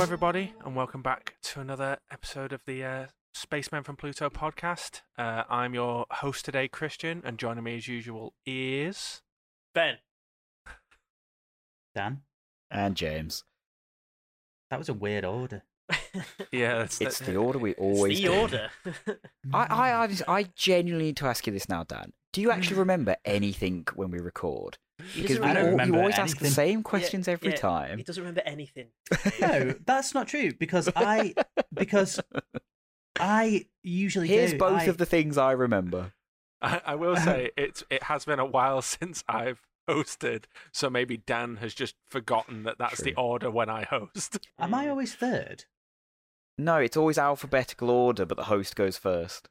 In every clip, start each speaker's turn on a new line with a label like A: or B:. A: everybody, and welcome back to another episode of the uh, Spacemen from Pluto podcast. Uh, I'm your host today, Christian, and joining me as usual is.
B: Ben,
C: Dan,
D: and James.
C: that was a weird order.
A: Yeah, that's
D: It's the order we always
B: it's the
D: do.
B: order.
D: I, I, I, just- I genuinely need to ask you this now, Dan. Do you actually remember anything when we record?
B: he
D: Because
B: doesn't
D: we
C: I
D: all,
C: don't
B: remember.
D: you
C: remember
D: always ask the
C: anything.
D: same questions every
B: yeah. He
D: time.
B: doesn't remember anything.
C: No, that's not true because I because I usually
D: Here's
C: do.
D: both
C: I-
D: of the things I remember.
A: I, I will say it's it has been a while since I've hosted, so maybe Dan has just forgotten that that's the
D: True.
A: order when I host.
C: Am I always third?
D: No, it's always alphabetical order, but the host goes first.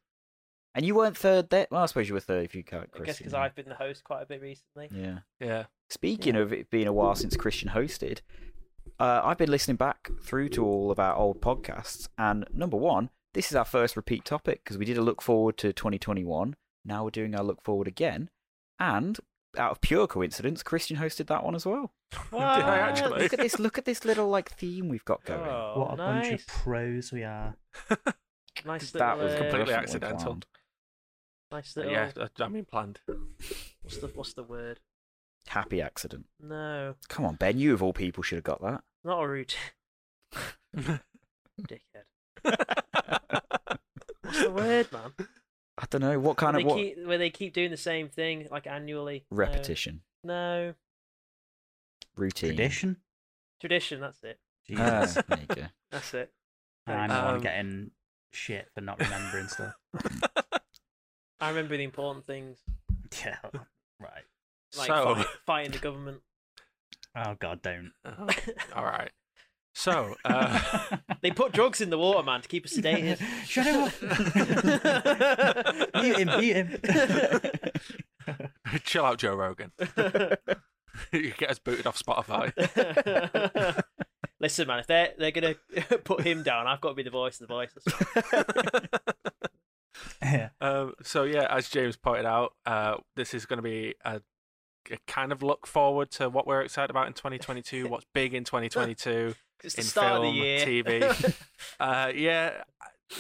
D: And you weren't third there. Well, I suppose you were third if you count
B: I guess
D: Christian.
B: because I've been the host quite a bit recently.
D: Yeah.
A: Yeah,
D: Speaking of it being a while since Christian hosted, uh, I've been listening back through to all of our old podcasts, and number one, this is our first repeat topic because we did a look forward to 2021. Now we're doing our look forward again, and out of pure coincidence, Christian hosted that one as well.
A: Did I actually?
D: Ah, Look at this! Look at this little like theme we've got going.
B: Oh,
C: what a
B: nice.
C: bunch of pros we are.
B: nice
D: that
B: little,
D: was
B: uh,
A: completely
D: definitely
A: accidental.
D: planned.
B: Nice little.
A: yeah, I, I mean planned.
B: What's the What's the word?
D: Happy accident.
B: No,
D: Come on, Ben. You of all people should have got that.
B: not a root. Dickhead. What's the word, man?
D: I don't know what kind
B: Where
D: of
B: they keep,
D: what
B: uh, where they keep doing the same thing like annually. No.
D: repetition
B: No,
D: routine.
C: Tradition.
B: tradition. That's it.
D: Ah,
C: Jesus.
D: there you go.
B: That's it.
C: I'm
B: Thanks.
C: the one
A: Um,
C: getting shit for not remembering stuff.
B: I remember the important things,
C: Yeah. Right.
B: like
A: so,
B: fight- fighting the government.
C: Oh God, don't.
A: Oh, all right. So, uh,
B: They put drugs in the water, man, to keep us sedated.
C: Shut him up. mute him. Mute him.
A: chill out, Joe Rogan. you get us booted off Spotify.
B: Listen, man, if they're they're gonna put him down, I've got to be the voice of the voiceless. man.
C: yeah.
A: Um, so yeah, as James pointed out, uh, this is going to be a, a kind of look forward to what we're excited about in 2022, what's big in 2022
B: It's the
A: in
B: start
A: film,
B: of the year.
A: TV. Uh, yeah,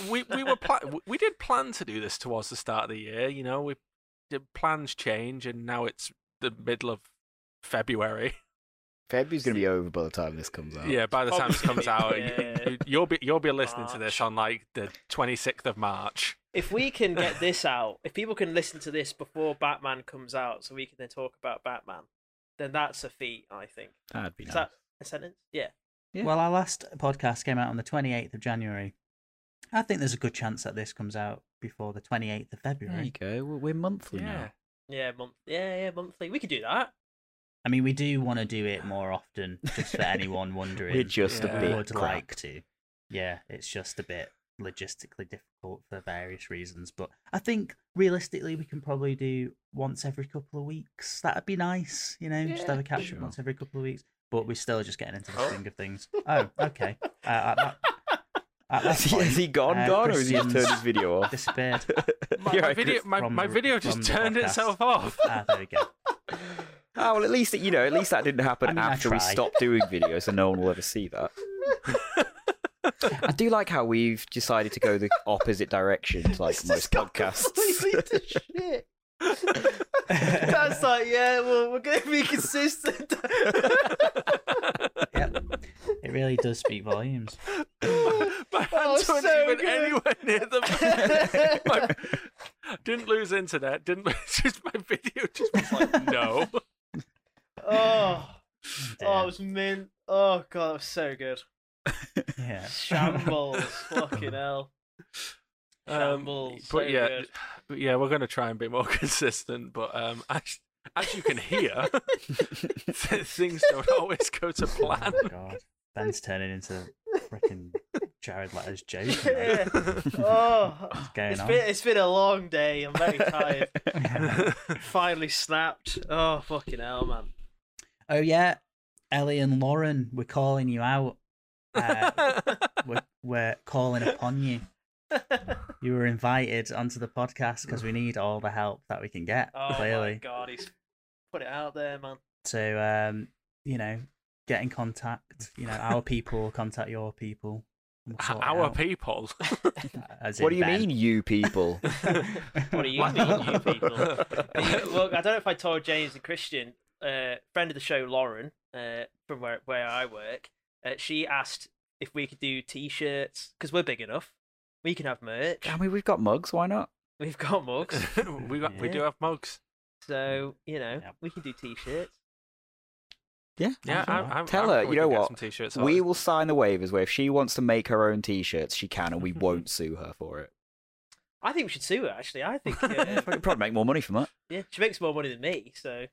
A: we we were pla- we did plan to do this towards the start of the year. You know, we the plans change, and now it's the middle of February.
D: February's gonna be over by the time this comes out.
A: Yeah, by the time this comes out,
B: Probably, Oh, yeah.
A: you, you'll be you'll be listening to this
B: March.
A: on like the 26th of March.
B: if we can get this out, if people can listen to this before Batman comes out, so we can then talk about Batman, then that's a feat, I think.
D: That'd be
B: Is
D: nice.
B: that a sentence? Yeah.
D: Yeah.
C: Well, our last podcast came out on the 28th of January. I think there's a good chance that this comes out before the 28th of
D: There you
C: February.
D: go. We're, we're monthly
A: Yeah.
D: now.
B: Yeah, month. Yeah, yeah, monthly. We could do that.
C: I mean, we do want to do it more often, just for anyone wondering.
D: We're just
A: Yeah.
D: a
C: we
D: bit
C: would
D: crap.
C: like to. Yeah, it's just a bit logistically difficult for various reasons, but I think realistically we can probably do once every couple of weeks. That'd be nice, you know, just have a catch up
D: sure.
C: once every couple of weeks. But we're still just getting into the
A: Oh.
C: swing of things. Oh, okay. Uh, at that, at that
D: Has he,
C: point,
D: has he gone,
C: uh,
D: gone, or has he just
C: Christian's
D: turned his video off?
C: disappeared.
A: My,
D: You're
A: my
D: right,
A: video,
D: Chris,
A: my,
C: from
A: my
C: the-
A: video
C: from
A: just
C: the
A: turned
C: podcast.
A: itself off.
C: Ah, there we go.
D: Ah, well, at least you know, at least that didn't happen
C: I mean, I
D: after we
C: tried.
D: stopped doing videos, so no one will ever see that. I do like how we've decided to go the opposite direction to like most podcasts.
B: shit. That's like, yeah, well, we're going to be consistent.
C: Yep. It really does speak volumes.
A: My
B: Oh,
A: hands weren't
B: so
A: even
B: good.
A: anywhere near the my, Didn't lose internet. Didn't lose. Just my video just was like no.
B: oh, oh,
C: Yeah.
B: it was mint. Oh, God, that was so good.
C: yeah.
B: Shambles. Fucking hell.
A: Um,
B: Shambles. so
A: but yeah,
B: good.
A: but yeah, we're gonna try and be more consistent. But um, as as you can hear, th- things don't always go to plan.
C: Oh my god. Ben's turning into freaking Jared Leto's joke.
B: Yeah. Oh,
C: What's going
B: it's
C: on?
B: been, it's been a long day. I'm very tired. Finally snapped. Oh, fucking hell, man.
C: oh yeah, Ellie and Lauren, we're calling you out. Uh, we're, we're calling upon you.
B: Oh,
C: You were invited onto the podcast because we need all the help that we can get.
B: Oh, my
C: clearly,
B: God, he's put it out there, man.
C: so um, you know, get in contact. You know, our people will contact your people. and we'll sort it
A: Our
C: out.
A: people.
C: As
D: What do
C: in
D: you
C: Ben.
D: mean, you people?
B: What do you mean, you people? Look, I don't know if I told James and Christian, uh, friend of the show, Lauren, uh, from where where I work, uh, she asked if we could do T-shirts because we're big enough. We can have merch.
D: I mean, we've got mugs. Why not?
B: We've got mugs,
A: we got, we
B: Yeah.
A: do have mugs.
B: so you know
C: Yep.
B: we can do T-shirts.
D: Yeah.
A: Yeah,
C: sure.
A: I'm, I'm,
D: Tell
A: I'm
D: her,
A: sure we
D: you know
A: can get
D: what?
A: Some t-shirts
D: We
A: out.
D: will sign the waivers where if she wants to make her own T-shirts, she can, and we won't sue her for it.
B: I think we should sue her. Actually, I think
D: Yeah,
B: uh,
D: we could probably make more money from that.
B: yeah, she makes more money than me, so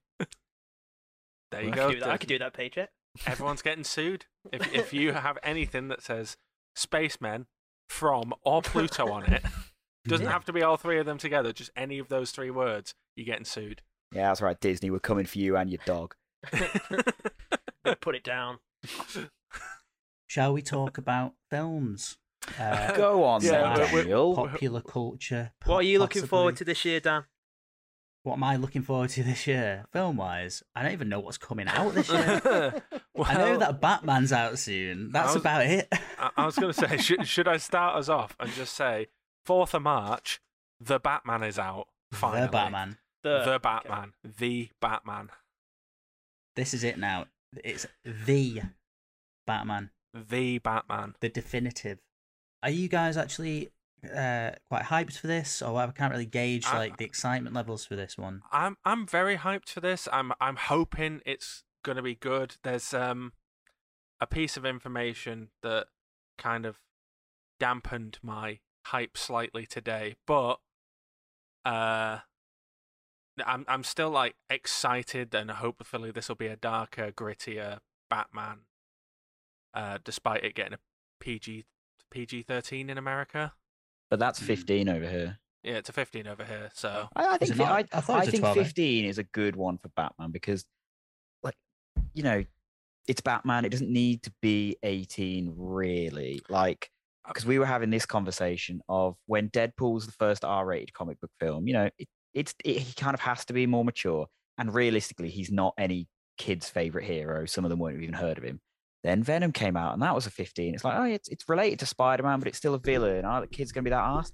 A: There you
B: I
A: go.
B: could do that. I could do that paycheck.
A: Everyone's getting sued. If if you have anything that says spacemen from or Pluto on it, doesn't
C: Yeah.
A: have to be all three of them together. Just any of those three words, you're getting sued.
D: Yeah, that's right, Disney. We're coming for you and your dog.
B: Put it down.
C: Shall we talk about films? Uh,
D: Go on,
A: Yeah,
D: then,
A: we're- we're-
D: Daniel.
C: popular culture.
B: What are you looking forward
C: possibly.
B: to this year, Dan?
C: What am I looking forward to this year, film-wise? I don't even know what's coming out this year.
A: well,
C: I know that Batman's out soon. That's
A: was-
C: about it.
B: uh,
A: I, I was going to say, should, should I start us off and just say, 4th of March, the Batman is out. Finally.
C: The Batman.
B: The,
A: The Batman. The Batman.
C: This is it now. It's the Batman,
A: The Batman.
C: the definitive. Are you guys actually uh, quite hyped for this, or I can't really gauge
A: I-
C: like the excitement levels for this one?
A: I'm I'm very hyped for this. I'm I'm hoping it's gonna be good. There's um a piece of information that kind of dampened my hype slightly today, but uh I'm I'm still like excited and hopefully this will be a darker, grittier Batman. Uh despite it getting a PG PG thirteen in America.
D: But that's
C: Hmm.
D: 15 over here.
A: Yeah, it's a fifteen over here, so
D: I, I
C: Is it
D: think
C: not?
D: I,
C: I thought it
D: I
C: was a
D: think
C: 12, eh?
D: 15 is a good one for Batman because, like, you know, it's Batman. It doesn't need to be 18, really. Like,
C: Uh,
D: because we were having this conversation of when Deadpool's the first R-rated comic book film. You know, it, it's it, he kind of has to be more mature. And realistically, he's not any kid's favorite hero. Some of them won't have even heard of him. Then Venom came out, and that was a 15. It's like, oh, it's, it's related to Spider Man, but it's still a villain. Are the kids going to be that arsed?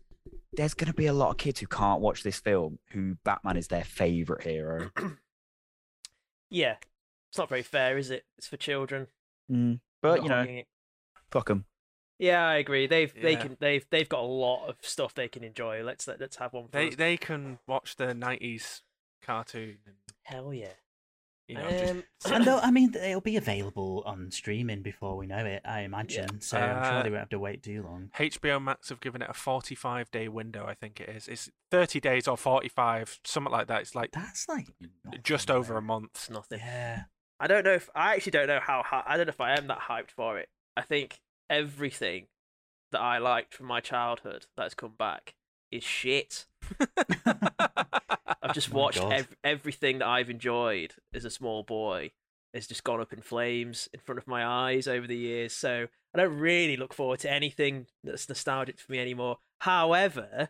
D: There's going to be a lot of kids who can't watch this film who Batman is their favorite hero.
B: Yeah, it's not very fair, is it? It's for children.
D: Mm, But,
B: Not
D: you know,
B: hugging it.
D: fuck them.
B: Yeah, I agree. They've they
A: Yeah.
B: can they've they've got a lot of stuff they can enjoy. Let's let, let's have one. For
A: they
B: us.
A: they can watch the nineties cartoon and
B: Hell yeah.
A: you know, just
B: Um,
C: and though, I mean, it'll be available on streaming before we know it, I imagine. So I'm sure
A: Uh,
C: they won't have to wait too long.
A: HBO Max have given it a 45 day window, I think it is. It's 30 days or 45, something like that. It's like
C: That's like
A: just
C: nothing,
A: over a
C: though.
A: month.
B: It's nothing.
C: Yeah.
B: I don't know if I actually don't know how hy- I don't know if I am that hyped for it. I think everything that I liked from my childhood that's come back is shit. I've just
C: My
B: watched
C: God.
B: ev- everything that I've enjoyed as a small boy has just gone up in flames in front of my eyes over the years. So I don't really look forward to anything that's nostalgic for me anymore. However,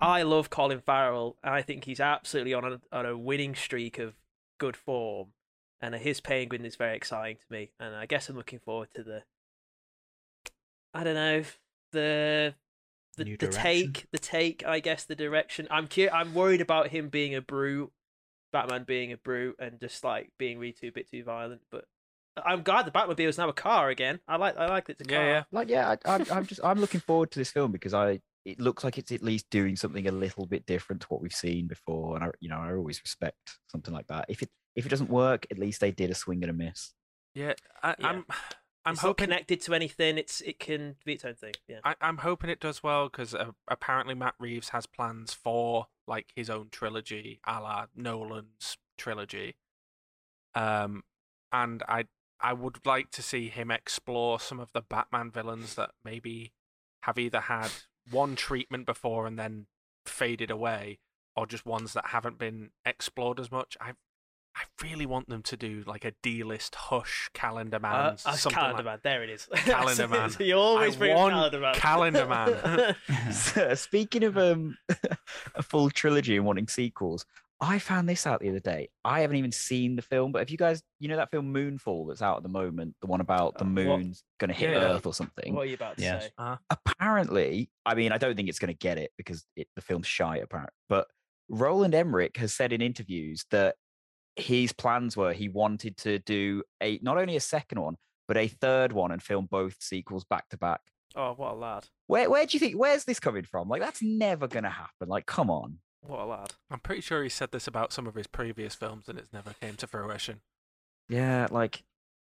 B: I love Colin Farrell. and I think he's absolutely on a, on a winning streak of good form. And his penguin is very exciting to me. And I guess I'm looking forward to the, I don't know, the the,
C: New
B: the
C: direction.
B: take, the take. I guess the direction. I'm cu- I'm worried about him being a brute, Batman being a brute, and just like being really too bit too violent. But I'm glad the Batmobile is now a car again. I like I like it's a
A: Yeah,
B: car.
A: yeah.
D: like yeah I, I'm, I'm just i'm looking forward to this film because i it looks like it's at least doing something a little bit different to what we've seen before and i you know i always respect something like that if it if it doesn't work at least they did a swing and a miss
A: Yeah, I,
B: Yeah.
A: I'm, I'm
B: it's
A: hoping.
B: not connected to anything. It's it can be its own thing. Yeah.
A: I, I'm hoping it does well because uh, apparently Matt Reeves has plans for like his own trilogy, a la Nolan's trilogy. Um, and I I would like to see him explore some of the Batman villains that maybe have either had one treatment before and then faded away, or just ones that haven't been explored as much. I I really want them to do like a D-list Hush Calendar
B: Uh,
A: Man.
B: uh,
A: something
B: calendar
A: like-
B: man. There it is.
A: Calendar
B: So-
A: Man.
B: so you always
A: I
B: bring up
A: want
B: calendar man.
A: Calendar Man.
D: So, Speaking of um, a full trilogy and wanting sequels, I found this out the other day. I haven't even seen the film, but if you guys, you know that film Moonfall that's out at the moment, the one about the
B: Uh, what-
D: moon's going to hit
A: Yeah.
D: Earth or something.
B: what are you about to
C: Yes.
B: say?
D: apparently, I mean, I don't think it's going to get it because it, the film's shy, apparently. But Roland Emmerich has said in interviews that his plans were he wanted to do a not only a second one but a third one and film both sequels back to back.
B: Oh, what a lad!
D: Where where do you think where's this coming from? Like that's never going to happen. Like come on.
B: What a lad!
A: I'm pretty sure he said this about some of his previous films, and it's never came to fruition.
D: Yeah, like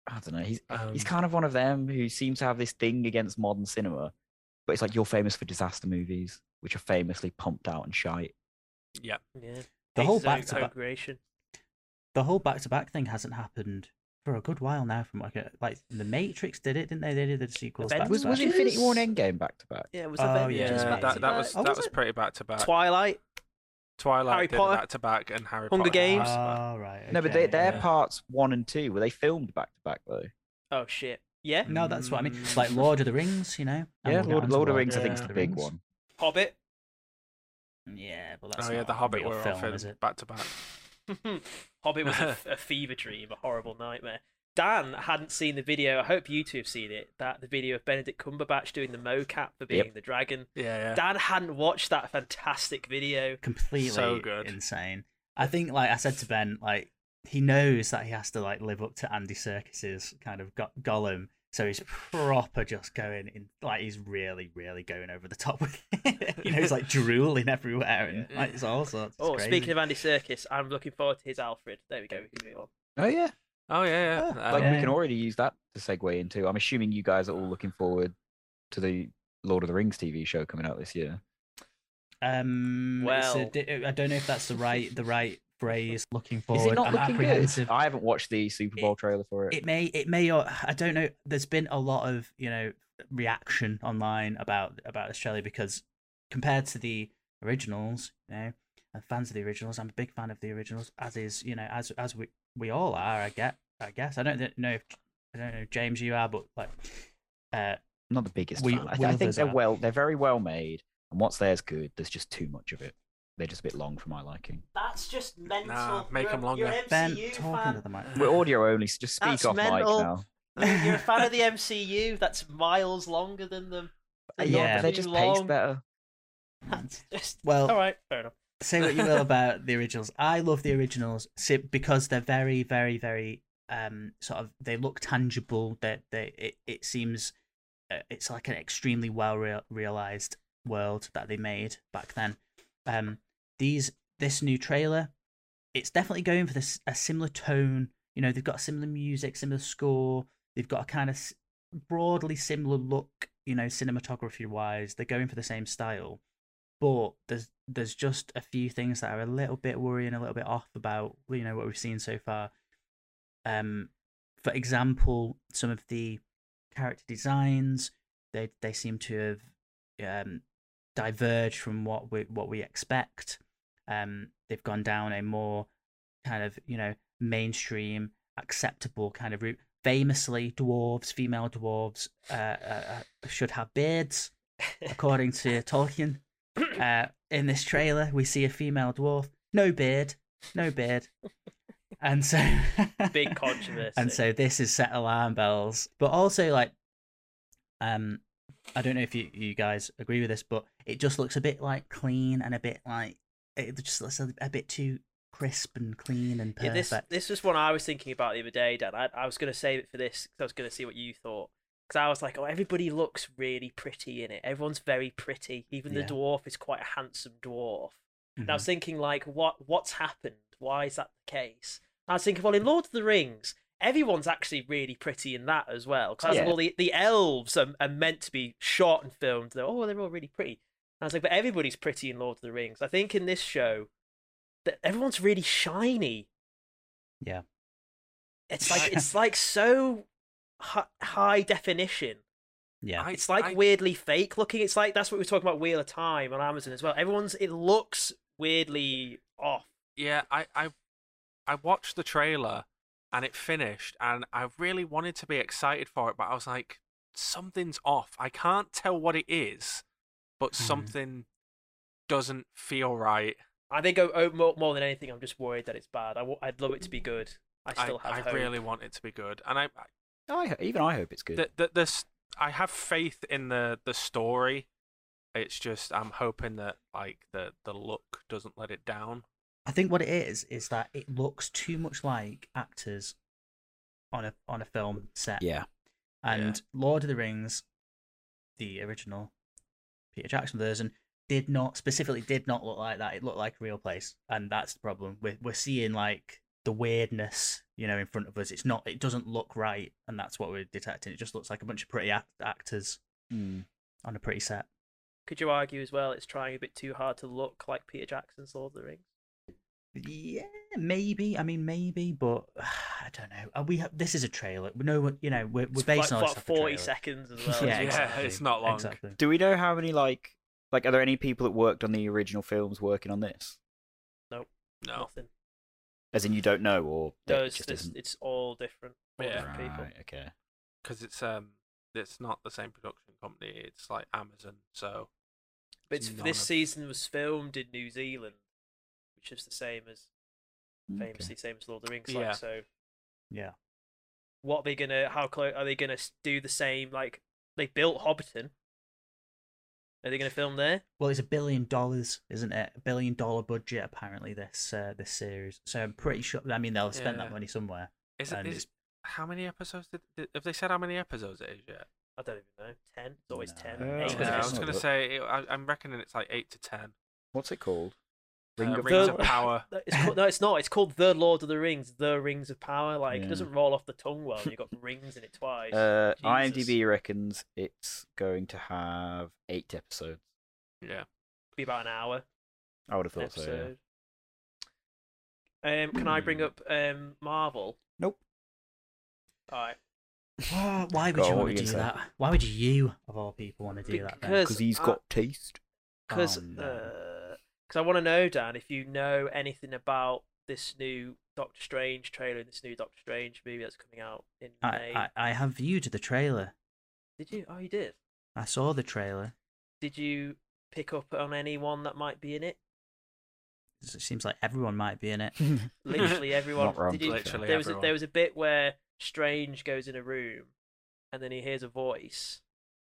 D: I don't know. He's
A: Um,
D: he's kind of one of them who seems to have this thing against modern cinema, but it's like you're famous for disaster movies, which are famously pumped out and shite.
A: yeah,
B: Yeah.
C: The
B: Hates
C: whole
B: his own
C: back to back-
B: creation.
C: the whole back to back thing hasn't happened for a good while now. From like, a, like the Matrix did it, didn't they? They did the sequels.
B: Avengers
C: back
D: Was,
C: to
D: was
C: back.
D: Infinity War and Endgame back to back?
B: Yeah, was
C: Oh,
B: that
C: yeah.
A: yeah,
B: Avengers
C: just
A: that,
B: back
A: that
B: to
A: was
B: back?
C: Oh,
A: that
C: was
A: was
C: it?
A: pretty back to back.
B: Twilight.
A: Twilight
B: Harry
A: did
B: Potter?
A: back to back, and Harry
B: Hunger
A: Potter.
B: Games?
C: Oh, right.
D: No, but
C: okay,
D: they, their
A: yeah.
D: parts one and two were they filmed back to back though?
B: Oh shit! Yeah,
C: No, that's what I mean.
A: Mm.
C: Like Lord of the Rings, you know. and we'll
D: yeah,
C: get
D: Lord,
C: onto
D: Lord of the Rings I think is
A: Yeah.
D: the big one.
B: Hobbit.
C: Yeah, but that's
A: Oh yeah,
C: not
A: The
C: a
A: Hobbit
C: real
A: were
C: film,
A: all filmed
C: is it?
A: back to back.
B: Hobbit was a, f- a fever dream, a horrible nightmare. Dan hadn't seen the video. I hope you two have seen it. That the video of Benedict Cumberbatch doing the mocap for being the dragon.
A: Yeah, yeah.
B: Dan hadn't watched that fantastic video.
C: Completely
A: good.
C: insane. I think, like I said to Ben, like he knows that he has to like live up to Andy Serkis's kind of go- Gollum, so he's proper just going in, like he's really, really going over the top with it. you know, he's like drooling everywhere and
A: Yeah.
C: like it's all sorts.
B: oh, speaking of Andy Circus, I'm looking forward to his Alfred. There we go. We can move on.
D: Oh yeah,
A: Oh yeah, yeah.
D: like
A: Um,
D: we
C: yeah.
D: can already use that to segue into. I'm assuming you guys are all looking forward to the Lord of the Rings TV show coming out this year.
C: um, well,
B: Well.
C: I don't know if that's the right the right phrase. Looking forward,
D: is it not
C: I'm
D: looking
C: apprehensive.
D: good? I haven't watched the Super Bowl trailer for it.
C: it may it may or i don't know there's been a lot of you know reaction online about about australia because compared to the originals you know and fans of the originals i'm a big fan of the originals as is you know as as we we all are i get i guess i don't th- know if i don't know if james you are but like uh
D: I'm not the biggest
C: We-
D: fan. I,
C: we
D: I think
C: others
D: they're
C: are.
D: well, they're very well made, and once there's good, there's just too much of it. They're just a bit long for my liking.
B: That's just mental.
A: Nah, make You're- 'em longer. you're an
C: ben talking to the mic
D: We're audio only, so just speak
B: That's
D: off
B: mental.
D: mic now.
C: fan. You're a fan
B: of the MCU. That's miles longer than them.
C: They're not
D: Uh, yeah,
C: Yeah.
D: they're just paced better.
B: Just
C: Well-
B: all right, fair enough.
C: say what you will about the originals. I love the originals si- because they're very, very, very um sort of they look tangible. That they, it it seems uh, it's like an extremely well real realized world that they made back then. Um, these this new trailer, it's definitely going for this a similar tone. You know, they've got similar music, similar score. They've got a kind of s- broadly similar look. You know, cinematography wise, they're going for the same style but there's there's just a few things that are a little bit worrying, a little bit off about you know what we've seen so far. Um, for example, some of the character designs they they seem to have um diverged from what we what we expect. Um, they've gone down a more kind of you know mainstream acceptable kind of route. Famously, dwarves, female dwarves, uh, uh, uh, should have beards, according to Tolkien uh, in this trailer, we see a female dwarf, no beard, no beard, and so
B: Big controversy.
C: And so this is set alarm bells, but also like, um, I don't know if you you guys agree with this, but it just looks a bit like clean and a bit like it just looks a, a bit too crisp and clean and
B: Yeah,
C: perfect.
B: this this was one I was thinking about the other day, Dan. I, I was going to save it for this because I was going to see what you thought. Because I was like, oh, everybody looks really pretty in it. Everyone's very pretty. Even
C: Yeah.
B: the dwarf is quite a handsome dwarf. And I
C: Mhm.
B: was thinking, like, what what's happened? Why is that the case? And I was thinking, well, in Lord of the Rings, everyone's actually really pretty in that as well. Because
D: Yeah.
B: all the, the elves are, are meant to be shot and filmed. They're, oh, they're all really pretty. And I was like, but everybody's pretty in Lord of the Rings. I think in this show, that everyone's really shiny.
C: Yeah.
B: It's like it's like so hi- high definition.
C: yeah,
A: I-
B: It's like
A: I-
B: weirdly fake looking. It's like that's what we were talking about Wheel of Time on Amazon as well. Everyone's it looks weirdly off.
A: Yeah, I, I I watched the trailer and it finished, and I really wanted to be excited for it, but I was like, something's off. I can't tell what it is, but
C: Mhm.
A: something doesn't feel right.
B: I think oh, oh, more, more than anything, I'm just worried that it's bad. I w- I'd love it to be good. I
A: I,
B: still
A: I
B: have hope.
A: really want it to be good, and I, I
D: I ho- even I hope it's good.
A: the, the, the, s- I have faith in the the story. It's just I'm hoping that like the the look doesn't let it down.
C: I think what it is is that it looks too much like actors on a on a film set.
D: yeah,
C: And Lord of the Rings, the original Peter Jackson version, did not specifically did not look like that. It looked like a real place, and that's the problem. We're we're seeing like the weirdness, you know, in front of us. It's not. It doesn't look right, and that's what we're detecting. It just looks like a bunch of pretty act- actors
D: Hmm.
C: on a pretty set.
B: Could you argue as well? It's trying a bit too hard to look like Peter Jackson's Lord of the Rings.
C: Yeah, maybe. I mean, maybe, but I don't know. Are we this is a trailer. We know what you know. We're, we're
B: It's
C: based
B: like,
C: on
B: like 40 seconds as well.
A: Yeah,
B: isn't
C: yeah,
B: it?
A: exactly. it's not long.
C: Exactly.
D: Do we know how many like like are there any people that worked on the original films working on this?
A: No,
B: Nothing.
D: As in you don't know or that
B: No,
D: it
B: it's,
D: just
B: it's,
D: isn't.
B: it's all different. All
A: Yeah.
B: different people.
D: Right, okay.
A: because it's um it's not the same production company. It's like Amazon, so
B: But it's,
A: None
B: this
A: of-
B: season was filmed in New Zealand, which is the same as famously
D: Okay.
B: same as Lord of the Rings.
A: Yeah.
B: Like, so
C: Yeah.
B: what are they gonna? How close are they gonna s- do the same? Like they built Hobbiton. Are they gonna film there?
C: Well, it's a billion dollars, isn't it? A billion dollar budget apparently this uh, this series. So I'm pretty sure. I mean, they'll spend
A: Yeah.
C: that money somewhere.
A: is it
C: And
A: is how many episodes did, did have they said how many episodes it is yet? Oh,
B: I don't even know. Ten. It's always ten.
D: No.
B: Eight.
D: Yeah,
A: Yeah, I
D: it's
A: was
D: not
A: gonna
D: a lot.
A: say it, I, I'm reckoning it's like eight to ten.
D: What's it called?
A: Uh, Rings of
B: Power.
A: Power.
B: No, it's called, no, it's not. It's called The Lord of the Rings, The Rings of Power. Like
D: Yeah.
B: it doesn't roll off the tongue well. when You've got rings in it twice.
D: Uh,
B: Jesus.
D: IMDb reckons it's going to have eight episodes.
A: Yeah.
B: be about an hour.
D: I would have thought so. yeah.
B: episode. Um, can I bring
D: Hmm.
B: up um Marvel?
D: Nope.
B: All right.
C: Why why would
D: Go
C: you
D: on, what
C: want
D: were you
C: to do
D: gonna
C: that? Why would you, of all people, want to do that? Then?
B: Because-
D: Because he's
B: I-
D: got taste.
B: because
C: Oh, no.
B: uh, I want to know, Dan, if you know anything about this new Doctor Strange trailer, this new Doctor Strange movie that's coming out in May.
C: I, I I have viewed the trailer.
B: Did you? Oh, you did.
C: I saw the trailer.
B: Did you pick up on anyone that might be in it?
C: It seems like everyone might be in it.
B: Literally everyone.
D: Not wrong,
B: Did you?
A: Literally
B: There was a,
A: everyone.
B: there was a bit where Strange goes in a room, and then he hears a voice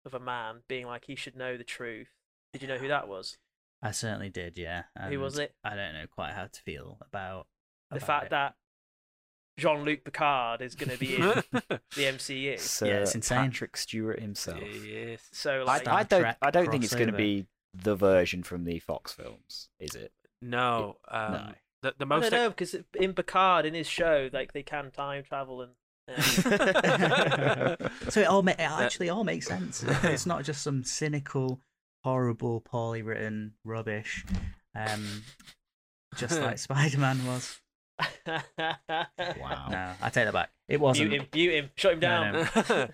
B: of a man being like, "He should know the truth." Did you know who that was?
C: I certainly did. Yeah.
B: Who was
C: and
B: it?
C: I don't know quite how to feel about
B: The
C: about
B: fact
C: it.
B: that Jean Luc Picard is going to be in the MCU.
D: Sir
C: it's insane.
D: uh, Patrick Stewart himself.
A: yes.
B: So
D: I,
B: like,
D: I don't.
C: Star
D: I don't think it's
C: Trek
D: going to
C: crossover.
D: be the version from the Fox films, is it?
A: No. Um,
D: no.
A: The, the
B: I
A: most.
B: don't
C: e-
B: know because in Picard in his show, like they can time travel and um,
C: So it all ma- it actually all makes sense. It's not just some cynical, horrible, poorly written rubbish, um, just like Spider Man was.
D: Wow.
C: No, I take that back. It wasn't.
B: mute him, mute him, shut him
C: No,
B: down.
C: no.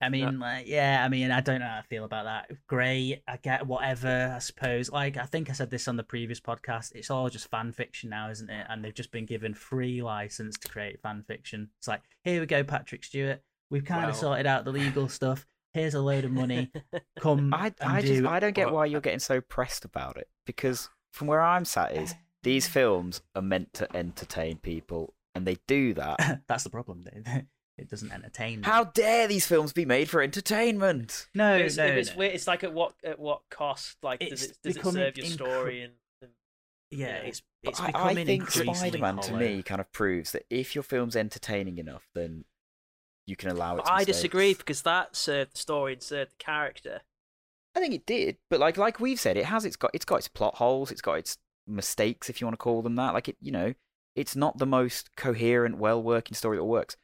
C: I mean, like, yeah, I mean, I don't know how I feel about that. Great, I get whatever, I suppose. Like, I think I said this on the previous podcast. It's all just fan fiction now, isn't it? And they've just been given free license to create fan fiction. It's like, here we go, Patrick Stewart. We've kind
A: Well-
C: of sorted out the legal stuff. Here's a load of money. Come,
D: I,
C: and
D: I just
C: do
D: I don't get
A: Well,
D: why you're getting so pressed about it because from where I'm sat is these films are meant to entertain people and they do that.
C: that's the problem. Dave. It doesn't entertain. them.
D: How dare these films be made for entertainment?
C: No,
B: But it's,
C: no,
B: if it's,
C: no.
B: weird- it's like at what at what cost? Like, does
C: It's
B: it does it
C: becoming
B: serve your
C: incre-
B: story? And, and
C: yeah,
B: you know,
C: it's
D: But
C: it's
D: I, I
C: becoming
D: think
C: increasingly
D: Spider-Man to
C: hollow.
D: me kind of proves that if your film's entertaining enough, then you can allow it.
B: But I disagree because that served the story and served the character.
D: I think it did, but like like we've said, it has it's got it's got its plot holes, it's got its mistakes, if you want to call them that. Like it, you know, it's not the most coherent, well working story that works,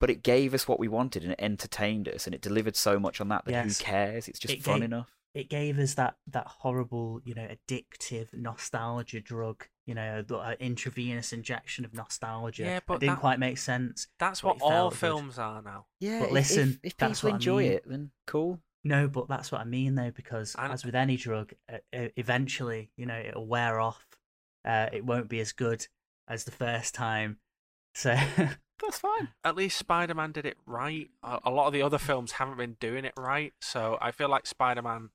D: but it gave us what we wanted and it entertained us and it delivered so much on that that
C: Yes.
D: who cares? It's just
C: It
D: fun
C: gave-
D: enough.
C: It gave us that that horrible, you know, addictive nostalgia drug. You know, the uh, intravenous injection of nostalgia.
A: Yeah,
C: it
A: but
C: didn't
A: that-
C: quite make sense.
A: That's
C: But
A: what
C: it
A: all
C: felt good.
A: films are now.
D: Yeah,
C: But
D: if-
C: listen,
D: if,
C: that's
D: people
C: what I
D: enjoy
C: mean.
D: it, then cool.
C: No, but that's what I mean though, because
A: And-
C: as with any drug, uh, uh, eventually, you know, it'll wear off. Uh, it won't be as good as the first time, So
D: That's fine.
A: At least Spider Man did it right. A, a lot of the other films haven't been doing it right, so I feel like Spider Man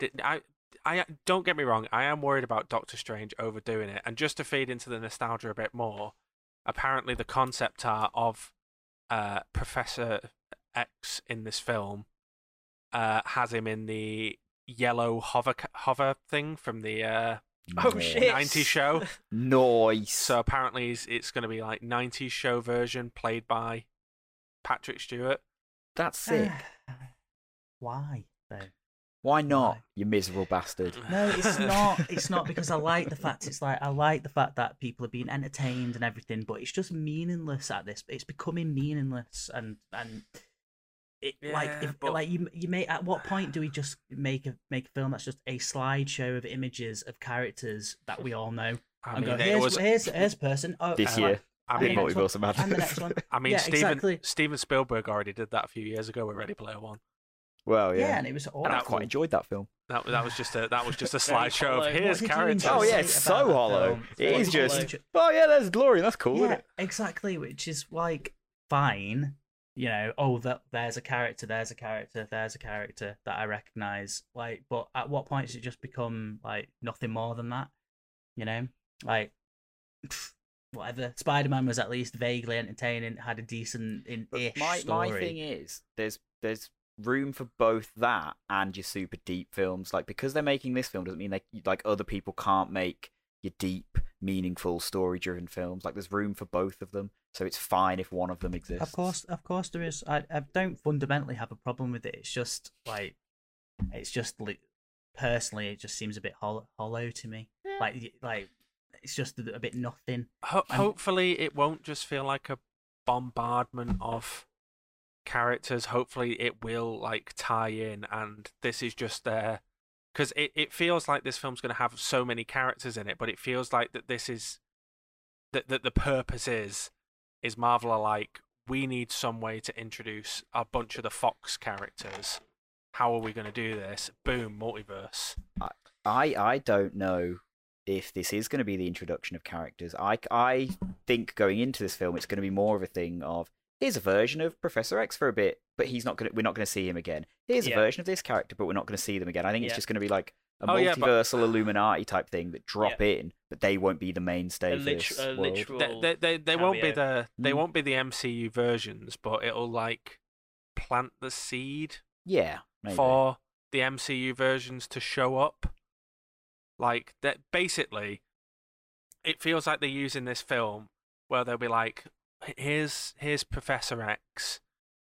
A: did. I, I don't get me wrong. I am worried about Doctor Strange overdoing it, and just to feed into the nostalgia a bit more. Apparently, the concept art of uh, Professor X in this film uh, has him in the yellow hover hover thing from the uh,
B: Oh,
D: Yeah.
B: shit.
A: 90s show.
D: Nice.
A: So apparently it's, it's going to be like 90s show version played by Patrick Stewart.
D: That's sick.
C: why though?
D: Why not?
C: Why?
D: You miserable bastard.
C: No, it's not. It's not because I like the fact it's like I like the fact that people are being entertained and everything, but it's just meaningless at this. It's becoming meaningless, and and it like
A: Yeah,
C: if,
A: but-
C: like you you may at what point do we just make a make a film that's just a slideshow of images of characters that we all know?
A: I
C: and
A: mean,
C: go,
A: it
C: here's,
A: was.
C: here's here's a person. Oh,
D: This
C: and,
D: year.
C: like,
A: I
C: and the
D: Big
A: mean,
C: next
D: Multiverse
C: one,
D: of Madness.
C: And the next one.
A: I mean,
C: yeah,
A: Steven
C: exactly.
A: Steven Spielberg already did that a few years ago with Ready Player One.
D: Well,
C: Yeah.
D: Oh, yeah.
C: and it was awful.
D: and I quite enjoyed that film.
A: That that was just a that was just a
B: Very
A: slideshow
B: hollow.
A: of here's
C: What did you enjoy
A: characters.
D: Oh, yeah,
C: about
D: it's
C: that
D: so hollow.
C: film?
D: It
C: What
D: is
C: did you
B: just-
C: enjoy-
D: Oh yeah, there's glory. That's cool.
C: yeah,
D: isn't it?
C: exactly. Which is like fine, you know. Oh, that there's a character, there's a character, there's a character that I recognize. Like, but at what point does it just become like nothing more than that? You know, like pff, whatever. Spider Man was at least vaguely entertaining, had a decent in ish
D: But my
C: story.
D: my thing is there's there's room for both that and your super deep films. Like because they're making this film doesn't mean they like other people can't make your deep, meaningful, story driven films. Like there's room for both of them. So it's fine if one of them exists.
C: Of course, of course, there is. I, I don't fundamentally have a problem with it. It's just like, it's just li- personally, it just seems a bit hollow, hollow to me. Like, y- like it's just a, a bit nothing.
A: Ho-
C: I'm-
A: hopefully, it won't just feel like a bombardment of characters. Hopefully, it will like tie in, and this is just there because it, it feels like this film's going to have so many characters in it, but it feels like that this is that that the purpose is is Marvel are like we need some way to introduce a bunch of the Fox characters. How are we going to do this? Boom, multiverse.
D: I I don't know if this is going to be the introduction of characters. I I think going into this film, it's going to be more of a thing of here's a version of Professor X for a bit, but he's not going. To, we're not going to see him again. Here's
B: Yeah.
D: a version of this character, but we're not going to see them again. I think it's
B: Yeah.
D: just going to be like a
A: Oh, yeah, but-
D: multiversal Illuminati type thing that drop in, but they won't be the mainstay
B: A,
D: of
B: lit-
D: this
B: a
D: world.
B: literal.
A: they they, they, they won't be
B: cameo.
A: the they
D: Mm.
A: won't be the MCU versions, but it'll like plant the seed
D: yeah, maybe.
A: for the MCU versions to show up. Like that basically it feels like they're using this film where they'll be like "H- here's here's Professor X.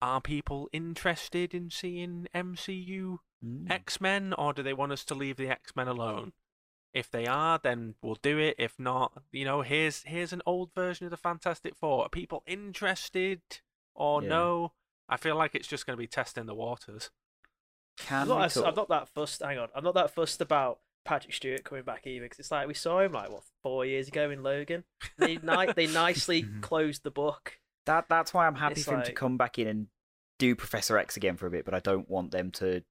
A: Are people interested in seeing MCU
D: Mm.
A: X Men, or do they want us to leave the X Men alone? If they are, then we'll do it. If not, you know, here's here's an old version of the Fantastic Four. Are people interested or
D: Yeah.
A: no? I feel like it's just going to be testing the waters.
D: Can
B: I'm not,
D: we
B: as- I'm
D: talk-
B: not that fussed. Hang on, I'm not that fussed about Patrick Stewart coming back either because it's like we saw him like what four years ago in Logan. They ni- they nicely
C: Mhm.
B: closed the book.
D: That that's why I'm happy
B: It's
D: for him to
B: like-
D: come back in and do Professor X again for a bit, but I don't want them to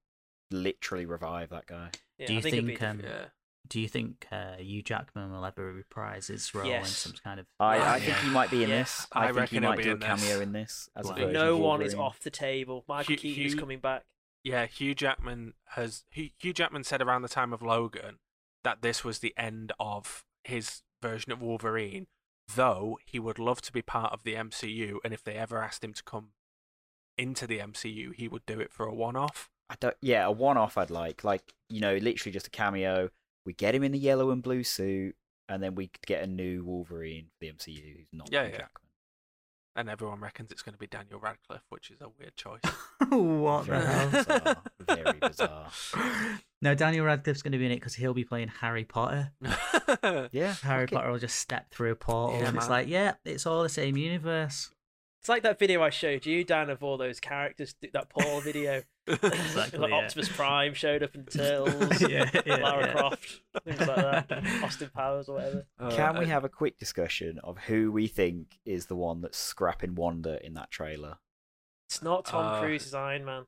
D: literally revive that guy.
B: Yeah,
C: Do you
B: I think, it'd be
C: think, um,
B: different.
A: Yeah.
C: Do you think uh, Hugh Jackman will ever reprise his role in
B: Yes.
C: some kind of?
D: I,
A: Ah,
D: I think
A: yeah.
D: he might be in
B: Yes,
D: this. I,
A: I
D: think he
A: reckon he'll
D: might
A: be
D: do a
A: in this.
D: cameo in this. As a
C: Wow.
D: version
B: no
D: of
B: one is
D: Wolverine.
B: off the table. Michael
A: Hugh-
B: Keaton's
A: Hugh-
B: coming back.
A: Yeah, Hugh Jackman has Hugh Hugh Jackman said around the time of Logan that this was the end of his version of Wolverine, though he would love to be part of the MCU and if they ever asked him to come into the MCU, he would do it for a one-off.
D: I don't. Yeah, a one-off. I'd like, like you know, literally just a cameo. We get him in the yellow and blue suit, and then we get a new Wolverine for the MCU who's not
A: Yeah,
D: Hugh
A: yeah.
D: Jackman.
A: and everyone reckons it's going to be Daniel Radcliffe, which is a weird choice.
C: what
D: Very bizarre. Very bizarre.
C: No, Daniel Radcliffe's going to be in it because he'll be playing Harry Potter.
D: Yeah,
C: Harry
D: fuck it.
C: Potter will just step through a portal,
A: Yeah,
C: and it's
A: man.
C: like, yeah, it's all the same universe.
B: It's like that video I showed you, Dan, of all those characters. th- That Paul video.
C: Exactly,
B: like
C: yeah.
B: Optimus Prime showed up in Turtles.
C: Yeah, yeah,
B: Lara
C: yeah.
B: Croft, things like that. Austin Powers or whatever.
D: Can we
A: Uh,
D: have a quick discussion of who we think is the one that's scrapping Wanda in that trailer?
B: It's not Tom
A: Uh,
B: Cruise's Iron Man.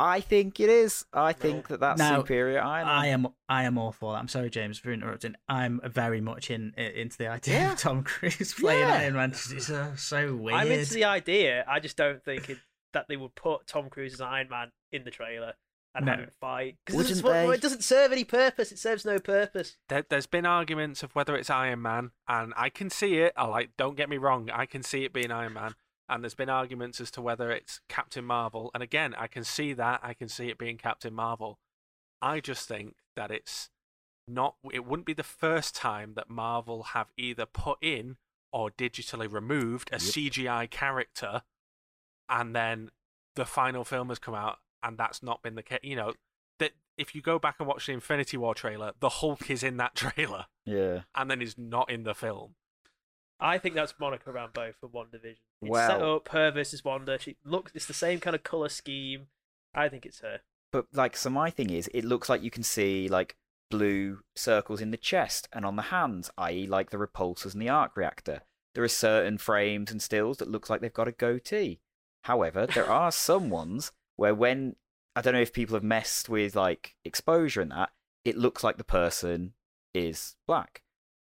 D: I think it is. I think that that's
C: Now,
D: superior iron.
C: I am I am all for that. I'm sorry, James, for interrupting. I'm very much in i- into the idea
D: Yeah.
C: of Tom Cruise playing
D: Yeah.
C: Iron Man. It's so, so weird.
B: I'm into the idea. I just don't think it, that they would put Tom Cruise as Iron Man in the trailer and have
C: No.
B: him fight. 'Cause it doesn't-
D: Wouldn't they?
B: well, It doesn't serve any purpose. It serves no purpose.
A: There, there's been arguments of whether it's Iron Man, and I can see it. I like, don't get me wrong, I can see it being Iron Man. And there's been arguments as to whether it's Captain Marvel, and again, I can see that. I can see it being Captain Marvel. I just think that it's not. It wouldn't be the first time that Marvel have either put in or digitally removed a
D: Yep.
A: CGI character, and then the final film has come out, and that's not been the case. You know, that if you go back and watch the Infinity War trailer, the Hulk is in that trailer
D: yeah.
A: and then is not in the film.
B: I think that's Monica Rambeau for One Division. It's set
D: Well-
B: up her versus Wanda. She looks. It's the same kind of color scheme. I think it's her.
D: But like, so my thing is, it looks like you can see like blue circles in the chest and on the hands, i.e., like the repulsors and the arc reactor. There are certain frames and stills that looks like they've got a goatee. However, there are some ones where when I don't know if people have messed with like exposure and that, it looks like the person is black.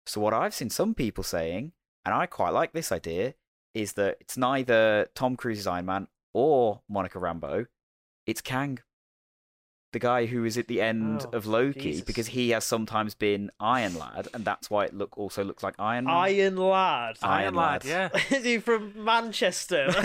D: So what I've seen some people saying, and I quite like this idea, is that it's neither Tom Cruise's Iron Man or Monica Rambeau, it's Kang. The guy who is at the end
B: Oh,
D: of Loki
B: Jesus.
D: because he has sometimes been Iron Lad, and that's why it look also looks like Iron
C: Mm.
D: Man.
B: Iron Lad.
D: Iron Lad.
A: yeah.
B: Is he from Manchester?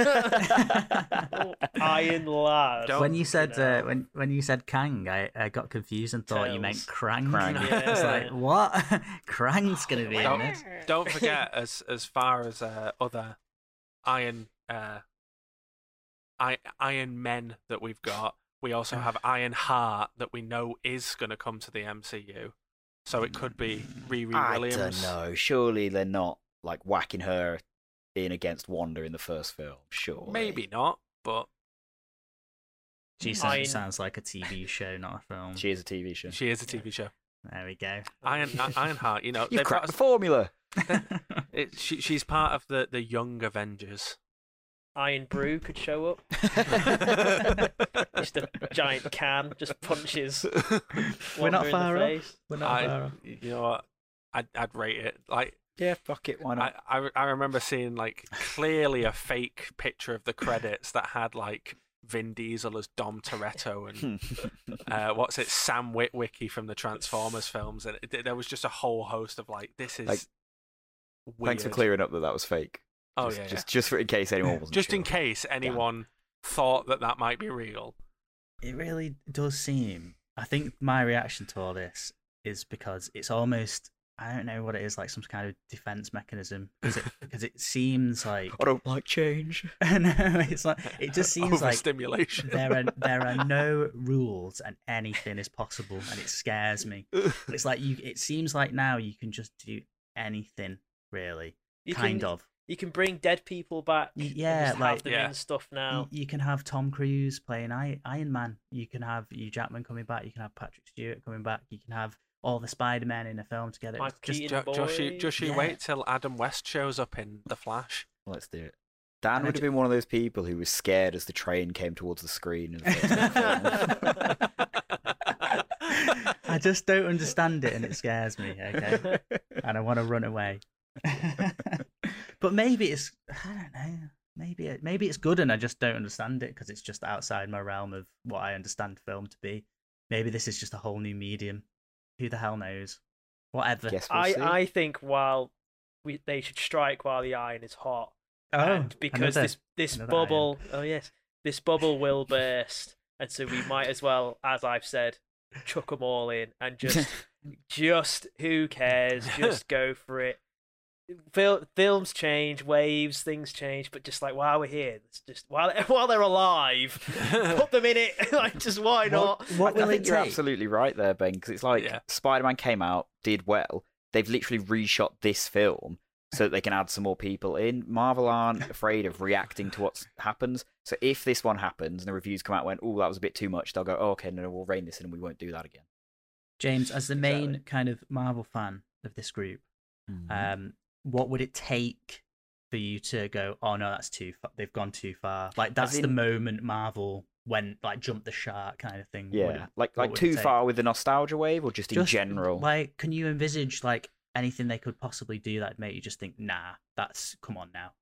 B: Iron Lad.
A: Don't-
C: when you said
B: know.
C: uh, when when you said Kang, I, I got confused and thought you meant
B: Tails.
C: Krang.
D: Krang.
C: I was like,
B: Yeah.
C: what? Krang's gonna be in
A: Don't-
C: this.
A: Don't forget, as as far as uh, other Iron uh, I, Iron Men that we've got, we also have Iron Heart that we know is going to come to the MCU. So it could be Riri
D: I
A: Williams.
D: don't know. Surely they're not like whacking her in against Wanda in the first film. Sure.
A: Maybe not, but
C: She sounds,
B: Iron-
C: sounds like a TV show, not a film.
D: she is a TV show.
A: she is a TV show.
C: There we go.
A: Iron Iron Heart, you know,
D: You
A: they've got
D: cracked the
A: us-
D: formula.
A: it, she, she's part of the the Young Avengers.
B: Iron Brew could show up. Just a giant can, just punches.
C: We're not
B: Wanda in the
C: far off.
B: face.
C: We're not far
A: I,
C: off.
A: you know what? I'd, I'd rate it. Like
D: yeah, fuck it. Why
A: I,
D: not?
A: I, I remember seeing like clearly a fake picture of the credits that had like Vin Diesel as Dom Toretto and uh, what's it Sam Witwicky from the Transformers films, and it, there was just a whole host of like this is.
D: Like,
A: weird.
D: Thanks for clearing up that that was fake.
A: Oh
D: just,
A: yeah, yeah.
D: just just for in case anyone wasn't.
A: Just in
D: sure.
A: case anyone thought that that might be real.
C: It really does seem. I think my reaction to all this is because it's almost I don't know what it is like some kind of defense mechanism because it because it seems like
D: I don't like change.
C: no it's like it just seems like
A: overstimulation.
C: there are there are no rules and anything is possible and it scares me. It's like you it seems like now you can just do anything really
B: You
C: kind
B: can,
C: of.
B: You can bring dead people back.
C: Y-
B: and
C: yeah,
B: just
C: like-
B: have them
A: Yeah.
B: in stuff
C: You,
B: now.
C: you can have Tom Cruise playing I- Iron Man. You can have Hugh Jackman coming back. You can have Patrick Stewart coming back. You can have all the Spider Men in a film together.
B: Michael
C: Just
B: Keaton.
A: Jo- Josh, you,
B: boy.
A: Josh, you
C: Yeah.
A: wait till Adam West shows up in The Flash.
D: Let's do it. Dan
C: And I
D: would have
C: ju-
D: been one of those people who was scared as the train came towards the screen. in the first film.
C: I just don't understand it, and it scares me. Okay, and I want to run away. but maybe it's I don't know. Maybe it, maybe it's good, and I just don't understand it because it's just outside my realm of what I understand film to be. Maybe this is just a whole new medium. Who the hell knows? Whatever.
D: Guess we'll
B: I,
D: see.
B: I think while we, they should strike while the iron is hot. and because
C: Oh, another-
B: this this
C: another iron.
B: bubble, oh yes, this bubble will burst, and so we might as well, as I've said, chuck them all in and just just who cares, just go for it. Fil- films change, waves, things change, but just like while we're here, it's just while while they're alive, put them in it. like just why not?
C: What, what
D: I,
C: will
D: I think
C: it
D: you're
C: take?
D: absolutely right there, Ben, because it's like
A: Yeah.
D: Spider-Man came out, did well. They've literally reshot this film so that they can add some more people in. Marvel aren't afraid of reacting to what happens. So if this one happens and the reviews come out and went, oh, that was a bit too much, they'll go, oh, okay, no, no, we'll rein this in and we won't do that again.
C: James, as the main
B: Exactly.
C: kind of Marvel fan of this group,
D: Mm-hmm.
C: um, what would it take for you to go? Oh no, that's too. Far. They've gone too far. Like that's the
D: in-
C: moment Marvel went like jumped the shark kind of thing.
D: Yeah,
C: Would it-
D: like
C: what
D: like
C: would it
D: too
C: take?
D: far with the nostalgia wave, or just in
C: Just,
D: general.
C: Like, can you envisage like anything they could possibly do that make you just think, nah, that's come on now,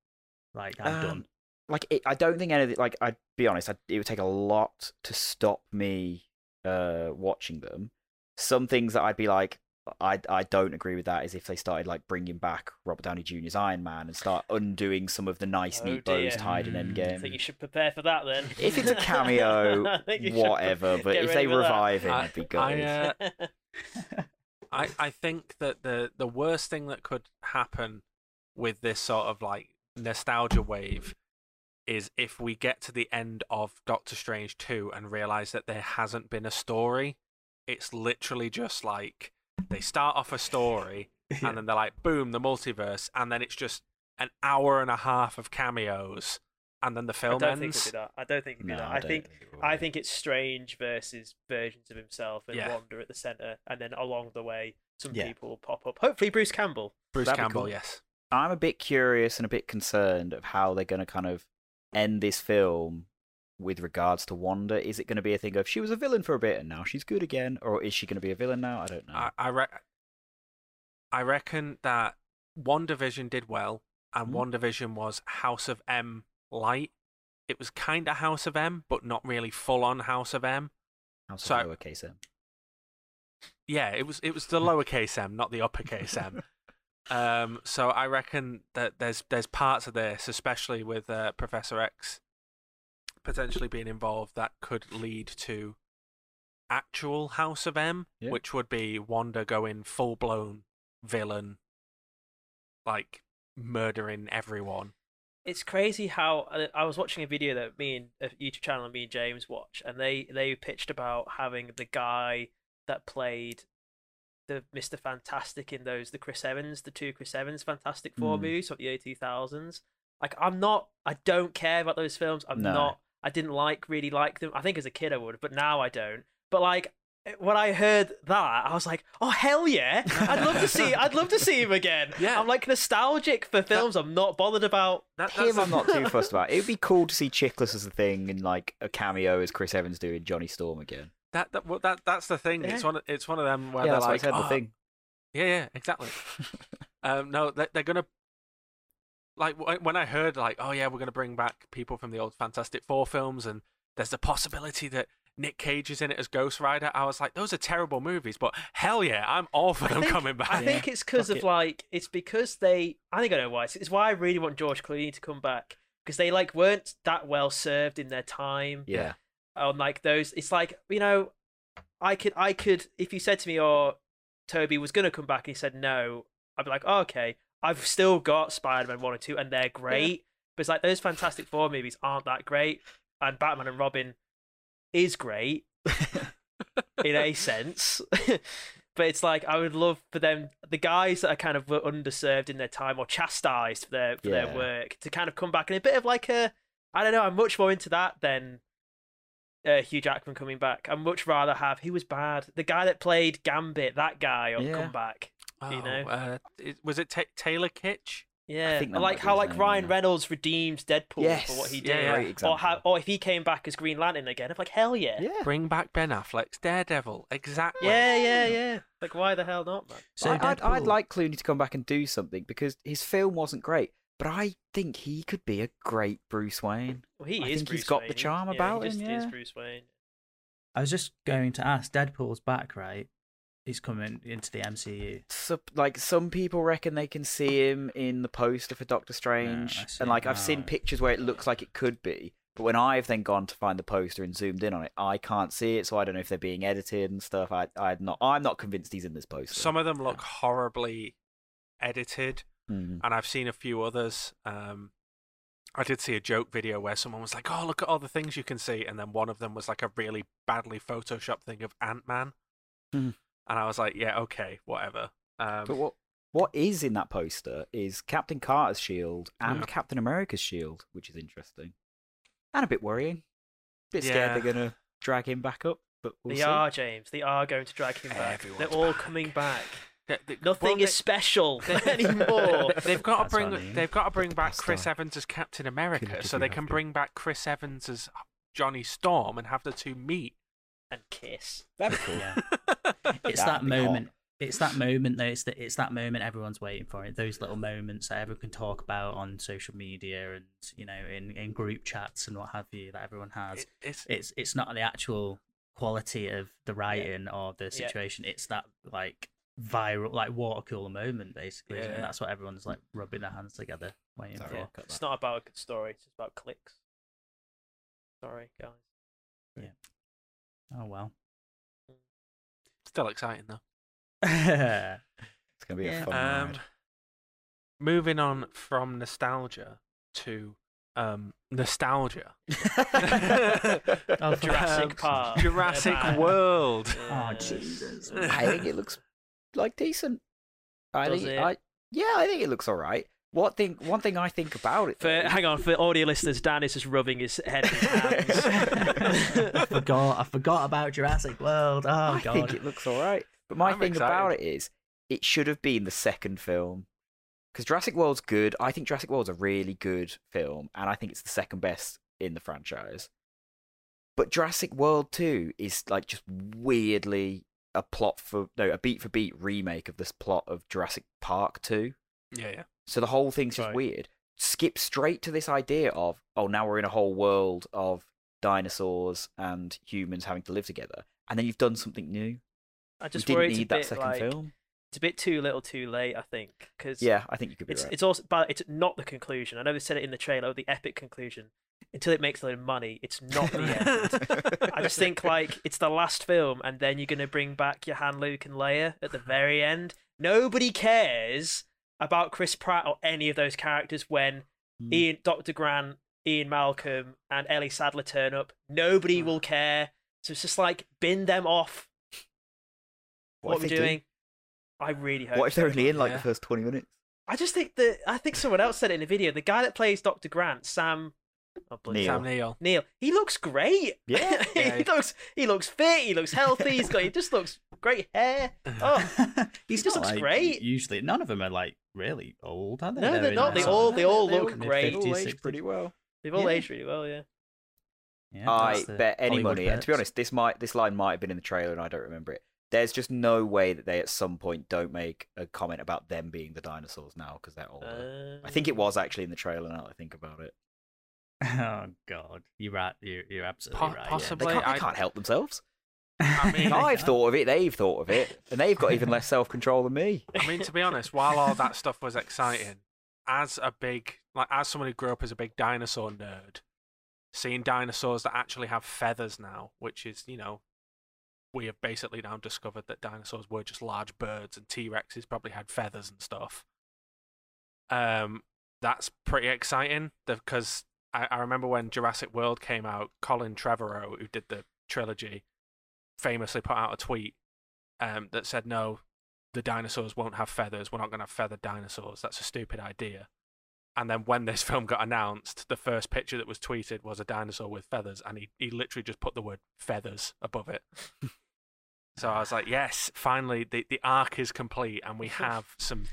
C: like I'm
D: Um,
C: done.
D: like it, I don't think any of the, like I'd be honest, i it would take a lot to stop me uh watching them. Some things that I'd be like, I I don't agree with that is if they started like bringing back Robert Downey Jr.'s Iron Man and start undoing some of the nice
B: Oh,
D: neat bows
B: dear.
D: tied in
B: I
C: Mm.
B: think you
D: Endgame.
B: should prepare for that then.
D: If it's a cameo,
B: I think you should
D: Whatever, but
B: get ready
D: if they
B: for that.
A: I-
D: revive it, it'd be good.
A: I, uh, I, I think that the, the worst thing that could happen with this sort of like nostalgia wave is if we get to the end of Doctor Strange 2 and realize that there hasn't been a story. It's literally just like they start off a story and then they're like, boom, the multiverse. And then it's just an hour and a half of cameos and then the
B: I
A: film
B: don't think
A: ends.
B: he'll do that. I don't think he'll do
D: No,
B: that.
D: I
B: I
D: don't
B: think
D: it will.
B: I think it's Strange versus versions of himself and
A: Yeah.
B: Wander at the center, and then along the way, some
C: Yeah.
B: people will pop up. Hopefully, Bruce Campbell.
A: Bruce
D: That'd be
A: Campbell,
D: cool.
A: yes.
D: I'm a bit curious and a bit concerned of how they're going to kind of end this film with regards to Wanda. Is it going to be a thing of she was a villain for a bit and now she's good again, or is she going to be a villain now? I don't know.
A: I I, re- I reckon that one division did well, and
D: Hmm.
A: one division was House of M light. It was kind of House of M, but not really full on House of M.
D: House
A: so-
D: of lowercase m.
A: Yeah, it was it was the lowercase M, not the uppercase M. Um, so I reckon that there's there's parts of this, especially with uh, Professor X potentially being involved, that could lead to actual House of M,
D: Yeah.
A: which would be Wanda going full blown villain, like murdering everyone.
B: It's crazy how I- I was watching a video that me and a YouTube channel and me and James watch, and they they pitched about having the guy that played the Mister Fantastic in those the Chris Evans, the two Chris Evans Fantastic Four
D: Mm.
B: movies of the year two thousands. Like I'm not, I don't care about those films. I'm
D: No.
B: not. I didn't like really like them. I think as a kid I would, but now I don't. But like eh, when I heard that, I was like, oh hell yeah! I'd love to see. I'd love to see him again.
A: Yeah.
B: I'm like nostalgic for films I'm not bothered about.
A: That, that's
D: Him,
A: a-
D: I'm not too fussed about. It would be cool to see Chickless as a thing and like a cameo as Chris Evans doing Johnny Storm again.
A: that, that, well, that that's the thing. It's
B: Yeah.
A: one of- it's one of them where
D: yeah,
A: they're
D: that's what I
A: like,
D: said.
A: "Oh,
D: The thing.
A: Yeah, yeah, exactly. um, no, they're, they're gonna like wh- when I heard like, oh yeah, we're gonna bring back people from the old Fantastic Four films, and there's the possibility that Nick Cage is in it as Ghost Rider. I was like, those are terrible movies, but hell yeah, I'm all for
B: I
A: them
B: think-
A: coming back.
B: I think it's because
D: Fuck
B: of
D: it.
B: like it's because they. I think I know why. It's, it's why I really want George Clooney to come back because they like weren't that well served in their time
D: Yeah.
B: on like those. It's like you know, I could I could if you said to me or Toby was gonna come back and he said no, I'd be like oh, okay. I've still got Spider Man one and two and they're great, but it's like those Fantastic Four movies aren't that great, and Batman and Robin is great in a sense. But it's like I would love for them, the guys that are kind of were underserved in their time or chastised for their for
D: Yeah.
B: their work, to kind of come back in a bit of like a, I don't know. I'm much more into that than uh, Hugh Jackman coming back. I'd much rather have he was bad, the guy that played Gambit, that guy, or
D: Yeah.
B: come back.
A: oh,
B: you know.
A: uh, it, was it Ta Taylor Kitsch?
B: Yeah,
D: think
B: I
D: that
B: like
D: might be
B: how
D: his
B: like
D: name,
B: Ryan
D: yeah.
B: Reynolds redeems Deadpool for what he
A: Yeah,
B: did,
A: yeah.
D: Great
B: or
D: example.
B: how or if he came back as Green Lantern again, I'm like hell yeah,
D: Yeah.
A: Bring back Ben Affleck's Daredevil, exactly.
B: yeah, yeah, yeah. Like why the hell not, man?
C: So
D: I- I'd, I'd
C: Deadpool-
D: like Clooney to come back and do something because his film wasn't great, but I think he could be a great Bruce Wayne.
B: Well, he
D: I
B: is
D: think
B: Bruce
D: he's got the
B: Wayne.
D: charm
B: yeah,
D: about
B: he
D: him,
B: just Is
D: yeah.
B: Bruce Wayne.
C: I was just going to ask. Deadpool's back, right? He's coming into the MCU.
D: So, like some people reckon they can see him in the poster for Doctor Strange,
C: I see.
D: and like I've seen
C: Alright.
D: pictures where it looks like it could be, but when I've then gone to find the poster and zoomed in on it, I can't see it, so I don't know if they're being edited and stuff. I, I'm not, I'm not convinced he's in this poster.
A: Some of them look horribly edited.
D: Mm.
A: and I've seen a few others. Um, I did see a joke video where someone was like, "Oh, look at all the things you can see," and then one of them was like a really badly photoshopped thing of Ant Man,
D: Hmm.
A: and I was like, "Yeah, okay, whatever." Um,
D: But what, what is in that poster is Captain Carter's shield and
A: Yeah.
D: Captain America's shield, which is interesting and a bit worrying. Bit scared
A: Yeah.
D: they're gonna drag him back up, but we'll
B: they
D: see.
B: are James. They are going to drag him back. They're
A: Everyone's
B: all
A: back.
B: coming back.
A: th- th-
B: Nothing
A: well,
B: is special
A: they-
B: anymore.
A: they- They've got to
C: That's what I
A: bring.
C: mean.
A: They've got to bring back
D: Bastard.
A: Chris Evans as Captain America,
D: Couldn't
A: so
D: you
A: they
D: have
A: can
D: it?
A: bring back Chris Evans as Johnny Storm and have the two meet.
B: and kiss.
D: That'd be cool.
C: Yeah. It's that
D: That'd be hot.
C: moment. It's that moment though. It's that it's that moment everyone's waiting for. It those little moments that everyone can talk about on social media and you know in, in group chats and what have you that everyone has.
A: It, it's
C: It's it's not the actual quality of the writing or the
B: Yeah.
C: situation. It's that like viral like water cooler moment basically, isn't it?
A: Yeah.
C: and that's what everyone's like rubbing their hands together waiting
D: Sorry,
C: for.
D: I'll cut
B: It's
D: that.
B: not about a good story. It's just about clicks. Sorry, guys.
C: Oh well.
A: still exciting though.
D: It's gonna be
C: Yeah.
D: a fun
A: Um,
D: ride.
A: moving on from nostalgia to um, nostalgia.
C: Oh, for
B: Jurassic
A: Um,
C: fuck's
B: Park.
C: sake.
A: Jurassic
B: Yeah, man.
A: World.
C: Oh
B: Yeah.
C: Jesus.
D: I think it looks like decent. I
B: Does
D: think
B: it?
D: I yeah, I think it looks all right. What thing? One thing I think about it.
B: For,
D: though-
B: hang on, for audio listeners, Dan is just rubbing his head in his hands.
C: forgot I forgot about Jurassic World. Oh
D: I
C: god.
D: think it looks all right. But my
A: I'm
D: thing about it is, it should have been the second film. Because Jurassic World's good. I think Jurassic World's a really good film, and I think it's the second best in the franchise. But Jurassic World 2 is like just weirdly a plot for, no, a beat for beat remake of this plot of Jurassic Park 2.
A: Yeah, yeah.
D: So the whole thing's just
B: Right.
D: weird. Skip straight to this idea of, oh, now we're in a whole world of dinosaurs and humans having to live together. And then you've done something new.
B: I just
D: you
B: worry
D: didn't
B: it's a
D: need that
B: bit
D: second
B: like
D: film.
B: it's a bit too little, too late. I think because
D: Yeah, I think you could be
B: it's
D: right.
B: it's also but it's not the conclusion. I know they said it in the trailer, the epic conclusion. Until it makes a load of money, it's not the end. I just think like it's the last film, and then you're gonna bring back your Han, Luke, and Leia at the very end. Nobody cares about Chris Pratt or any of those characters when
D: Hmm.
C: Mm.
B: Ian, Doctor Grant, Ian Malcolm, and Ellie Sadler turn up.
D: Mm.
B: Nobody will care. So it's just like bin them off. What,
D: if
B: we're
D: they do?
B: doing. I really hope.
D: What if
B: so.
D: they're only in like
A: Yeah.
D: the first 20 minutes?
B: I just think that I think someone else said it in a video. The guy that plays Doctor Grant, Sam. Oh, bloody
D: Neil.
A: Sam Neill.
B: Neil, he looks great.
D: Yeah.
B: he
A: Yeah.
B: looks he looks fit. He looks healthy. He's got he just looks great hair. Oh
C: He's
B: just
C: not,
B: looks
C: like,
B: great.
C: Usually, none of them are like really old, are they?
B: No, they're
C: in
B: not.
C: their
B: They
C: sort
B: all-
C: of-
B: they all look
C: all-
B: great.
C: they all age pretty
D: well.
B: they've all
C: Yeah.
B: aged really well. Yeah,
C: Yeah,
D: I
C: that's the
D: bet any
C: Hollywood
D: money. And to be
C: perks.
D: honest, this might this line might have been in the trailer and I don't remember it. There's just no way that they at some point don't make a comment about them being the dinosaurs now because they're older. I think it
B: Um,
D: was actually in the trailer now that I think about it.
C: Oh god, you're right. You're, you're absolutely
A: Po-
C: right.
A: possibly.
D: They can't,
A: I-
D: they can't help themselves.
C: Yeah.
A: I mean-
D: I've thought of it, they've thought of it, and they've got even less self control than me.
A: I mean, to be honest, while all that stuff was exciting, as a big, like, as someone who grew up as a big dinosaur nerd, seeing dinosaurs that actually have feathers now, which is, you know, we have basically now discovered that dinosaurs were just large birds and T Rexes probably had feathers and stuff. Um, that's pretty exciting because I, I remember when Jurassic World came out, Colin Trevorrow, who did the trilogy, famously put out a tweet um, that said, "No, the dinosaurs won't have feathers. We're not going to have feathered dinosaurs. That's a stupid idea. And then when this film got announced, the first picture that was tweeted was a dinosaur with feathers, and he, he literally just put the word feathers above it. so I was like, yes, finally, the, the arc is complete, and we have some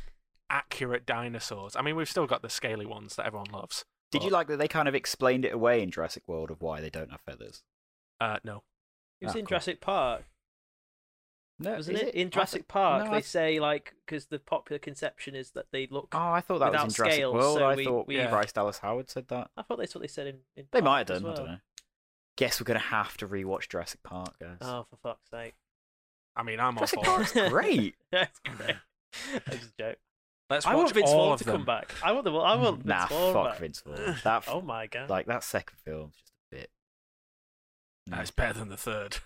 A: accurate dinosaurs. I mean, we've still got the scaly ones that everyone loves.
D: Did you
A: but,
D: like that they kind of explained it away in Jurassic World of why they don't have feathers?
A: Uh, no.
B: it was
D: Ah,
B: in
D: cool.
B: Jurassic Park,
D: No,
B: wasn't
D: Uh, is
B: it? In
D: I
B: Jurassic
D: th-
B: Park,
D: no,
B: they
D: I-
B: say like because the popular conception is that they look.
D: Oh, I thought that was
B: without
D: in Jurassic
B: scales,
D: World.
B: so
D: I
B: we-
D: thought
B: we-
A: Yeah.
D: Bryce Dallas Howard said that.
B: I thought that's what they said in. in
D: They might
B: Park
D: have done.
B: as well.
D: I don't know. Guess we're gonna have to rewatch Jurassic Park, guys.
B: Oh, for fuck's sake!
A: I mean, I'm all
D: Jurassic
A: for it.
D: Park's great.
B: That's great. That's a joke.
A: Let's
B: I want
A: watch
B: Vince
A: all
B: Vaughn
A: of
B: to come
A: them.
B: back. I want the. I want Vince
D: nah,
B: Vaughn
D: fuck
B: back.
D: Vince Vaughn. That f-
B: Oh my god!
D: like that second film's just a bit.
A: Nah, It's better than the third.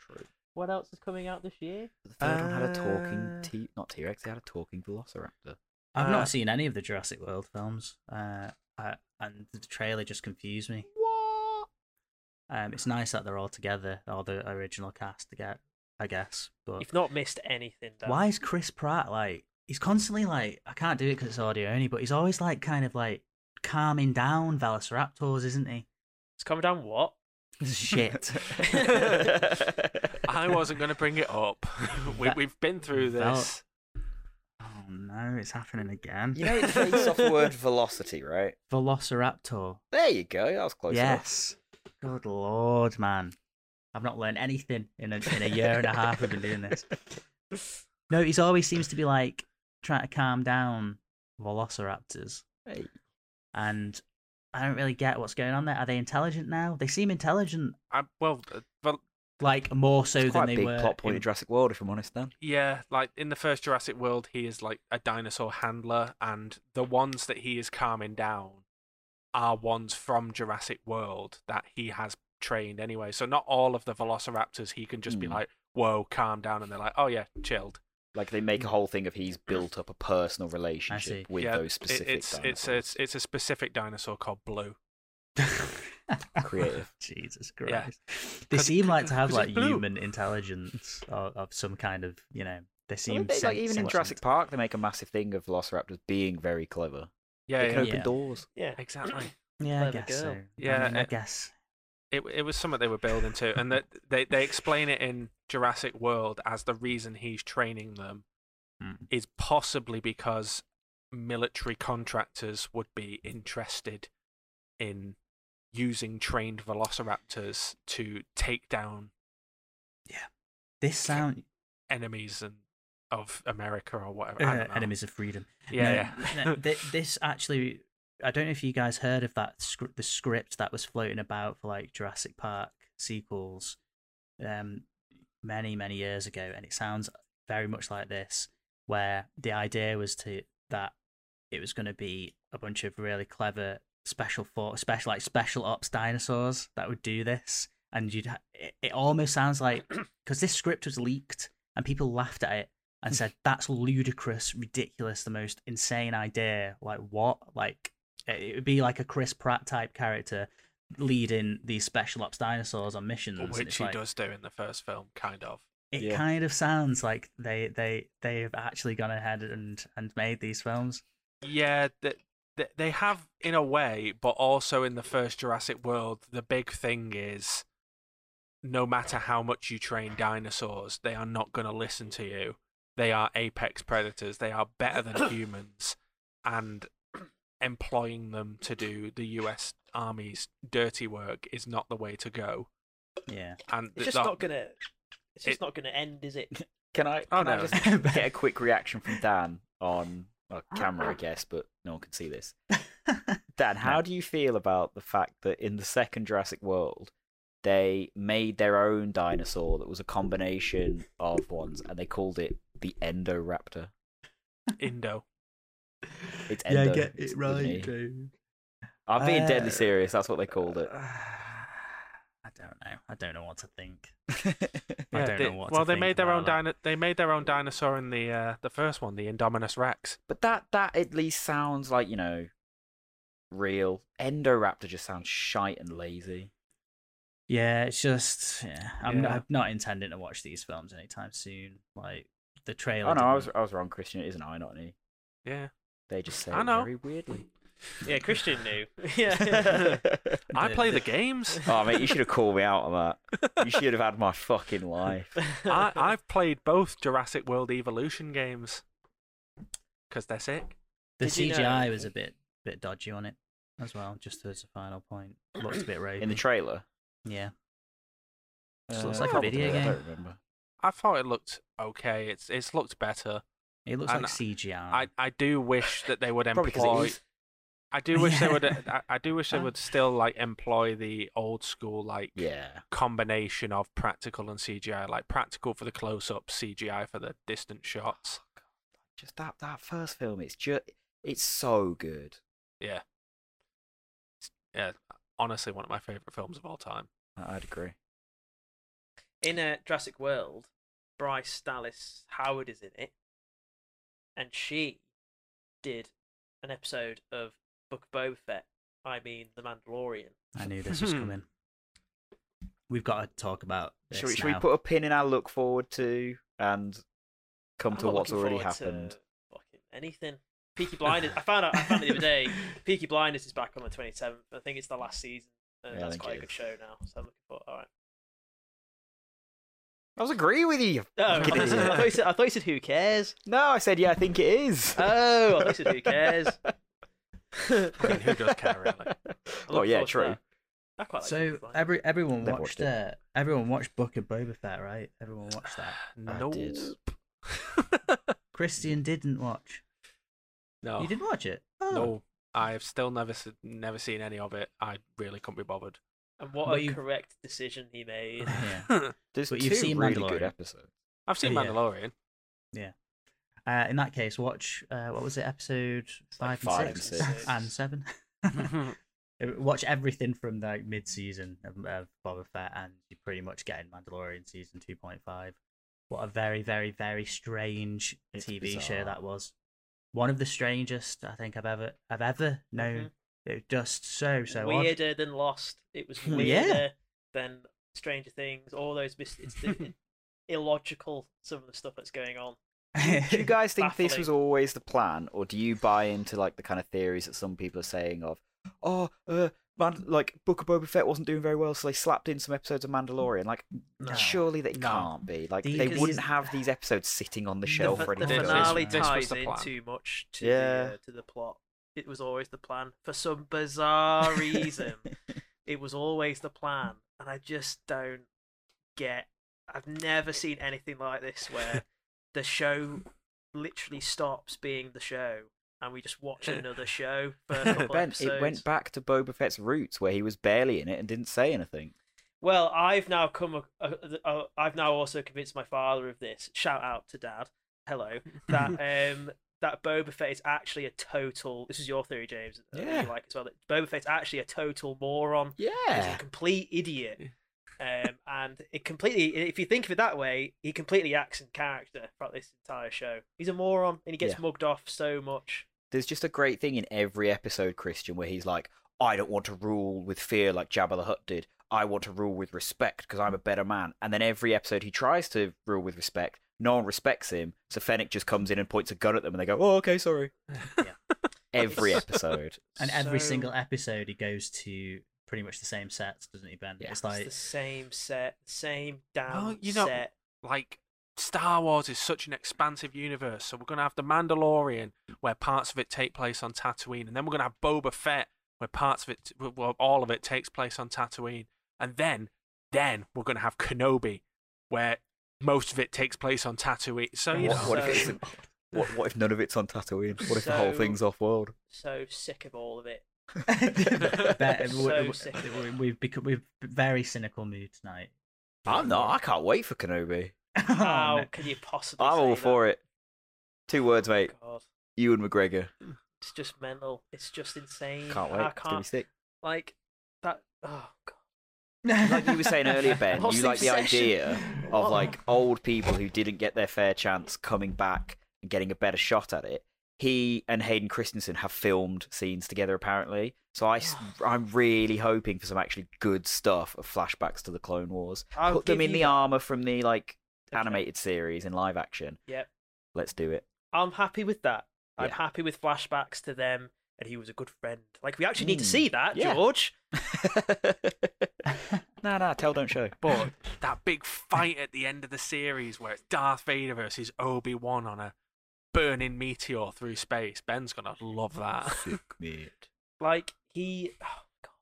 D: True.
B: what else is coming out this year?
D: The third one had a talking
A: Uh,
D: T, not T Rex. They had a talking Velociraptor.
C: I've
A: Uh,
C: not seen any of the Jurassic World films, uh, I, and the trailer just confused me.
D: What?
C: Um, it's nice that they're all together, all the original cast to get, I guess. But
B: You've not missed anything. Dan.
C: why is Chris Pratt like? He's constantly like, I can't do it because it's audio only, but he's always like, kind of like calming down Velociraptors, isn't he?
B: It's coming down what?
C: Shit.
A: I wasn't going to bring it up. we,
C: That-
A: we've been through
C: that-
A: this.
C: oh no, it's happening again.
D: You know, it's based off the word velocity, right?
C: Velociraptor.
D: There you go. That was close. enough.
C: yes. Good lord, man. I've not learned anything in a, in a year and a half we've been doing this. No, he's always seems to be like trying to calm down velociraptors.
D: Hey.
C: And I don't really get what's going on there. Are they intelligent now? They seem intelligent,
A: I, well, uh, well,
C: like more so
D: It's
C: than
D: quite a
C: they
D: big
C: were.
D: plot point
C: in-
D: in Jurassic World, if I'm honest, Dan.
A: Yeah, like in the first Jurassic World, he is like a dinosaur handler, and the ones that he is calming down are ones from Jurassic World that he has trained anyway. So not all of the velociraptors he can just be
D: Hmm.
A: like, "Whoa, calm down," and they're like, "Oh yeah, chilled."
D: Like they make a whole thing of he's built up a personal
C: Mm. see.
D: relationship with
A: yeah,
D: those
A: it-
D: specific
A: it's it's a,
D: dinosaurs.
A: it's it's a specific dinosaur called Blue.
D: Creative.
C: Jesus
A: Yeah.
C: Christ. They
A: 'Cause-
C: seem like to have
A: 'cause it's
C: like
A: blue.
C: human intelligence of, of some kind of, you know,
A: uh,
C: they
D: Well,
C: seem
D: they- like
C: sen-
D: even in
C: somewhat
D: Jurassic Park, they make a massive thing of Velociraptors being very clever.
A: Yeah,
D: they can
A: yeah,
D: open
C: Yeah.
D: doors.
B: Yeah.
A: exactly.
C: sen- Yeah, I
B: Clever
C: guess
B: girl.
C: so. I,
A: Yeah, eh,
C: mean, I
A: it-
C: guess.
A: It it was something they were building to, and that they they explain it in Jurassic World as the reason he's training them
C: Hmm.
A: is possibly because military contractors would be interested in using trained velociraptors to take down
C: This sound
A: enemies and of America or whatever. I
C: uh,
A: don't know.
C: enemies of freedom.
A: Yeah,
C: No,
A: yeah.
C: no, thi- this actually, I don't know if you guys heard of that script, the script that was floating about for like Jurassic Park sequels, um, many many years ago, and it sounds very much like this, where the idea was to that it was going to be a bunch of really clever special for special like special ops dinosaurs that would do this, and you'd ha- it, it almost sounds like because this script was leaked and people laughed at it and said that's ludicrous ridiculous the most insane idea like what like it it would be like a chris pratt type character leading these special ops dinosaurs on missions and
A: which
C: it's
A: he
C: like-
A: does do in the first film, kind of.
C: it
D: Yeah.
C: kind of sounds like they they they have actually gone ahead and and made these films
A: Yeah, that they, they have in a way, but also in the first Jurassic World, the big thing is no matter how much you train dinosaurs, they are not going to listen to you. They are apex predators. They are better than humans, and employing them to do the U.S. Army's dirty work is not the way to go.
C: yeah
A: And
B: It's just
A: that-
B: not gonna. It's just
A: It-
B: not gonna end, is it?
D: Can I?
A: Oh,
D: can I
A: no.
D: just get a quick reaction from Dan on well, camera, I guess, but no one can see this. Dan, how do you feel about the fact that in the second Jurassic World, they made their own dinosaur that was a combination of ones, and they called it the Endoraptor?
A: Indo.
D: It's Endo. isn't he?
C: dude
D: I'm being
C: Uh,
D: deadly serious. That's what they called it.
C: i don't know i don't know what to think
A: Yeah,
C: i don't
A: they-
C: know what to
A: well, they
C: think
A: made their
C: about
A: own
C: that.
A: dino- They made their own dinosaur in the uh, the first one, the Indominus Rex.
D: but that that at least sounds like you know, real. Endoraptor just sounds shite and lazy.
C: Yeah, it's just yeah. I'm,
A: Yeah.
C: I'm not intending to watch these films anytime soon. Like the trailer.
D: Oh no, I was
C: didn't-
D: I was wrong, Christian. It is an I, not an E.
A: Yeah.
D: They just say
A: I
D: it
A: know.
D: very weirdly.
B: Yeah, Christian knew. yeah.
A: I
C: The-
A: play the
C: the-
A: games.
D: oh mate, you should have called me out on that. You should have had my fucking life.
A: I, I've played both Jurassic World Evolution games because they're sick.
C: The
B: Did you know-
C: CGI was a bit bit dodgy on it as well. Just as a final point, looks a bit ravey.
D: In the trailer.
C: yeah, Just
B: Uh,
C: looks like a
D: probably,
C: video
D: I
C: game.
D: don't remember.
A: I thought it looked okay. It's it's looked better.
C: it looks
A: And
C: like CGI.
A: I, I do wish that they would
D: Probably
A: employ.
D: because
A: I do wish they would.
C: Yeah.
A: I, I do wish they would still like employ the old school like
D: yeah.
A: combination of practical and CGI, like practical for the close up, CGI for the distant shots.
D: Just that that first film. It's just it's so good.
A: Yeah, honestly, one of my favorite films of all time.
D: I- I'd agree.
B: in a Jurassic World, Bryce Dallas Howard is in it, and she did an episode of Book of Boba Fett. I mean, The Mandalorian.
C: I knew this
D: Hmm.
C: was coming. We've got to talk about. This
D: Should we, should we
C: now.
D: put a pin in our look forward to and come
B: I'm
D: to
B: not
D: what's
B: looking
D: already
B: forward to
D: happened?
B: Fucking anything. Peaky Blinders. I found out. I found it the other day. Peaky Blinders is back on the 27th. I think it's the last season, and
D: Yeah, I
B: that's
D: think
B: quite
D: it
B: a good
D: is.
B: show now. So I'm looking for. All right.
D: I was agreeing with you. you
B: Oh, I,
D: fucking
B: thought you said, I,
D: idiot.
B: thought you said, I thought you said who cares.
D: no, I said yeah. I think it is.
B: Oh, I thought you said who cares.
A: I mean, who does care really?
D: oh yeah, Oh, true.
B: I quite like
C: So
B: Book of Boba Fett.
C: every everyone
D: They've
C: watched,
D: watched it.
C: uh, everyone watched Book of Boba Fett, right? Everyone watched that.
A: No.
D: did.
C: Christian didn't watch.
A: no.
C: You didn't watch it? Oh.
A: No. I've still never se- never seen any of it. I really couldn't be bothered.
B: and what
C: Well,
B: a
C: you-
B: correct decision he made.
C: Yeah.
D: There's
C: But
D: 2
C: you've seen
D: really good
C: Mandalorian.
D: episodes.
A: I've seen
C: Yeah.
A: Mandalorian.
C: Uh, in that case, watch uh, what was it, episode
B: like
C: five,
D: five
C: and,
D: and
C: six,
B: six.
C: and seven. Uh,
D: Mm-hmm.
C: watch everything from like mid season of, of Boba Fett, and you're pretty much getting Mandalorian season two point five. What a very, very, very strange
D: It's
C: TV
D: bizarre.
C: show that was. One of the strangest I think I've ever I've ever known.
D: Mm-hmm.
C: It was just so so odd.
B: weirder than Lost. It was
C: Yeah.
B: weirder than Stranger Things. All those mis- it's the, illogical some of the stuff that's going on.
D: Do you guys think this was
B: Baffling.
D: always the plan, or do you buy into like the kind of theories that some people are saying of, oh, uh, man, like Book of Boba Fett wasn't doing very well, so they slapped in some episodes of Mandalorian. Like,
C: No.
D: surely they
A: No.
D: can't be. Like,
C: These-
D: they
C: because
D: wouldn't
C: these-
D: have these episodes sitting on the
B: The
D: shelf
B: fi-
D: ready
B: the,
D: to go.
B: finale
A: This was
B: ties
A: the
B: in
A: plan.
B: too much to the
D: Yeah.
B: uh, to the plot. It was always the plan for some bizarre reason. it was always the plan, and I just don't get. I've never seen anything like this where the show literally stops being the show, and we just watch another show for a couple
D: Ben,
B: episodes.
D: it went back to Boba Fett's roots, where he was barely in it and didn't say anything.
B: Well, I've now come. ac- Uh, uh, I've now also convinced my father of this. Shout out to Dad. Hello. That um that Boba Fett is actually a total. This is your theory, James. uh, that
D: Yeah.
B: You like as well that Boba Fett's actually a total moron. He's a
D: Yeah,
B: complete idiot. Um, and it completely. If you think of it that way, he completely acts in character throughout this entire show. He's a moron, and he gets
D: Yeah.
B: mugged off so much.
D: there's just a great thing in every episode, Christian, where he's like, I don't want to rule with fear like Jabba the Hutt did. I want to rule with respect because I'm a better man. And then every episode he tries to rule with respect, no one respects him. So Fennec just comes in and points a gun at them and they go, oh, okay, sorry.
C: Yeah.
D: Every episode.
C: and every
B: So-
C: single episode he goes to pretty much the same sets, doesn't he, Ben?
D: Yeah.
C: It's
B: It's
C: like
B: the same set, same damn
A: you know-
B: set.
A: like Star Wars is such an expansive universe, so we're gonna have the Mandalorian where parts of it take place on Tatooine, and then we're gonna have Boba Fett where parts of it, well, all of it takes place on Tatooine, and then then we're gonna have Kenobi where most of it takes place on Tatooine. So you
D: What-
A: know,
D: what if
B: so-
D: it's- What, what if none of it's on Tatooine? What if the
B: So-
D: whole thing's off world?
B: so sick of all of it.
C: Ben,
B: So
C: we-
B: sick
C: we-
B: of it.
C: we- we've become we've very cynical mood tonight.
D: I'm not. I can't wait for Kenobi.
C: Oh,
B: How
C: no.
B: can you possibly?
D: I'm
B: say
D: all
B: that? Oh,
D: for it. Two words, mate.
B: God,
D: Ewan McGregor.
B: it's just mental. It's just insane.
D: Can't wait.
B: I
D: It's gonna be
B: can't
D: sick.
B: like that. Oh god.
D: like you were saying earlier, Ben,
B: What's
D: you
B: the
D: like the
B: obsession?
D: idea
B: What?
D: of like old people who didn't get their fair chance coming back and getting a better shot at it. He and Hayden Christensen have filmed scenes together, apparently. So I, am really hoping for some actually good stuff of flashbacks to the Clone Wars.
B: I'll
D: Put them
B: give
D: in
B: you
D: the
B: that.
D: armor from the like
B: Okay.
D: animated series in live action.
B: Yep.
D: Let's do it.
B: I'm happy with that. I'm
D: Yeah.
B: happy with flashbacks to them, and he was a good friend. Like we actually need to
D: Mm,
B: see that,
D: yeah.
B: George.
D: nah, nah, tell, don't show.
A: but that big fight at the end of the series where it's Darth Vader versus Obi Wan on a burning meteor through space, Ben's gonna love that.
B: Like he. Oh god.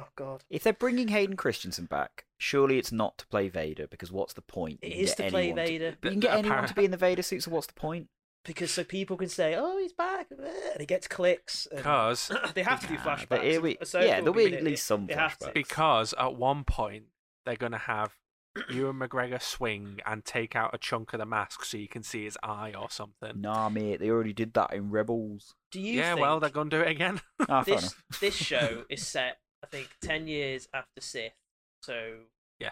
B: Oh god.
D: If they're bringing Hayden Christensen back, surely it's not to play Vader because what's the point?
B: It
D: You can
B: is
D: get
B: to play
D: anyone
B: Vader
D: you can get anyone to
A: Apparent-
D: be in the Vader suit, so what's the point?
B: because so people can say, "Oh, he's back," and he gets clicks. and-
A: Because
B: they have to do
D: Nah,
B: flashbacks.
D: but here we-
B: so
D: yeah,
B: it
D: there'll
B: would
D: be at
B: it-
D: least
B: it-
D: some
B: they have to.
D: flashbacks.
A: because at one point they're going to have Ewan McGregor swing and take out a chunk of the mask so you can see his eye or something.
D: Nah, mate, they already did that in Rebels.
B: Do you
A: Yeah,
B: think
A: well, they're going to do it again.
D: Ah, fair
B: this
D: enough.
B: this show is set, I think, ten years after Sith, so
A: Yeah.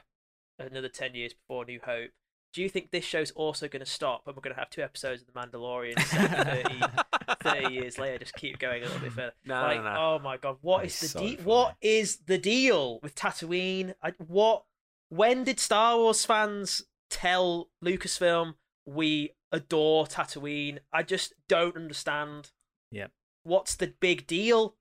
B: another ten years before New Hope. Do you think this show's also going to stop and we're going to have two episodes of The Mandalorian set 30, 30 years later? Just keep going a little bit further.
A: No,
B: like,
A: no, no.
B: oh my god, what
D: That
B: is
D: is
B: the
D: so
B: deal?
D: funny.
B: What is the deal with Tatooine? I, what? When did Star Wars fans tell Lucasfilm we adore Tatooine? I just don't understand.
C: Yep.
B: What's the big deal?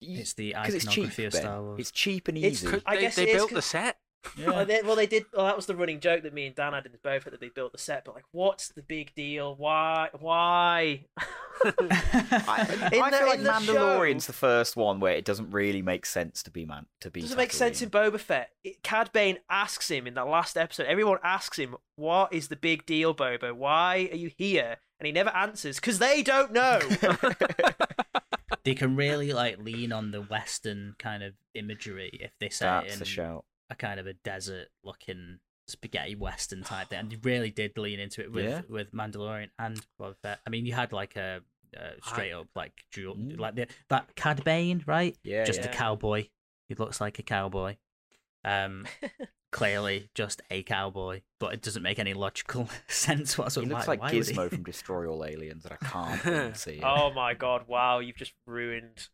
D: You-
C: it's the
D: 'cause it's
C: iconography
D: cheap,
C: of
D: Ben.
C: Star Wars.
D: It's cheap and
B: It's
D: easy.
B: co- I
A: they
B: guess
A: they
B: it is
A: built
B: co-
A: the set.
B: Well, they, well, they did. Well, that was the running joke that me and Dan had in the both that they built the set. But like, what's the big deal? Why? Why?
D: I,
B: In
D: I
B: the-
D: feel like
B: in the
D: Mandalorian's
B: show-
D: the first one where it doesn't really make sense to be man to be.
B: Doesn't make sense
D: Tatooine.
B: in Boba Fett. It, Cad Bane asks him in that last episode. Everyone asks him, "What is the big deal, Boba? Why are you here?" And he never answers because they don't know.
C: they can really like lean on the Western kind of imagery if they set
D: That's
C: it
D: a
C: in
D: shout.
C: a kind of a desert looking spaghetti western type thing. And you really did lean into it with
D: Yeah.
C: with Mandalorian and Boba Fett. I mean, you had like a, a straight up like dual,
D: Mm.
C: like the, that Cad Bane, right?
D: Yeah,
C: just
B: yeah.
C: a cowboy. He looks like a cowboy. Um, clearly just a cowboy, but it doesn't make any logical sense
D: he
C: whatsoever.
D: looks
C: Why-
D: like
C: why would he?
D: Gizmo from Destroy All Aliens, and I can't unsee it.
B: oh my god! Wow, you've just ruined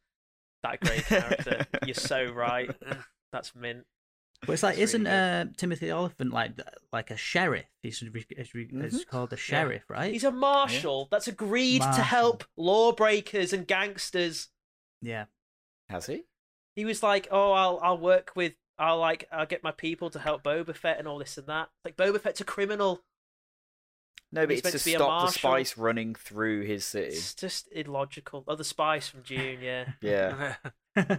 B: that great character. You're so right. That's mint.
C: Well, it's like,
B: It's really
C: isn't uh, Timothy Oliphant like th- like a sheriff? He's, re- is re- is
D: Mm-hmm.
C: called a sheriff, right?
B: He's a marshal that's agreed to
C: Marshal.
B: help lawbreakers and gangsters.
C: yeah,
D: Has he?
B: He was like, "Oh, I'll I'll work with I'll like I'll get my people to help Boba Fett and all this and that." Like Boba Fett's a criminal.
D: No, but
B: He's
D: it's
B: meant
D: to
B: to be a
D: stop the
B: marshal.
D: spice running through his city.
B: It's just illogical. Oh, the spice from June, yeah.
D: Yeah.
C: uh,
D: Has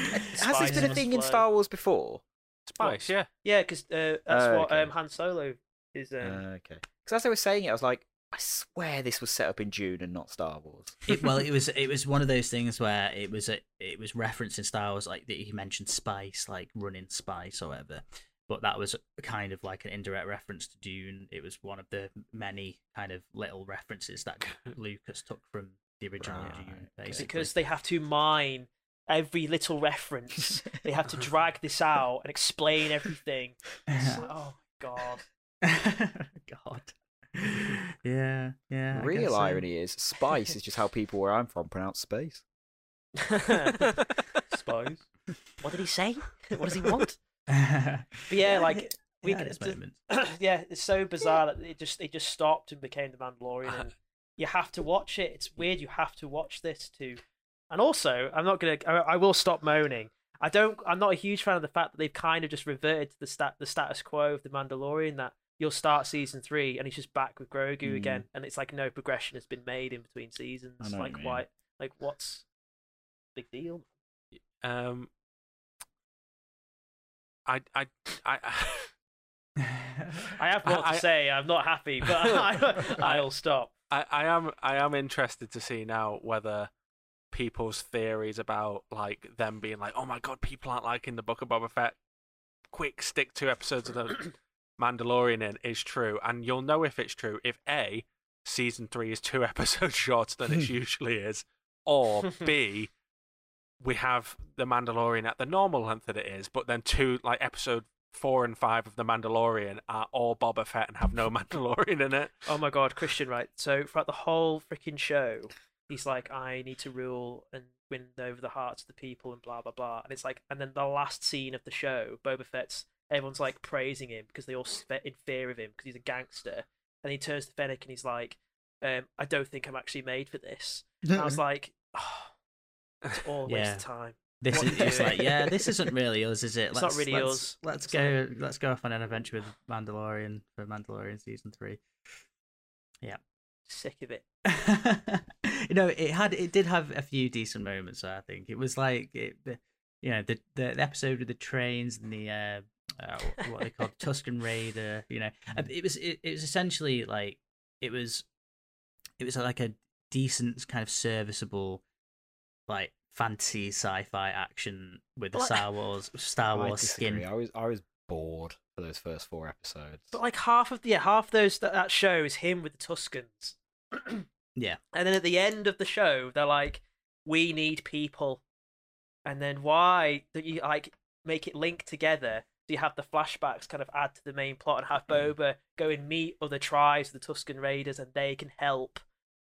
D: this
B: Spice
D: been a
B: must
D: thing in
B: flow.
D: Star Wars before?
A: Spice, yeah.
B: Yeah, because uh, that's
D: Oh,
B: what
D: okay.
B: um, Han Solo is. Um,
D: Uh, okay. Because as they were saying it, I was like, I swear this was set up in June and not Star Wars.
C: it, well, it was it was one of those things where it was a, it was referenced in Star Wars, like that he mentioned spice, like running spice or whatever. But that was kind of like an indirect reference to Dune. It was one of the many kind of little references that Lucas took from the original
D: Right,
C: Dune,
D: okay.
C: basically.
B: because they have to mine every little reference. they have to drag this out and explain everything. It's like, oh my god.
C: God. Yeah, yeah. I guess
D: Real
C: so.
D: irony is, spice is just how people where I'm from pronounce space.
B: Spies. What did he say? What does he want?
C: yeah,
B: But yeah, like we
C: at
B: can-
C: this
B: d-
C: moment.
B: yeah, it's so bizarre that it just it just stopped and became the Mandalorian. And you have to watch it. It's weird. You have to watch this too. And also, I'm not gonna. I, I will stop moaning. I don't. I'm not a huge fan of the fact that they've kind of just reverted to the stat the status quo of the Mandalorian. That you'll start season three and he's just back with Grogu
D: Mm.
B: again, and it's like no progression has been made in between seasons.
D: I know what
B: like
D: you mean.
B: why? Like what's the big deal?
A: Um, I, I, I,
B: I have more
A: I-
B: to say. I'm not happy, but I, I'll stop.
A: I, I am, I am interested to see now whether people's theories about like them being like, oh my god, people aren't liking the Book of Boba Fett. Quick, stick two episodes of the Mandalorian in is true, and you'll know if it's true if a season three is two episodes shorter than it usually is, or b we have the Mandalorian at the normal length that it is, but then two like episode four and five of the Mandalorian are all Boba Fett and have no Mandalorian in it.
B: Oh my god, Christian, right? So throughout the whole freaking show, he's like, "I need to rule and win over the hearts of the people," and blah blah blah. And it's like, and then the last scene of the show, Boba Fett's everyone's like praising him because they all spe- in fear of him because he's a gangster. And he turns to Fennec and he's like, um, "I don't think I'm actually made for this." And I was like, oh, "It's all a waste
C: Yeah.
B: of time."
C: This
B: What
C: is
B: do you
C: just like,
B: do?
C: yeah, this isn't really us, is it?
B: It's not really
C: let's,
B: us.
C: Let's
B: It's
C: go. Let's go off on an adventure with Mandalorian for Mandalorian season three.
B: Sick of it.
C: you know, it had it did have a few decent moments. I think it was like it, the- you know, the, the the episode with the trains and the uh, uh wh- what they called Tuscan Raider. You know,
D: Mm.
C: And it was it, it was essentially like it was it was like a decent kind of serviceable like fantasy sci-fi action with the
B: Like-
C: Star Wars Star
D: I
C: Wars
D: disagree.
C: skin.
D: I was, I was bored for those first four episodes.
B: But like half of the yeah, half those that, that show is him with the Tuscans.
C: Yeah.
B: And then at the end of the show, they're like, "We need people," and then why do you like make it link together? Do you have the flashbacks kind of add to the main plot and have Boba go and meet other tribes, the Tuscan Raiders, and they can help?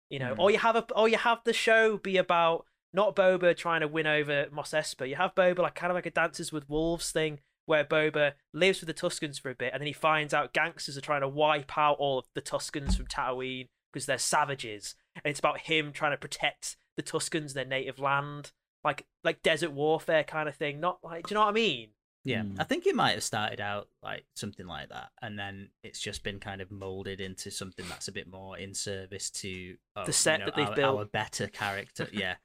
B: You know, or you have a or you have the show be about not Boba trying to win over Mos Espa. You have Boba like kind of like a Dances with Wolves thing where Boba lives with the Tuscans for a bit, and then he finds out gangsters are trying to wipe out all of the Tuscans from Tatooine because they're savages, and it's about him trying to protect the Tuscans, their native land, like like desert warfare kind of thing. Not like, do you know what I mean?
C: Yeah,
D: Mm.
C: I think it might have started out like something like that, and then it's just been kind of molded into something that's a bit more in service to oh, you
B: set
C: know,
B: that they've
C: our,
B: built.
C: our better character. Yeah,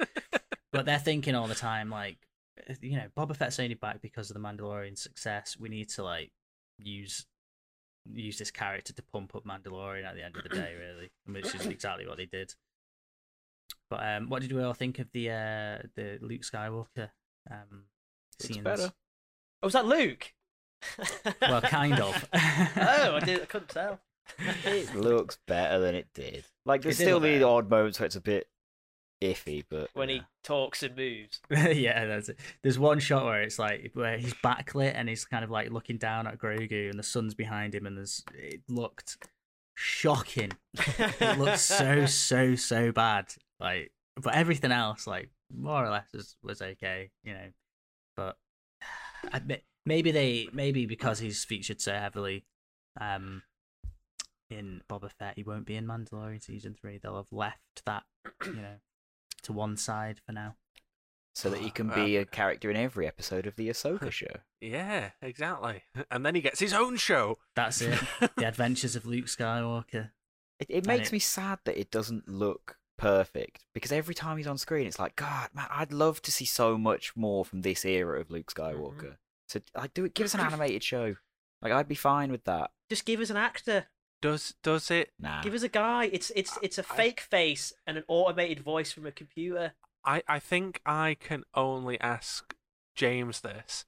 C: but they're thinking all the time like, "Eh, you know, Boba Fett's only back because of the Mandalorian success. We need to like use use this character to pump up Mandalorian at the end of the day, really, which is exactly what they did. But um, what did we all think of the uh, the Luke Skywalker? Um,
D: Looks
C: scenes?
D: better.
B: Oh, was that Luke?
C: Well, kind of.
B: oh, I, did, I couldn't tell.
D: It looks better than it did. Like there's
C: It did
D: still
C: look
D: the
C: better.
D: odd moments where it's a bit iffy, but
B: when he
D: yeah.
B: talks and moves.
C: yeah, that's it. There's one shot where it's like where he's backlit and he's kind of like looking down at Grogu and the sun's behind him and there's it looked shocking. It looked so so so bad. Like, but everything else like more or less was was okay, you know. But I admit, maybe they maybe because he's featured so heavily, um. In Boba Fett, he won't be in Mandalorian season three. They'll have left that, you know, to one side for now.
D: so that he can
A: Uh,
D: be a character in every episode of the Ahsoka show.
A: Yeah, exactly. And then he gets his own show.
C: That's it. the Adventures of Luke Skywalker.
D: It, it
C: And
D: makes
C: it-
D: me sad that it doesn't look perfect because every time he's on screen, it's like, God, man, I'd love to see so much more from this era of Luke Skywalker. So, like, do it. Give us an animated show. Like, I'd be fine with that.
B: Just give us an actor.
A: Does does it?
D: Nah.
B: Give us a guy. It's it's it's a
A: I-
B: fake face and an automated voice from a computer.
A: I I think I can only ask James this,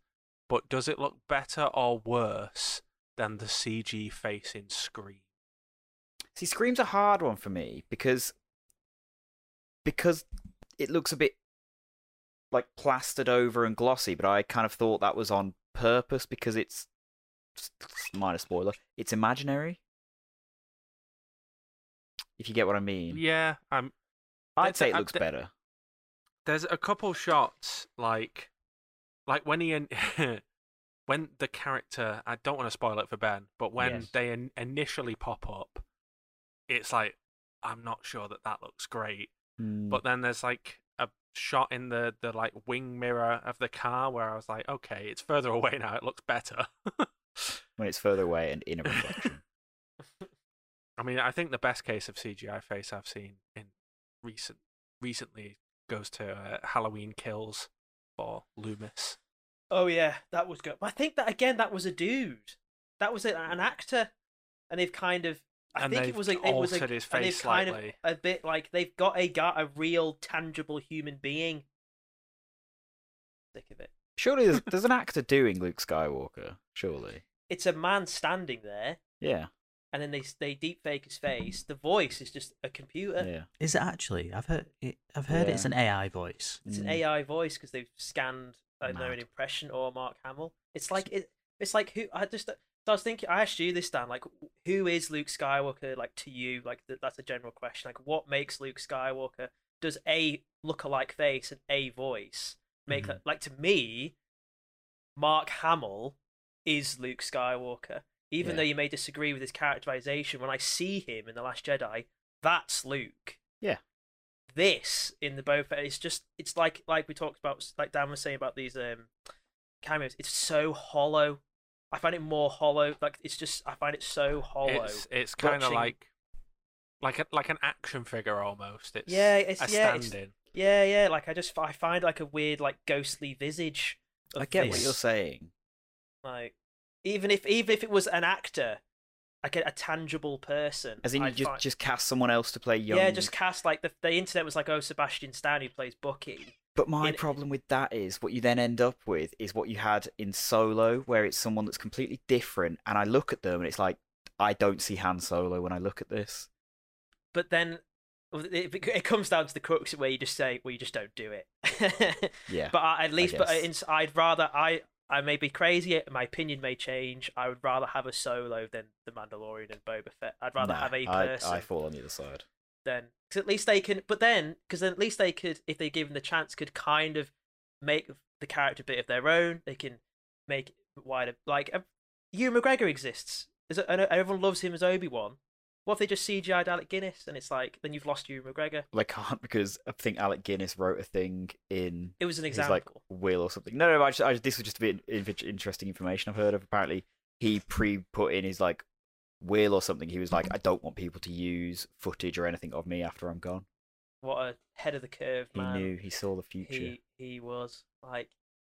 A: but does it look better or worse than the CG face in Scream?
D: See, Scream's a hard one for me because because it looks a bit like plastered over and glossy, but I kind of thought that was on purpose because it's minor spoiler. It's imaginary. If you get what I mean,
A: Yeah, I'm
D: I'd
A: that's-
D: say it
A: I-
D: looks
A: that-
D: better.
A: there's a couple shots like like when he in- when the character I don't want to spoil it for Ben, but when
D: Yes.
A: they in- initially pop up, it's like I'm not sure that that looks great.
D: Hmm.
B: Mm.
A: But then there's like a shot in the the like wing mirror of the car where I was like, okay, it's further away now. It looks better.
D: when it's further away and in a reflection,
A: I mean, I think the best case of CGI face I've seen in recent recently goes to uh, Halloween Kills for Loomis.
B: Oh yeah, that was good. But I think that again, that was a dude. That was a, an actor, and they've kind of. I
A: Mm. And
B: think it
A: they've
B: was a, it was a,
A: altered his
B: and they've
A: face
B: kind
A: slightly.
B: of a bit like they've got a guy, a real tangible human being. Sick of it.
D: surely there's, there's an actor doing Luke Skywalker. Surely,
B: It's a man standing there,
D: yeah,
B: and then they they deep fake his face. The voice is just a computer.
D: yeah.
C: Is it actually? I've heard. It, I've heard it's
D: Yeah.
C: an AI voice.
B: It's an
D: Mm.
B: AI voice because they've scanned, I don't know, an
D: Mad.
B: impression or Mark Hamill. It's like it, It's like who I just. uh, So I was thinking. I asked you this, Dan. Like, who is Luke Skywalker? Like to you, like th- that's a general question. Like, what makes Luke Skywalker? Does a look-alike face and a voice make
C: Mhm.
D: Mm-hmm.
B: that? Like to me, Mark Hamill is Luke Skywalker. Even
D: Yeah.
B: though you may disagree with his characterization, when I see him in the Last Jedi, that's Luke this in the Boba Fett, it's just it's like like we talked about like Dan was saying about these um cameos. It's so hollow. I find it more hollow. Like it's just I find it so hollow.
A: It's it's kind of
B: Watching-
A: like like a, like an action figure almost. It's
B: Yeah, it's-
A: a
B: yeah, it's-
A: stand-in.
B: Yeah, yeah. Like I just I find like a weird like ghostly visage. Of
D: I get what
B: this.
D: you're saying.
B: Like even if even if it was an actor, like a, a tangible person,
D: As in,
B: I
D: you just
B: find-
D: just cast someone else to play young.
B: yeah, just cast like the the internet was like oh Sebastian Stan who plays Bucky.
D: But my
B: in-
D: problem with that is what you then end up with is what you had in Solo, where it's someone that's completely different, and I look at them and it's like I don't see Han Solo when I look at this.
B: but then well, it, it comes down to the crux where you just say, well, you just don't do it.
D: Yeah,
B: but I, at least, but I,
D: guess.
B: I'd rather I I may be crazy, my opinion may change. I would rather have a solo than the Mandalorian and Boba Fett. I'd rather
D: Nah,
B: have a
D: I-
B: person
D: I, fall on the other side.
B: then because at least they can but then because then at least they could if they give them the chance could kind of make the character a bit of their own they can make it wider like uh, Ewan mcgregor exists Is it- I know everyone loves him as obi-wan What if they just CGI'd Alec Guinness and it's like then you've lost you McGregor?
D: They can't because I think Alec Guinness wrote a thing in
B: It was an
D: his like
B: example.
D: will or something. No, no, I just, I just, this was just a bit in- interesting information I've heard of. Apparently, he pre put in his like will or something. He was like, I don't want people to use footage or anything of me after I'm gone.
B: what a head of the curve
D: He
B: man.
D: knew he saw the future.
B: he he was like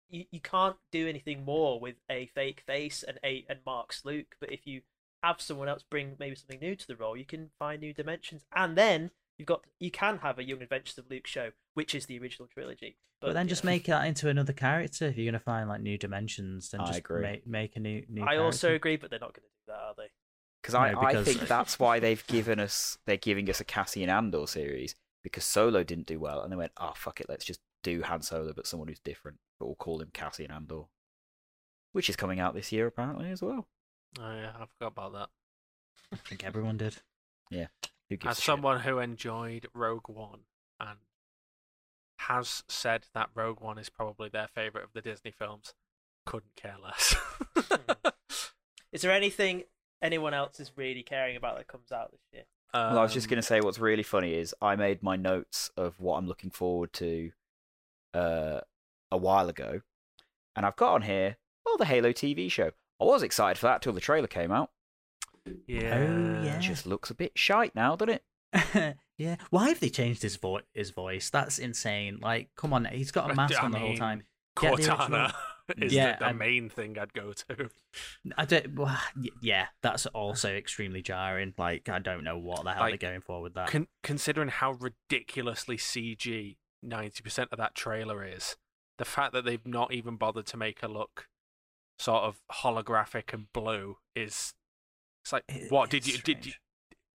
B: you, you can't do anything more with a fake face and a and Mark's Luke, but if you have someone else bring maybe something new to the role, you can find new dimensions. And then you've got you can have a Young Adventures of Luke show, which is the original trilogy.
C: But then
B: you
C: just
B: know.
C: make that into another character if you're gonna find like new dimensions. Then
D: I
C: just
D: agree.
C: make make a new new.
B: I also
C: character.
B: agree, but they're not going to do that, are they?
D: Because I,
C: No,
D: I
C: because-
D: think that's why they've given us they're giving us a Cassian Andor series because Solo didn't do well and they went oh fuck it let's just do Han Solo but someone who's different but we'll call him Cassian Andor, which is coming out this year apparently as well.
A: Oh yeah, I forgot about that.
C: I think everyone did.
D: Who gives
A: As
D: a shit?
A: someone who enjoyed Rogue One and has said that Rogue One is probably their favorite of the Disney films, couldn't care less.
D: Hmm.
B: Is there anything anyone else is really caring about that comes out this year?
D: Well, I was just
A: Um,
D: going to say what's really funny is I made my notes of what I'm looking forward to uh, a while ago, and I've got on here oh the Halo TV show. I was excited for that till the trailer came out.
A: Um, Yeah.
D: It
C: yeah.
D: just looks a bit shite now, doesn't it?
C: yeah. Why have they changed his vo- his voice? That's insane. Like, come on, he's got
A: I
C: a mask
A: d- I
C: on the whole
A: mean,
C: time. Get the
A: Cortana is
C: Yeah,
A: the, the
C: I'm-
A: main thing I'd go to.
C: I don't. Well, y- yeah, that's also extremely jarring. Like, I don't know what the hell
A: Like,
C: they're going for
D: Uh,
C: with that.
A: Con- considering how ridiculously CG 90% of that trailer is, the fact that they've not even bothered to make her look sort of holographic and blue is it's like
C: It-
A: what did
C: it's
A: you did you,
C: strange.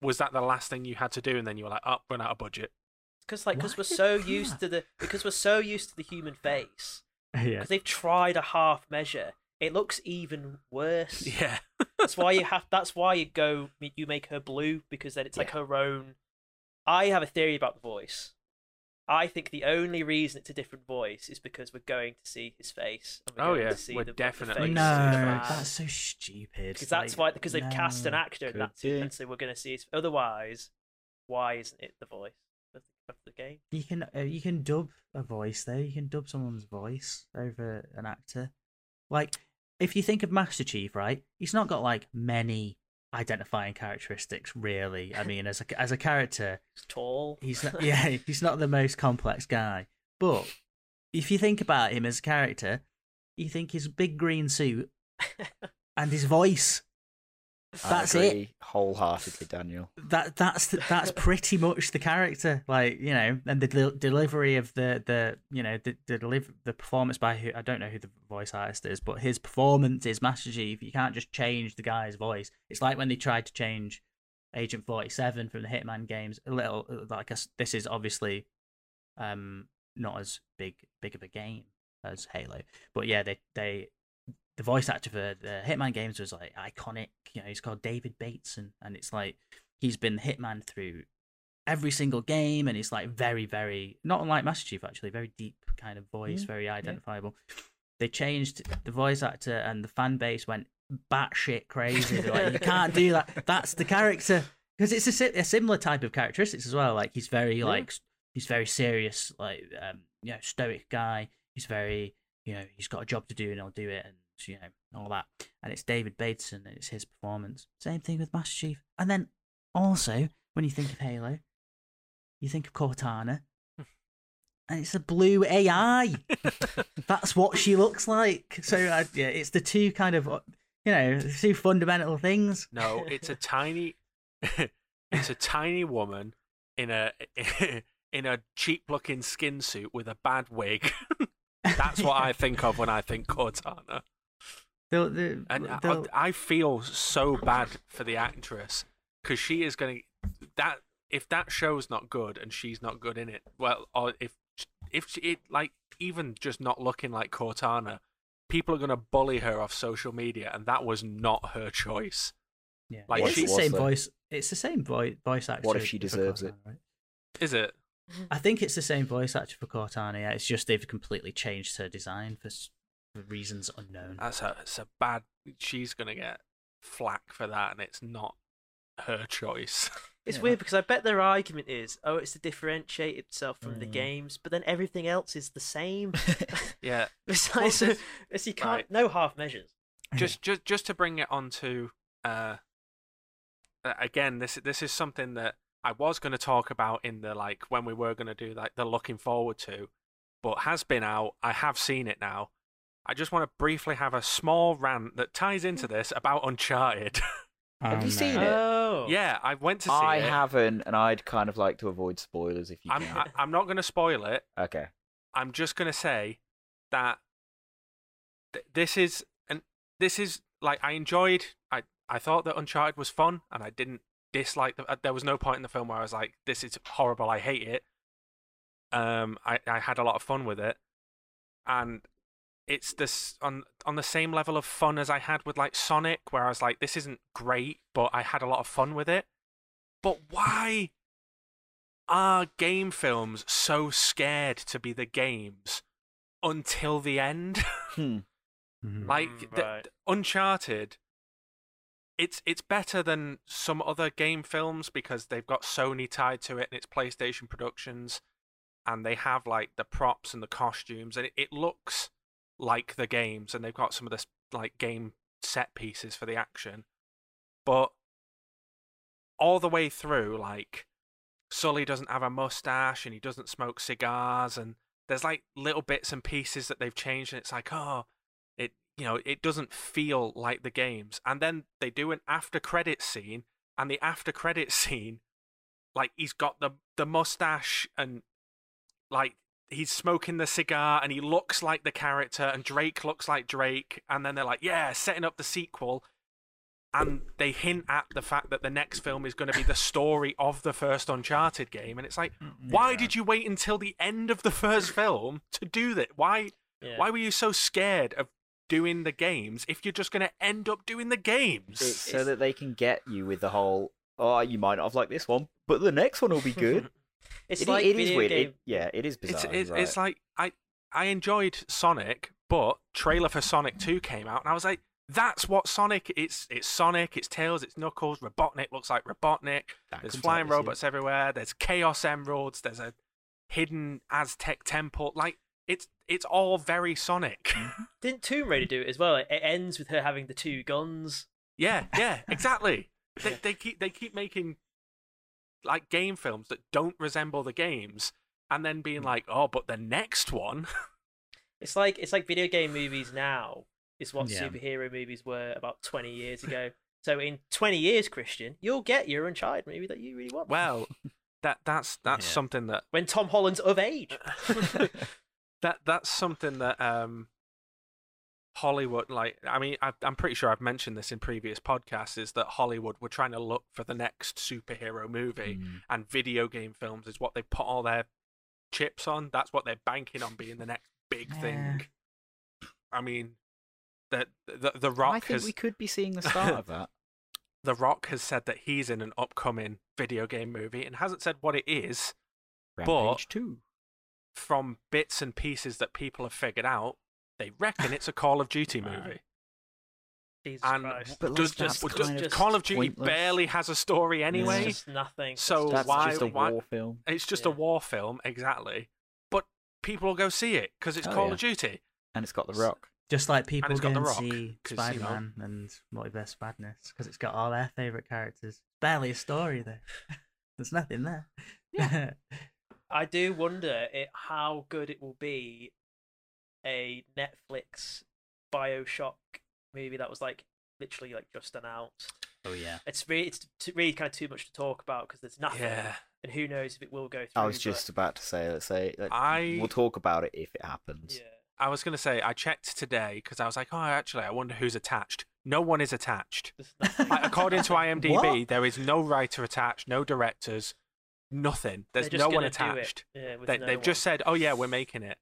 A: was that the last thing you had to do and then you were like oh run out of budget
B: Because like, because
C: Why
B: we're
C: did
B: so
C: that?
B: used to the because we're so used to the human face.
C: yeah.
B: because they've tried a half measure. It looks even worse.
A: yeah
B: That's why you have. That's why you go. You make her blue because then it's like her own. I have a theory about the voice. I think the only reason it's a different voice is because we're going to see his face. And we're
A: Oh,
B: going
A: yeah.
B: to see
A: We're
B: the,
A: definitely
B: the
A: like,
C: no,
B: face
A: it's-
C: that's so stupid.
B: because that's why
C: Like,
B: because they've cast an
C: no.
B: actor and
D: could
B: that's it,
D: be.
B: and so we're going to see his. Otherwise, why isn't it the voice of the, of the game?
C: You can uh, you can dub a voice though. You can dub someone's voice over an actor. Like if you think of Master Chief, right? He's not got like many identifying characteristics really. I mean, as a as a character,
B: It's tall.
C: he's not, yeah, he's not the most complex guy. But if you think about him as a character, you think his big green suit and his voice.
D: I
C: That's it.
D: agree wholeheartedly, Daniel.
C: That that's the, that's pretty much the character, like you know, and the del- delivery of the the you know the the, deliv- the performance by who I don't know who the voice artist is, but his performance is Master Chief. You can't just change the guy's voice. It's like when they tried to change Agent Forty Seven from the Hitman games. A little like us- this is obviously um not as big big of a game as Halo, but yeah, they they the voice actor for the Hitman games was like iconic. You know, he's called David Bateson, and it's like he's been Hitman through every single game, and it's like very, very not unlike Master Chief actually, very deep kind of voice,
D: Yeah,
C: very identifiable. They changed the voice actor, and the fan base went batshit crazy. They're like, you can't do that. That's the character because it's a, si- a similar type of characteristics as well. Like he's very
B: Yeah.
C: like s- he's very serious, like um, you know, stoic guy. He's very you know he's got a job to do and he'll do it, and you know all that. And it's David Bateson and it's his performance. Same thing with Master Chief. And then also when you think of Halo, you think of Cortana, and it's a blue AI. That's what she looks like. So uh, yeah, it's the two kind of uh, you know the two fundamental things.
A: no it's a tiny it's a tiny woman in a in a cheap looking skin suit with a bad wig that's what i think of when i think cortana
C: They'll, they'll,
A: And uh, I-
C: they'll-
A: I, I feel so bad for the actress because she is going to that if that show's not good and she's not good in it. Well, or if if she, it like even just not looking like Cortana, people are going to bully her off social media, and that was not her choice.
C: yeah.
A: like,
C: it's
A: she-
C: the same
D: was, though.
C: voice. It's the same voice voice actor.
D: What if she
C: for
D: deserves
C: Cortana,
D: it?
C: right?
A: Is it?
C: I think it's the same voice actor for Cortana. Yeah, it's just they've completely changed her design for, s- for reasons
D: Uh,
C: unknown.
A: That's a it's a bad. She's going to get flack for that, and it's not her choice.
B: It's
C: Yeah.
B: weird because I bet their argument is, oh, it's to differentiate itself from the
C: Mm.
B: games, but then everything else is the same.
A: yeah,
B: Besides,
A: this-
B: it's, you can't
A: right.
B: no half measures.
A: just just just to bring it on to uh, uh, again, this this is something that I was going to talk about in the like when we were going to do like the looking forward to, but has been out. I have seen it now. I just want to briefly have a small rant that ties
D: Mm.
A: into this about Uncharted.
D: Have
C: Oh,
D: you seen
C: no.
D: it?
B: Oh,
A: yeah, I went to see
D: I
A: it.
D: haven't, and I'd kind of like to avoid spoilers if you
A: I'm
D: can.
A: I, I'm not going to spoil it.
D: okay.
A: I'm just gonna say that th- this is and this is like I enjoyed. I I thought that Uncharted was fun, and I didn't dislike. The, uh, there was no point in the film where I was like, "This is horrible. I hate it." Um, I I had a lot of fun with it, and it's this on on the same level of fun as I had with like Sonic, where I was like, "This isn't great," but I had a lot of fun with it. But why? are game films so scared to be the games until the end?
D: Hmm.
C: Mhm.
A: like
B: Mm,
A: th-
B: right.
A: th- Uncharted, it's it's better than some other game films because they've got Sony tied to it and it's PlayStation Productions, and they have like the props and the costumes and it, it looks like the games and they've got some of this like game set pieces for the action, but all the way through like Sully doesn't have a mustache and he doesn't smoke cigars and there's like little bits and pieces that they've changed and it's like oh it you know it doesn't feel like the games and then they do an after credit scene and the after credit scene like he's got the the mustache and like he's smoking the cigar and he looks like the character and Drake looks like Drake and then they're like yeah setting up the sequel and they hint at the fact that the next film is going to be the story of the first uncharted game and it's like why
C: Yeah.
A: did you wait until the end of the first film to do that why
B: Yeah.
A: why were you so scared of doing the games if you're just going to end up doing the games?
D: It's so that they can get you with the whole, oh, you might not have liked this one, but the next one will be good.
B: it's
D: It i-
B: like
D: it is
B: video
D: weird.
B: game.
D: It, yeah, it is bizarre.
A: it's
D: you're
A: it's,
D: right.
A: it's like I I enjoyed Sonic, but trailer for Sonic 2 came out and I was like that's what Sonic it's it's Sonic, it's Tails, it's Knuckles, Robotnik looks like Robotnik.
D: That
A: There's
D: comes out
A: flying
D: this year.
A: robots everywhere, there's chaos emeralds, there's a hidden Aztec temple. Like it's it's all very Sonic.
B: Didn't Tomb Raider do it as well? It it ends with her having the two guns.
A: Yeah, yeah, exactly. they, they keep they keep making like game films that don't resemble the games, and then being like, oh, but the next one,
B: It's like it's like video game movies now is what
C: Yeah.
B: superhero movies were about twenty years ago. so in twenty years, Christian, you'll get your Uncharted movie that you really want.
A: well, that that's that's
C: Yeah.
A: something that
B: when Tom Holland's of age.
A: Uh, that that's something that um Hollywood like I mean I, I'm pretty sure I've mentioned this in previous podcasts is that Hollywood were trying to look for the next superhero movie
D: Mm.
A: and video game films is what they put all their chips on. That's what they're banking on being the next big
C: Yeah.
A: thing. I mean, the the, the Rock
D: I think
A: has
D: we could be seeing the start of that.
A: the Rock has said that he's in an upcoming video game movie and hasn't said what it is. But-
D: Rampage 2.
A: From bits and pieces that people have figured out, they reckon it's a Call of Duty
D: Right.
A: movie.
B: Jesus
A: And
B: Christ.
D: But
A: does,
D: like, that's
A: does-
D: kind
A: does
B: of
A: Call of Duty
D: pointless.
A: barely has a story anyway?
B: it's just nothing.
A: So
D: That's
A: why-
D: just a
A: why-
D: war film.
A: It's just a
B: Yeah.
A: war film, exactly. But people will go see it because it's
D: Oh,
A: Call
D: yeah.
A: of Duty.
D: And it's got The
A: S-
D: Rock.
C: Just like people
A: it's got
C: go
A: The
C: and
A: Rock,
C: see
A: 'cause, you know-
C: Spider Man and Multiverse Madness because it's got all their favourite characters. Barely a story there. There's nothing there. Yeah.
B: I do wonder it, how good it will be a Netflix Bioshock movie that was like literally like just announced.
C: oh yeah.
B: It's really it's t- really kind of too much to talk about because there's nothing,
A: Yeah.
B: and who knows if it will go through.
D: I was
B: but-
D: just about to say, let's say, let,
A: I
D: we'll talk about it if it happens.
B: yeah.
A: I was gonna say I checked today because I was like, oh, actually, I wonder who's attached. No one is attached.
B: there's nothing.
A: Like, according to IMDb,
C: What?
A: there is no writer attached, no directors, nothing.
B: They're
A: There's
B: just
A: no one
B: gonna do it,
A: attached.
B: Yeah, with
A: They,
B: no
A: they've
B: one.
A: just said, oh yeah, we're making it.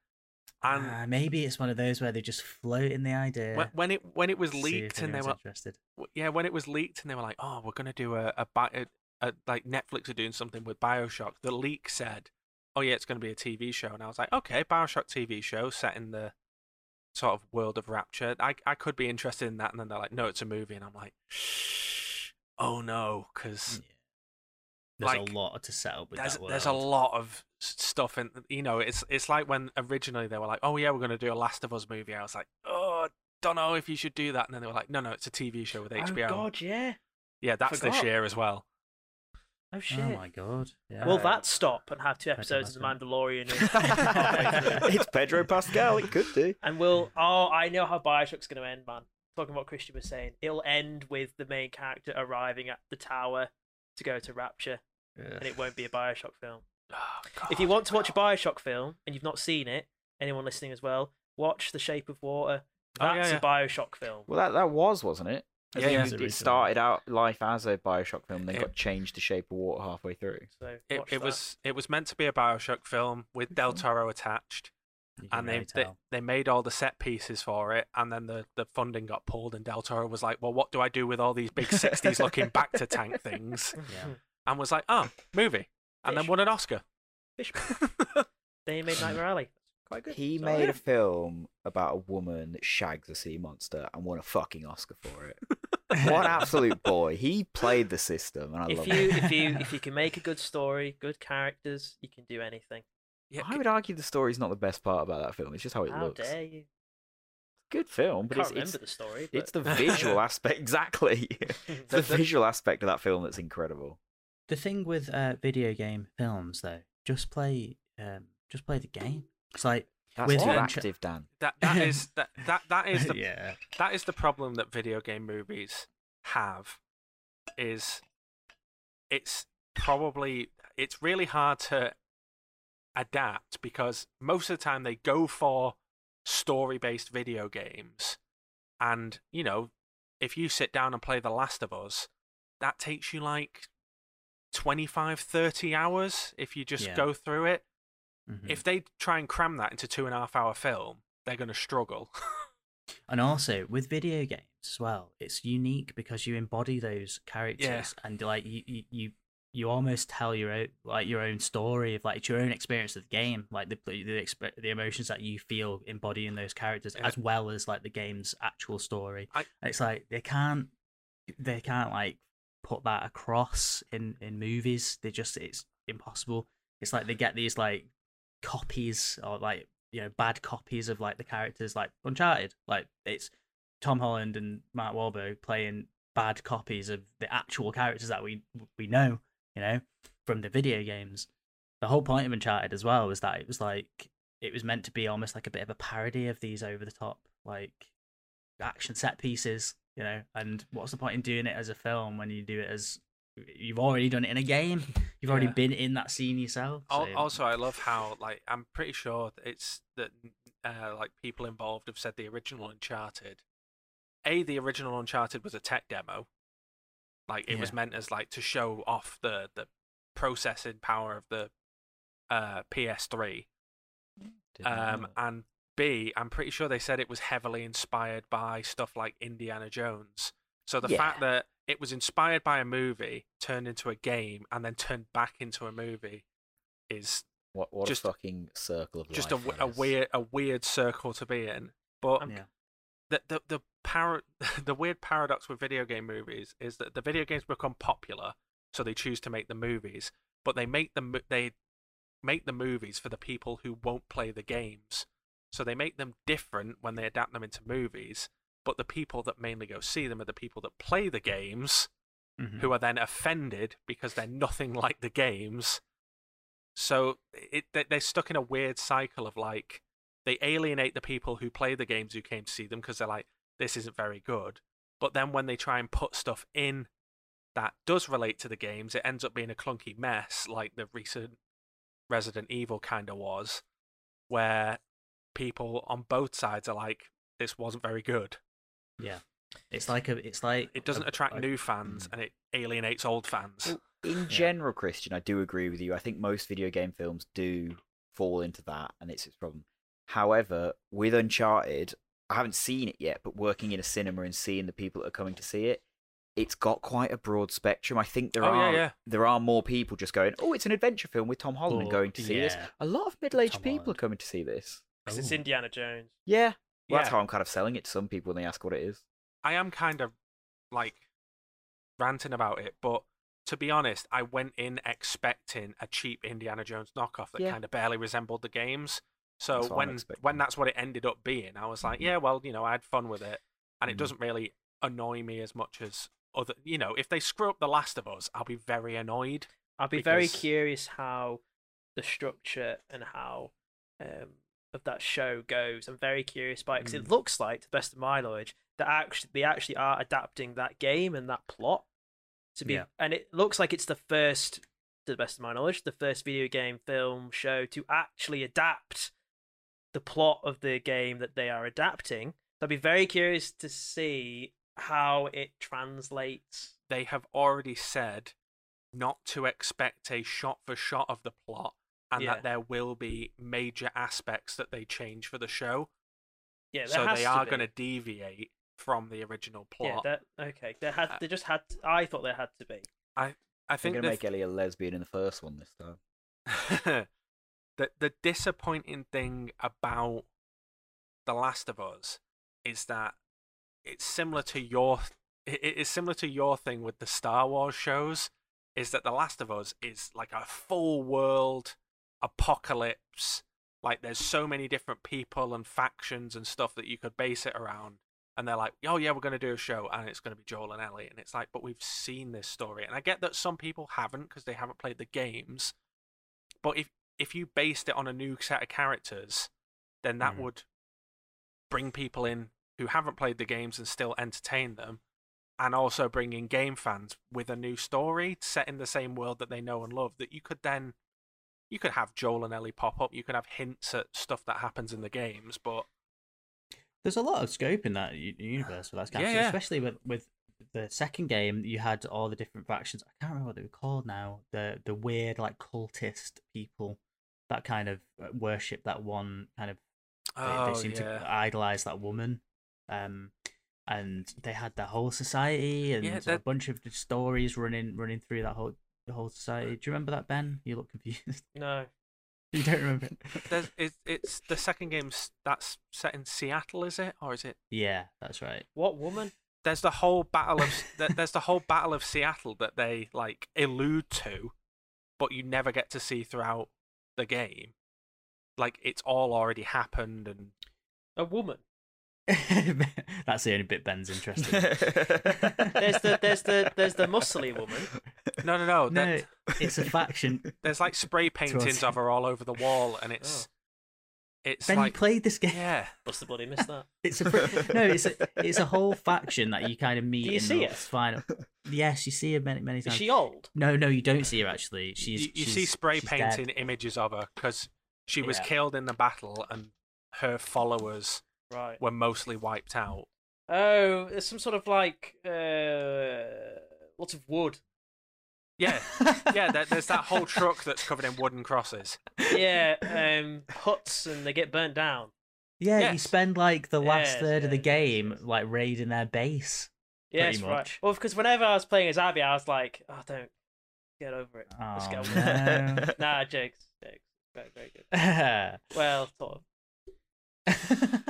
A: And
C: Ah, maybe it's one of those where they just float in the idea.
A: when, when it when it was
C: to see if
A: leaked and they
C: anyone's
A: were
C: interested.
A: w- yeah, when it was leaked and they were like, "Oh, we're gonna do a a, bi- a, a like Netflix are doing something with Bioshock." The leak said, "Oh yeah, it's gonna be a TV show," and I was like, "Okay, Bioshock TV show set in the sort of world of Rapture. I I could be interested in that." And then they're like, "No, it's a movie," and I'm like, oh no, because
C: There's
A: Like,
C: a lot to set up with
A: there's
C: that
A: there's a
C: world.
A: lot of s- stuff in you know it's it's like when originally they were like, oh yeah, we're gonna do a Last of Us movie. I was like, oh, don't know if you should do that. And then they were like, no, no, it's a TV show with HBO.
B: Oh God, yeah.
A: yeah, that's this
B: forgot.
A: year as well.
B: Oh shit.
C: Oh my god! Yeah.
B: Will that stop and have two
C: Pedro
B: episodes of The
C: Pascal.
B: Mandalorian? and-
D: it's Pedro Pascal. It could do.
B: And will oh I know how Bioshock's gonna end, man. Talking about Christian was saying, it'll end with the main character arriving at the tower to go to Rapture, and it won't be a Bioshock film.
A: Oh,
B: If you
A: God.
B: want to watch a Bioshock film and you've not seen it, anyone listening as well, watch The Shape of Water.
A: Oh, yeah,
B: That's
A: yeah.
B: a Bioshock film.
D: Well, that that was, wasn't it? I
A: Yeah,
D: think
A: yeah.
D: it-
C: It
D: It
C: was
D: started out life as a Bioshock film, then
A: It-
D: got changed to Shape of Water halfway through.
B: So
A: it,
B: watch
A: it
B: that. Mm-hmm.
A: was it was meant to be a Bioshock film with Del Toro attached.
C: You can
A: and they,
C: really
A: they
C: tell.
A: they made all the set pieces for it, and then the, the funding got pulled, and Del Toro was like, "Well, what do I do with all these big '60s looking back to tank things?"
C: Yeah.
A: And was like, "Oh, movie," and then
B: Fish.
A: won an Oscar.
B: Fish. Then he made Nightmare Alley. Quite good.
D: He
B: So,
D: made
B: yeah.
D: a film about a woman that shags a sea monster and won a fucking Oscar for it. what absolute boy! He played the system, and I
B: If
D: love
B: you
D: it.
B: if you if you can make a good story, good characters, you can do anything.
A: Yeah,
D: I would argue the story's not the best part about that film. It's just how it
B: How
D: looks.
B: dare you?
D: Good film,
B: I
D: but
B: can't
D: it's,
B: remember
D: it's
B: the story. But...
D: it's the visual aspect exactly. It's the
A: the-
D: visual aspect of that film that's incredible.
C: The thing with uh, video game films, though, just play, um, just play the game. It's like
D: That's
C: With
D: too
C: adventure-
D: active, Dan.
A: that that is that that that is the
C: yeah,
A: that is the problem that video game movies have is it's probably it's really hard to adapt because most of the time they go for story based video games and you know if you sit down and play the last of us that takes you like 25 30 hours if you just
C: Yeah.
A: go through it
C: Mhm.
A: if they try and cram that into two and a half hour film they're going to struggle
C: and also with video games as well, it's unique because you embody those characters and like you, you, you, you almost tell your own like your own story of like it's your own experience of the game, like the the the, exp- the emotions that you feel embodying those characters
A: Yeah.
C: as well as like the game's actual story.
A: I-
C: And it's like they can't they can't like put that across in in movies. They just it's impossible. It's like they get these like copies or like you know bad copies of like the characters like Uncharted. Like it's Tom Holland and Mark Wahlberg playing bad copies of the actual characters that we we know. You know from the video games. The whole point of Uncharted as well was that it was like it was meant to be almost like a bit of a parody of these over the top like action set pieces, you know. And what's the point in doing it as a film when you do it as you've already done it in a game? You've already
A: Yeah.
C: been in that scene yourself.
A: Al
C: so-
A: Also, I love how like I'm pretty sure that it's that uh, like people involved have said the original Uncharted. A, the original Uncharted was a tech demo, like it was
C: Yeah.
A: meant as like to show off the the processing power of the uh, PS3. Um, and B, I'm pretty sure they said it was heavily inspired by stuff like Indiana Jones. So the
D: Yeah.
A: fact that it was inspired by a movie, turned into a game, and then turned back into a movie is
D: what what
A: just-
D: a fucking circle of
A: just a,
D: life
A: w-
D: that
A: a
D: is.
A: weird a weird circle to be in. But
C: yeah.
A: the the the, par- the weird paradox with video game movies is that the video games become popular, so they choose to make the movies, but they make the mo- they make the movies for the people who won't play the games. So they make them different when they adapt them into movies, but the people that mainly go see them are the people that play the games
C: Mhm.
A: who are then offended because they're nothing like the games. So it they- they're stuck in a weird cycle of like they alienate the people who play the games who came to see them because they're like this isn't very good. But then when they try and put stuff in that does relate to the games, it ends up being a clunky mess like the recent Resident Evil kind of was, where people on both sides are like this wasn't very good.
C: yeah. It's like a it's like
A: It doesn't
C: a-
A: attract
C: like-
A: new fans
C: mm.
A: and it alienates old fans.
D: Well, in general, Christian, I do agree with you. I think most video game films do fall into that, and it's its problem. However, with Uncharted, I haven't seen it yet, but working in a cinema and seeing the people that are coming to see it, it's got quite a broad spectrum. I think there
A: Oh, yeah,
D: are
A: yeah.
D: there are more people just going, "Oh, it's an adventure film with Tom Holland," and
C: Well,
D: going to see this.
C: yeah.
D: A lot of middle-aged
C: Tom
D: people are
C: Holland.
D: coming to see this.
B: 'Cause it's
C: Oh.
B: Indiana Jones.
D: Yeah, well, that's
A: Yeah.
D: how I'm kind of selling it to some people when they ask what it is.
A: I am kind of like ranting about it, but to be honest, I went in expecting a cheap Indiana Jones knockoff that
D: Yeah.
A: kind of barely resembled the games. So
D: That's what I'm
A: when
D: expecting. Mm-hmm.
A: when that's what it ended up being, I was like, yeah, well, you know, I had fun with it, and it
D: Mm.
A: doesn't really annoy me as much as other. You know, if they screw up The Last of Us, I'll be very annoyed.
B: I'll be very
A: because-
B: curious how the structure and how um, of that show goes. I'm very curious by
A: Mm.
B: because it looks like, to the best of my knowledge, that actually they actually are adapting that game and that plot to be,
C: Yeah.
B: and it looks like it's the first, to the best of my knowledge, the first video game, film, show to actually adapt the plot of the game that they are adapting. So I'd be very curious to see how it translates.
A: They have already said not to expect a shot for shot of the plot, and
B: Yeah.
A: that there will be major aspects that they change for the show.
B: Yeah, there
A: so
B: has
A: they
B: to
A: are
B: be.
A: going to deviate from the original
B: Yeah,
A: plot.
B: that okay. There had
A: Uh,
B: they just had. I thought there had to be.
A: I
D: They're
A: think the
D: going to make Ellie a lesbian in the first one this time.
A: the the disappointing thing about The Last of Us is that it's similar to your it it is similar to your thing with the Star Wars shows is that The Last of Us is like a full world apocalypse like there's so many different people and factions and stuff that you could base it around and they're like oh yeah we're going to do a show and it's going to be Joel and Ellie and it's like but we've seen this story and I get that some people haven't because they haven't played the games but if if you based it on a new set of characters then that
D: Mm.
A: would bring people in who haven't played the games and still entertain them and also bring in game fans with a new story set in the same world that they know and love that you could then you could have Joel and Ellie pop up you could have hints at stuff that happens in the games but
C: There's a lot of scope in that u- universe for that
A: Yeah,
C: capture,
A: yeah.
C: especially with with the second game. You had all the different factions. I can't remember what they were called now. The the weird like cultist people that kind of uh, worship that one kind of. They,
A: oh,
C: they seem to idolize that woman. Um, and they had that whole society and
A: Yeah,
C: a
A: that-
C: bunch of just stories running running through that whole the whole society. Do you remember that, Ben? You look confused.
B: No.
C: you don't remember? it?
A: There's, it, it's the second game's that's set in Seattle, is it, or is it?
C: yeah, that's right.
B: What woman?
A: There's the whole battle of there- there's the whole battle of Seattle that they like allude to, but you never get to see throughout the game. Like it's all already happened, and
B: A woman.
C: that's the only bit Ben's interested. in.
B: There's the there's the there's the muscly woman.
A: no, no, no.
C: no,
A: there-
C: it's a faction.
A: there's like spray paintings of her all over the wall,
C: Oh.
A: and it's it's
C: Ben, you
A: like
C: played this game.
A: yeah,
B: Must have bloody missed that.
C: It's a fr- no. It's a it's a whole faction that you kind of meet.
B: you
C: in
B: see
C: the
B: it?
C: Final. Yes, you see her many many
B: Is
C: times.
B: she old?
C: No, no, you don't see her actually. She's
A: you, you see
C: she's-
A: spray
C: she's dead.
A: painting images of her because she was
C: Yeah.
A: killed in the battle, and her followers
B: Right.
A: were mostly wiped out.
B: Oh, there's some sort of like uh lots of wood.
A: Yeah, yeah. There, there's that whole truck that's covered in wooden crosses.
B: Yeah, um huts and they get burnt down.
C: Yeah, you
A: Yes.
C: spend like the last
B: Yes,
C: third of the
B: yes, yes,
C: game
B: yes.
C: like raiding their base.
B: Yes,
C: Pretty
B: right.
C: much.
B: Well, because whenever I was playing as Abby, I was like, oh, don't get over it.
C: Oh,
B: Let's go.
C: no.
B: Nah, jokes, jokes. Very, very good.
C: yeah,
B: Well, sort of.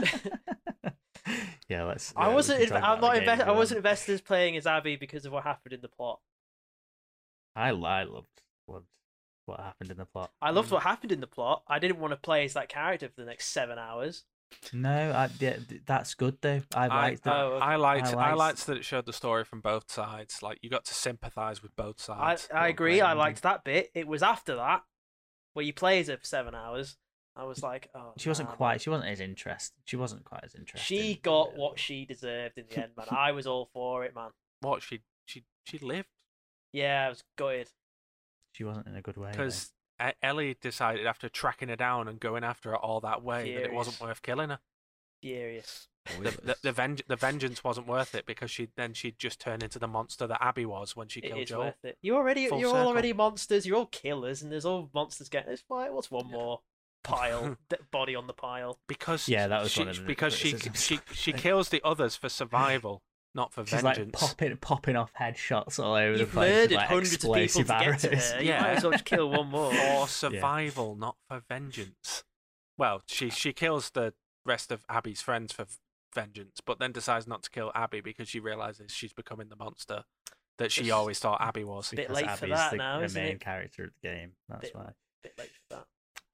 C: let's. yeah,
B: I
C: we
B: wasn't.
C: can
B: Inv-
C: talk
B: I'm
C: about
B: not.
C: the game
B: Invest-
C: if
B: I wasn't
C: you want.
B: invested as playing as Abby because of what happened in the plot.
C: I, I loved loved what happened in the plot.
B: I loved what happened in the plot. I didn't want to play as that character for the next seven hours.
C: No, I, yeah, th- that's good though. I liked
A: I,
C: that.
B: Oh,
A: I liked.
C: I
A: I liked,
C: liked-
A: that it showed the story from both sides. Like you got to sympathise with both
B: I,
A: sides.
B: I
C: not
B: agree.
C: great
B: I
C: ending.
B: liked that bit. It was after that where you play as her for seven hours. I was like, oh.
C: She wasn't
B: nah, man.
C: quite. She wasn't as interested. She wasn't quite as interested.
B: She got what she deserved in the end, man. I was all for it, man.
A: What she she she lived
B: Yeah, I was gutted.
C: she wasn't in a good way. though.
A: because E-, Ellie decided after tracking her down and going after her all that way that it wasn't
B: Furious.
A: worth killing her.
B: Furious.
A: The the, the, venge- the vengeance wasn't worth it because she then she'd just turn into the monster that Abby was when she
B: It
A: killed
B: is
A: Joel.
B: worth it. You already,
A: Full
B: you're all
A: circle.
B: already monsters. You're all killers, and there's all monsters getting. It's like, what's one
D: Yeah.
B: more pile? d- body on the pile.
A: Because
C: Yeah, that was
A: she,
C: one of the
A: because she
C: criticisms.
A: she she kills the others for survival, not for
C: she's like
A: vengeance.
C: popping popping off headshots all over the
B: You've
C: place. with,
B: murdered
C: like,
B: hundreds of people
C: explosive
B: to get to
C: arrows.
B: her. You might as well just kill one more.
A: for survival, not for vengeance. Well, she she kills the rest of Abby's friends for v- vengeance, but then decides not to kill Abby because she realizes she's becoming the monster that she
B: It's
A: always thought Abby was.
B: bit
C: because
B: late for
C: Abby's
B: that
C: the,
B: now,
C: the
B: isn't
C: main
B: it?
C: character of the game. That's
B: Bit-
C: why.
B: bit late for that.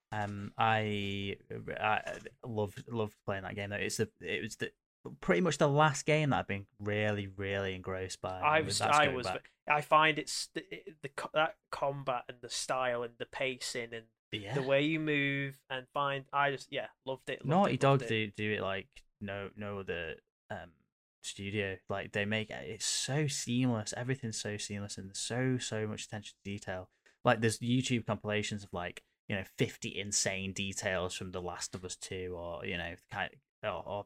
C: Um, I I loved loved playing that game. Though it's the it was the pretty much the last game that I've been really really engrossed by.
B: I
C: and
B: was,
C: that's
B: I
C: going
B: was,
C: back-
B: I find it's the, it- the co- that combat and the style and the pacing and
C: yeah.
B: the way you move and find. I just yeah, loved it. Loved
C: Naughty
B: it, loved
C: Dog
B: it.
C: do do it like no no other um studio. Like they make it- it's so seamless. Everything's so seamless and there's so so much attention to detail. Like there's YouTube compilations of like you know 50 insane details from The Last of Us Two or you know kind or, or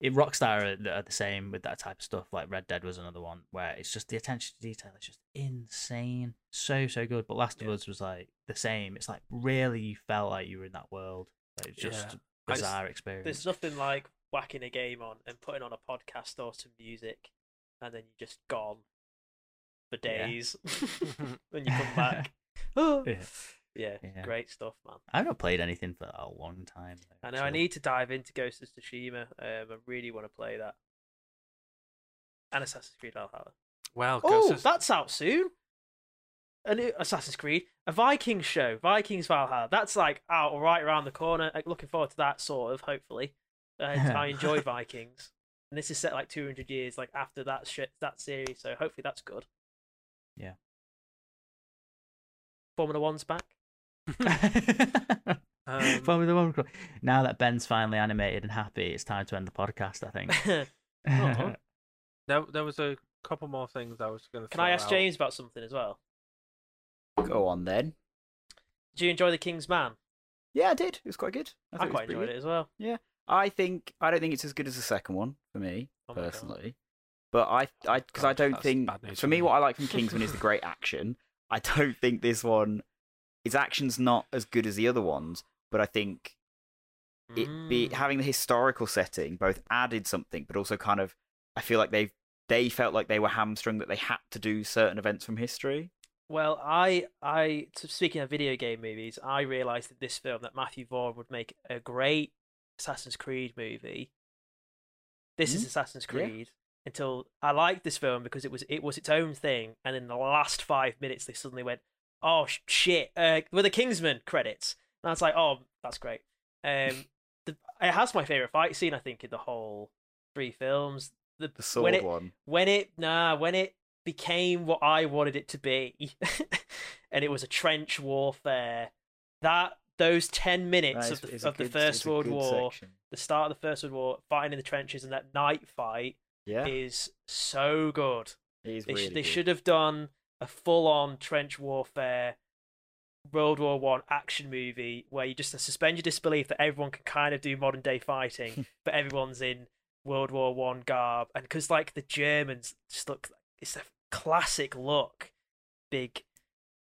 C: it Rockstar are, the- are the same with that type of stuff. Like Red Dead was another one where it's just the attention to detail is just insane. So so good. But Last
B: Yeah.
C: of Us was like the same. It's like really you felt like you were in that world. Like, it's just
A: Yeah. I just-
C: bizarre experience.
B: There's nothing like whacking a game on and putting on a podcast or some music, and then you're just gone for
C: Yeah.
B: days when you come back. Oh.
C: Yeah.
B: yeah,
C: Yeah.
B: great stuff, man.
C: I've not played anything for a long time. though,
B: I know I
C: so-
B: need to dive into Ghost of Tsushima. Um, I really want to play that. And Assassin's Creed Valhalla.
A: Well,
B: Oh,
A: Ghost of-
B: that's out soon. A new Assassin's Creed, a Vikings show, Vikings Valhalla. That's like out or right around the corner. Like, looking forward to that, sort of. Hopefully, uh, I enjoy Vikings, and this is set like 200 years like after that shit that series. So hopefully that's good.
C: Yeah.
B: Formula One's back.
A: um,
C: Formula One record. Now that Ben's finally animated and happy, it's time to end the podcast. I think.
B: Aw.
A: there, there was a couple more things I was going to.
B: Can I ask James about something as well?
D: Go on then.
B: Do you enjoy The King's Man?
D: Yeah, I did. It was quite good.
B: I,
D: thought was
B: quite
D: pretty
B: enjoyed
D: good.
B: it as well.
D: I think I don't think it's as good as the second one for me
B: Oh my God.
D: personally. But I, I, because I
A: God,
D: don't
A: that's
D: think
A: bad news
D: for
A: for
D: me,
A: me.
D: what I like from Kingsman is the great action. I don't think this one, its action's not as good as the other ones. But I think it be
B: Mm.
D: having the historical setting both added something, but also kind of, I feel like they've they felt like they were hamstrung that they had to do certain events from history.
B: Well, I, I, so speaking of video game movies, I realised that this film that Matthew Vaughn would make a great Assassin's Creed movie. This is
D: Hmm?
B: Assassin's
D: Yeah.
B: Creed. Until I liked this film because it was it was its own thing, and in the last five minutes they suddenly went, "Oh sh- shit!" Uh, with the Kingsman credits, and I was like, "Oh, that's great." Um, the, it has my favorite fight scene, I think, in the whole three films. The,
D: The
B: when
D: sword
B: it,
D: one.
B: when it nah when it became what I wanted it to be, and it was a trench warfare. That those ten minutes
D: That
B: of
D: is- is
B: the
D: a
B: of the
D: good-
B: First
D: is a
B: World
D: good
B: War,
D: section.
B: the start of the First World War, fighting in the trenches, and that night fight
D: Yeah,
B: is so good.
D: it is
B: They, sh-
D: really
B: they
D: good.
B: should have done a full on trench warfare World War One action movie where you just uh, suspend your disbelief that everyone can kind of do modern day fighting, but everyone's in World War One garb, and because like the Germans just look, it's a classic look, big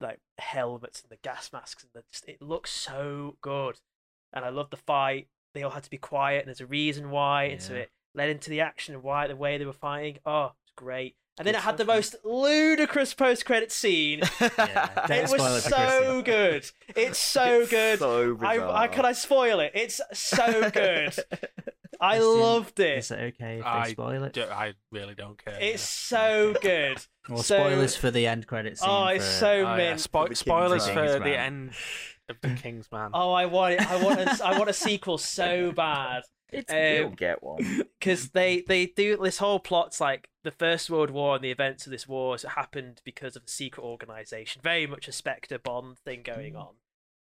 B: like helmets and the gas masks, and the, just, it looks so good, and I love the fight. They all had to be quiet, and there's a reason why, and so
D: Yeah.
B: it led into the action and why the way they were fighting. Oh, it's great. And then
D: Good
B: it had the
D: stuff, man.
B: most ludicrous post-credit scene.
C: Yeah, don't
B: it was
C: spoil it for
B: so
C: Christy.
B: good. It's so good.
D: So
B: I, I
D: bizarre.
B: can I spoil it? It's so good. I
C: Christian,
B: loved
C: Is
B: it.
C: it okay if
A: I
C: I spoil it?
A: Do- I really don't care.
B: It's so good.
C: Well,
B: so-
C: spoilers for the end credits.
B: Oh, it's so
A: Oh, yeah.
B: mint.
A: Spo-
D: For the
A: spoilers
D: King's
A: for
C: Man.
A: the end of the King's Man.
B: Oh, I want it. I want. A, I want a sequel so bad
D: It's,
B: Um,
D: you'll get one.
B: because they they do this whole plot's like the First World War and the events of this war has happened because of a secret organization, very much a Spectre Bond thing going on.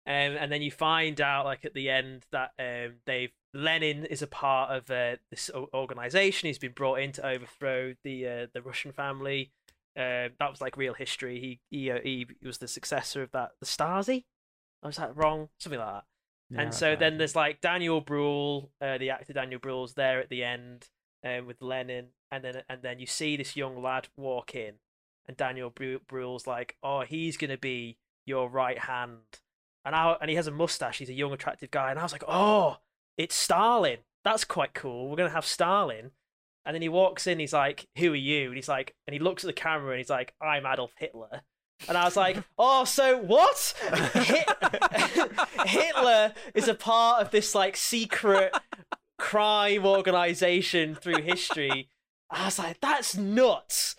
B: Um, and then you find out, like at the end, that um, they've Lenin is a part of uh, this o- organization. He's been brought in to overthrow the uh, the Russian family. Um that was like real history. He he, uh, he was the successor of that the Stasi. I was that wrong? Something like that and so then there's like Daniel Bruhl, uh, the actor Daniel Bruhl's there at the end um, with Lennon, and then and then you see this young lad walk in, and Daniel Bru- Bruhl's like, oh, he's gonna be your right hand, and I, and he has a mustache. He's a young, attractive guy, and I was like, oh, it's Stalin. That's quite cool. We're gonna have Stalin. And then he walks in. He's like, "Who are you?" And he's like, and he looks at the camera and he's like, "I'm Adolf Hitler." And I was like, "Oh, so what? Hit- Hitler is a part of this like secret crime organization through history." I was like, "That's nuts."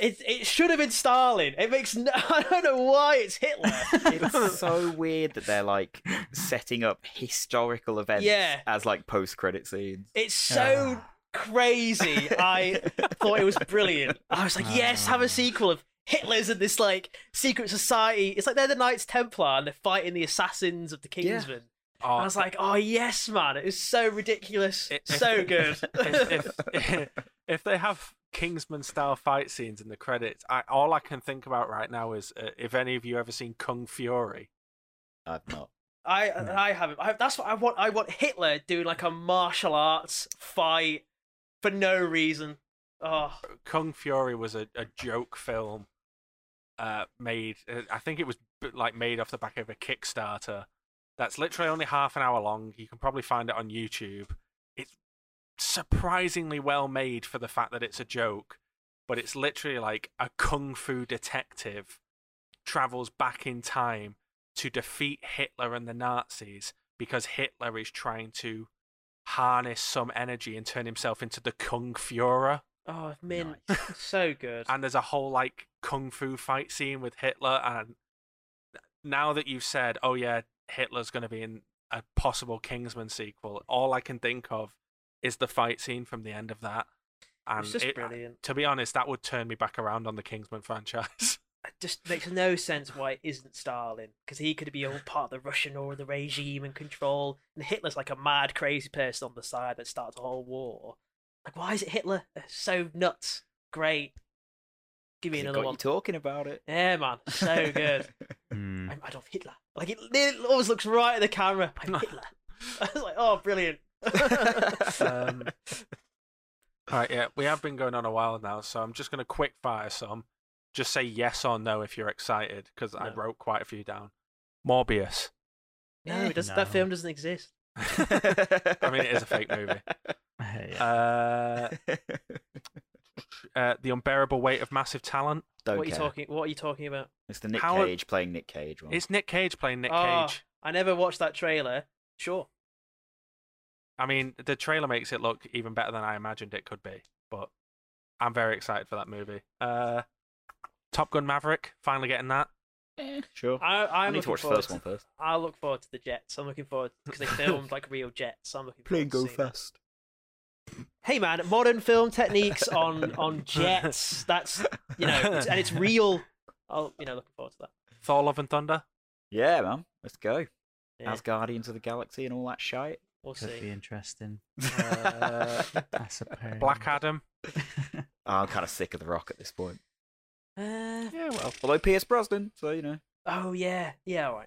B: It it should have been Stalin. It makes no, I don't know why it's Hitler.
D: It's so weird that they're like setting up historical events
B: Yeah.
D: as like post credit scenes.
B: It's
C: Ah,
B: so crazy. I thought it was brilliant. I was like, yes,
A: Ah.
B: have a sequel of Hitler's in this like secret society. It's like they're the Knights Templar and they're fighting the assassins of the
D: Yeah.
B: Kingsmen.
A: Oh,
B: I was like, oh yes, man, it was so ridiculous,
A: It-
B: so good.
A: if, if, if they have Kingsman style fight scenes in the credits, I, all I can think about right now is uh, if any of you ever seen Kung Fury.
D: I've not.
B: I I haven't. I, that's what I want. I want Hitler doing like a martial arts fight for no reason. Oh,
A: Kung Fury was a, a joke film uh, made. Uh, I think it was b- like made off the back of a Kickstarter. That's literally only half an hour long. You can probably find it on YouTube. It's surprisingly well made for the fact that it's a joke, but it's literally like a kung fu detective travels back in time to defeat Hitler and the Nazis because Hitler is trying to harness some energy and turn himself into the Kung Fuhrer
B: oh, mint, so good.
A: and there's a whole like kung fu fight scene with Hitler. And now that you've said, oh yeah, Hitler's going to be in a possible Kingsman sequel, all I can think of is the fight scene from the end of that.
B: It
A: And
B: was just
A: it-
B: brilliant.
A: to be honest, that would turn me back around on the Kingsman franchise.
B: It just makes no sense why it isn't Stalin because he could be all part of the Russian or the regime and control, and Hitler's like a mad, crazy person on the side that starts a whole war. Like, why is it Hitler? It's So nuts. Great. Give me
D: 'Cause it
B: another
D: got
B: one.
D: You talking about it.
B: yeah, man, so good.
E: Hmm.
B: I'm Adolf Hitler. Like it, it always looks right at the camera. I'm Hitler. I was like, oh, brilliant.
A: um, all right, yeah, we have been going on a while now, so I'm just going to quick fire some. Just say yes or no if you're excited, because I
B: No.
A: wrote quite a few down. Morbius.
B: no, it doesn't, that
C: No.
B: film doesn't exist.
A: I mean, it is a fake movie.
C: yeah.
A: Uh, uh, the unbearable weight of massive talent.
D: Don't
B: What are you
D: care.
B: talking? What are you talking about?
D: It's the Nick
A: How-
D: Cage playing Nick Cage one.
A: It's Nick Cage playing Nick
D: Ah.
B: Oh,
A: Cage.
B: I never watched that trailer. Sure.
A: I mean, the trailer makes it look even better than I imagined it could be, but I'm very excited for that movie. Uh, Top Gun Maverick, finally getting that.
D: Sure.
B: I,
D: I
B: I'm
D: need
B: looking
D: to watch the
B: forward
D: first
B: to-
D: one first.
B: I look forward to the jets. I'm looking forward because they filmed like real jets. So I'm looking forward to seeing that.
D: fast.
B: Hey man, modern film techniques on on jets. That's you know, it's, and it's real. I'll you know looking forward to that.
A: Thor: Love and Thunder.
D: Yeah, man. Let's go.
B: Yeah,
D: As Guardians of the Galaxy and all that shite.
B: we'll
C: Could be
B: see.
C: interesting,
A: Uh,
C: I suppose.
A: Black Adam.
D: I'm kind of sick of The Rock at this point.
B: Uh,
A: Yeah, well.
D: Although Pierce Brosnan, so you know.
B: oh yeah, yeah, all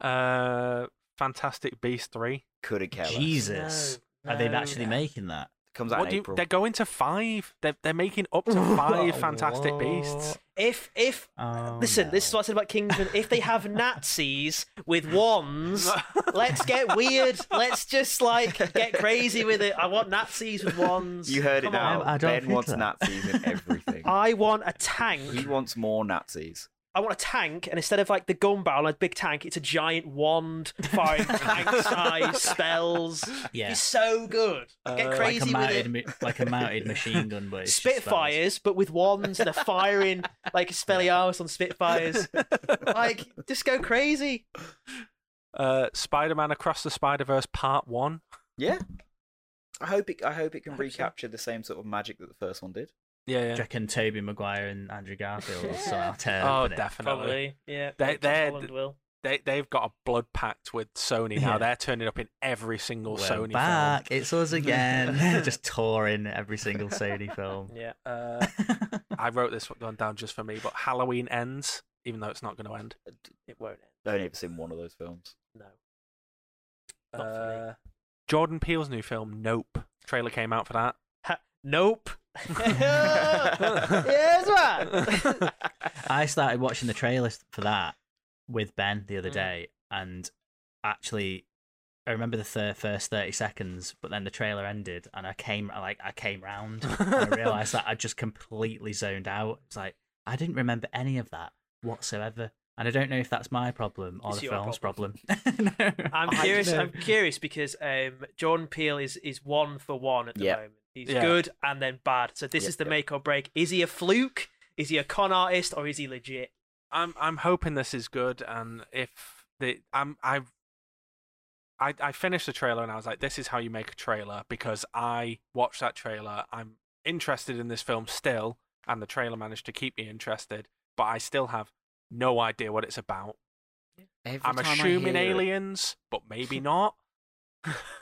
B: right.
A: Uh, Fantastic Beast three.
D: Couldn't care less.
C: Jesus,
B: No,
C: are they
B: no.
C: actually making that?
D: Comes out
A: What
D: in
A: do you,
D: April.
A: they're going to five. They're they're making up to five Fantastic Beasts.
B: If if
C: Oh,
B: listen, this is
C: no.
B: what I said about Kingsman. If they have Nazis with wands, let's get weird. Let's just like get crazy with it. I want Nazis with wands.
D: You heard it
B: Come on.
D: now.
C: I- I don't
D: ben
C: think
D: wants
C: that.
D: Nazis in everything.
B: I want a
D: he
B: tank.
D: wants more Nazis.
B: I want a tank, and instead of like the gun barrel, and a big tank, it's a giant wand firing tank-sized spells.
C: Yeah.
B: It's so good. Get
A: Uh,
B: crazy
C: like a
B: with it.
C: mounted, ma- like a mounted machine gun, but it's just spells.
B: Spitfires, but with wands and they're firing like Expelliarmus on Spitfires. like, just go crazy.
A: Uh, Spider Man Across the Spider Verse Part One.
D: Yeah. I hope it. I hope it can
A: Hope so.
D: recapture the same sort of magic that the first one did.
A: Yeah,
C: Do you
A: yeah.
C: reckon Toby Maguire and Andrew Garfield will
B: Yeah.
C: sort out tear
A: Oh,
C: open it?
A: definitely.
B: yeah.
A: They-
B: Josh
A: they're-
B: Holland will.
A: They they've got a blood pact with Sony now.
C: Yeah.
A: They're turning up in every single
C: We're
A: Sony
C: back. It's us again. just touring every single Sony film.
B: Yeah.
A: film. Uh, I wrote this one down just for me, but Halloween ends, even though it's not going to end.
B: It won't end.
D: I've only ever seen one of those films.
B: No. Not for me.
A: Uh, Jordan Peele's new film, Nope. Trailer came out for that.
B: Ha- nope. yes, man.
C: I started watching the trailer for that with Ben the other
B: Mm.
C: day, and actually, I remember the thir- first thirty seconds, but then the trailer ended, and I came like I came round. and I realised that I just completely zoned out. It's like I didn't remember any of that whatsoever, and I don't know if that's my problem or
B: It's
C: the
B: your
C: film's problem.
B: problem.
C: No,
B: I'm
C: I
B: curious.
C: don't
B: I'm
C: know.
B: curious because um, Jordan Peele is is one for one at the
D: Yeah.
B: moment. He's
A: Yeah.
B: good and then bad. So this
D: Yep,
B: is the
D: yep.
B: make or break. Is he a fluke? Is he a con artist or is he legit?
A: I'm I'm hoping this is good, and if the I'm I've I I finished the trailer and I was like, this is how you make a trailer because I watched that trailer. I'm interested in this film still, and the trailer managed to keep me interested, but I still have no idea what it's about.
D: Every
A: I'm
D: time I
A: assuming
D: hear it-
A: aliens, but maybe not.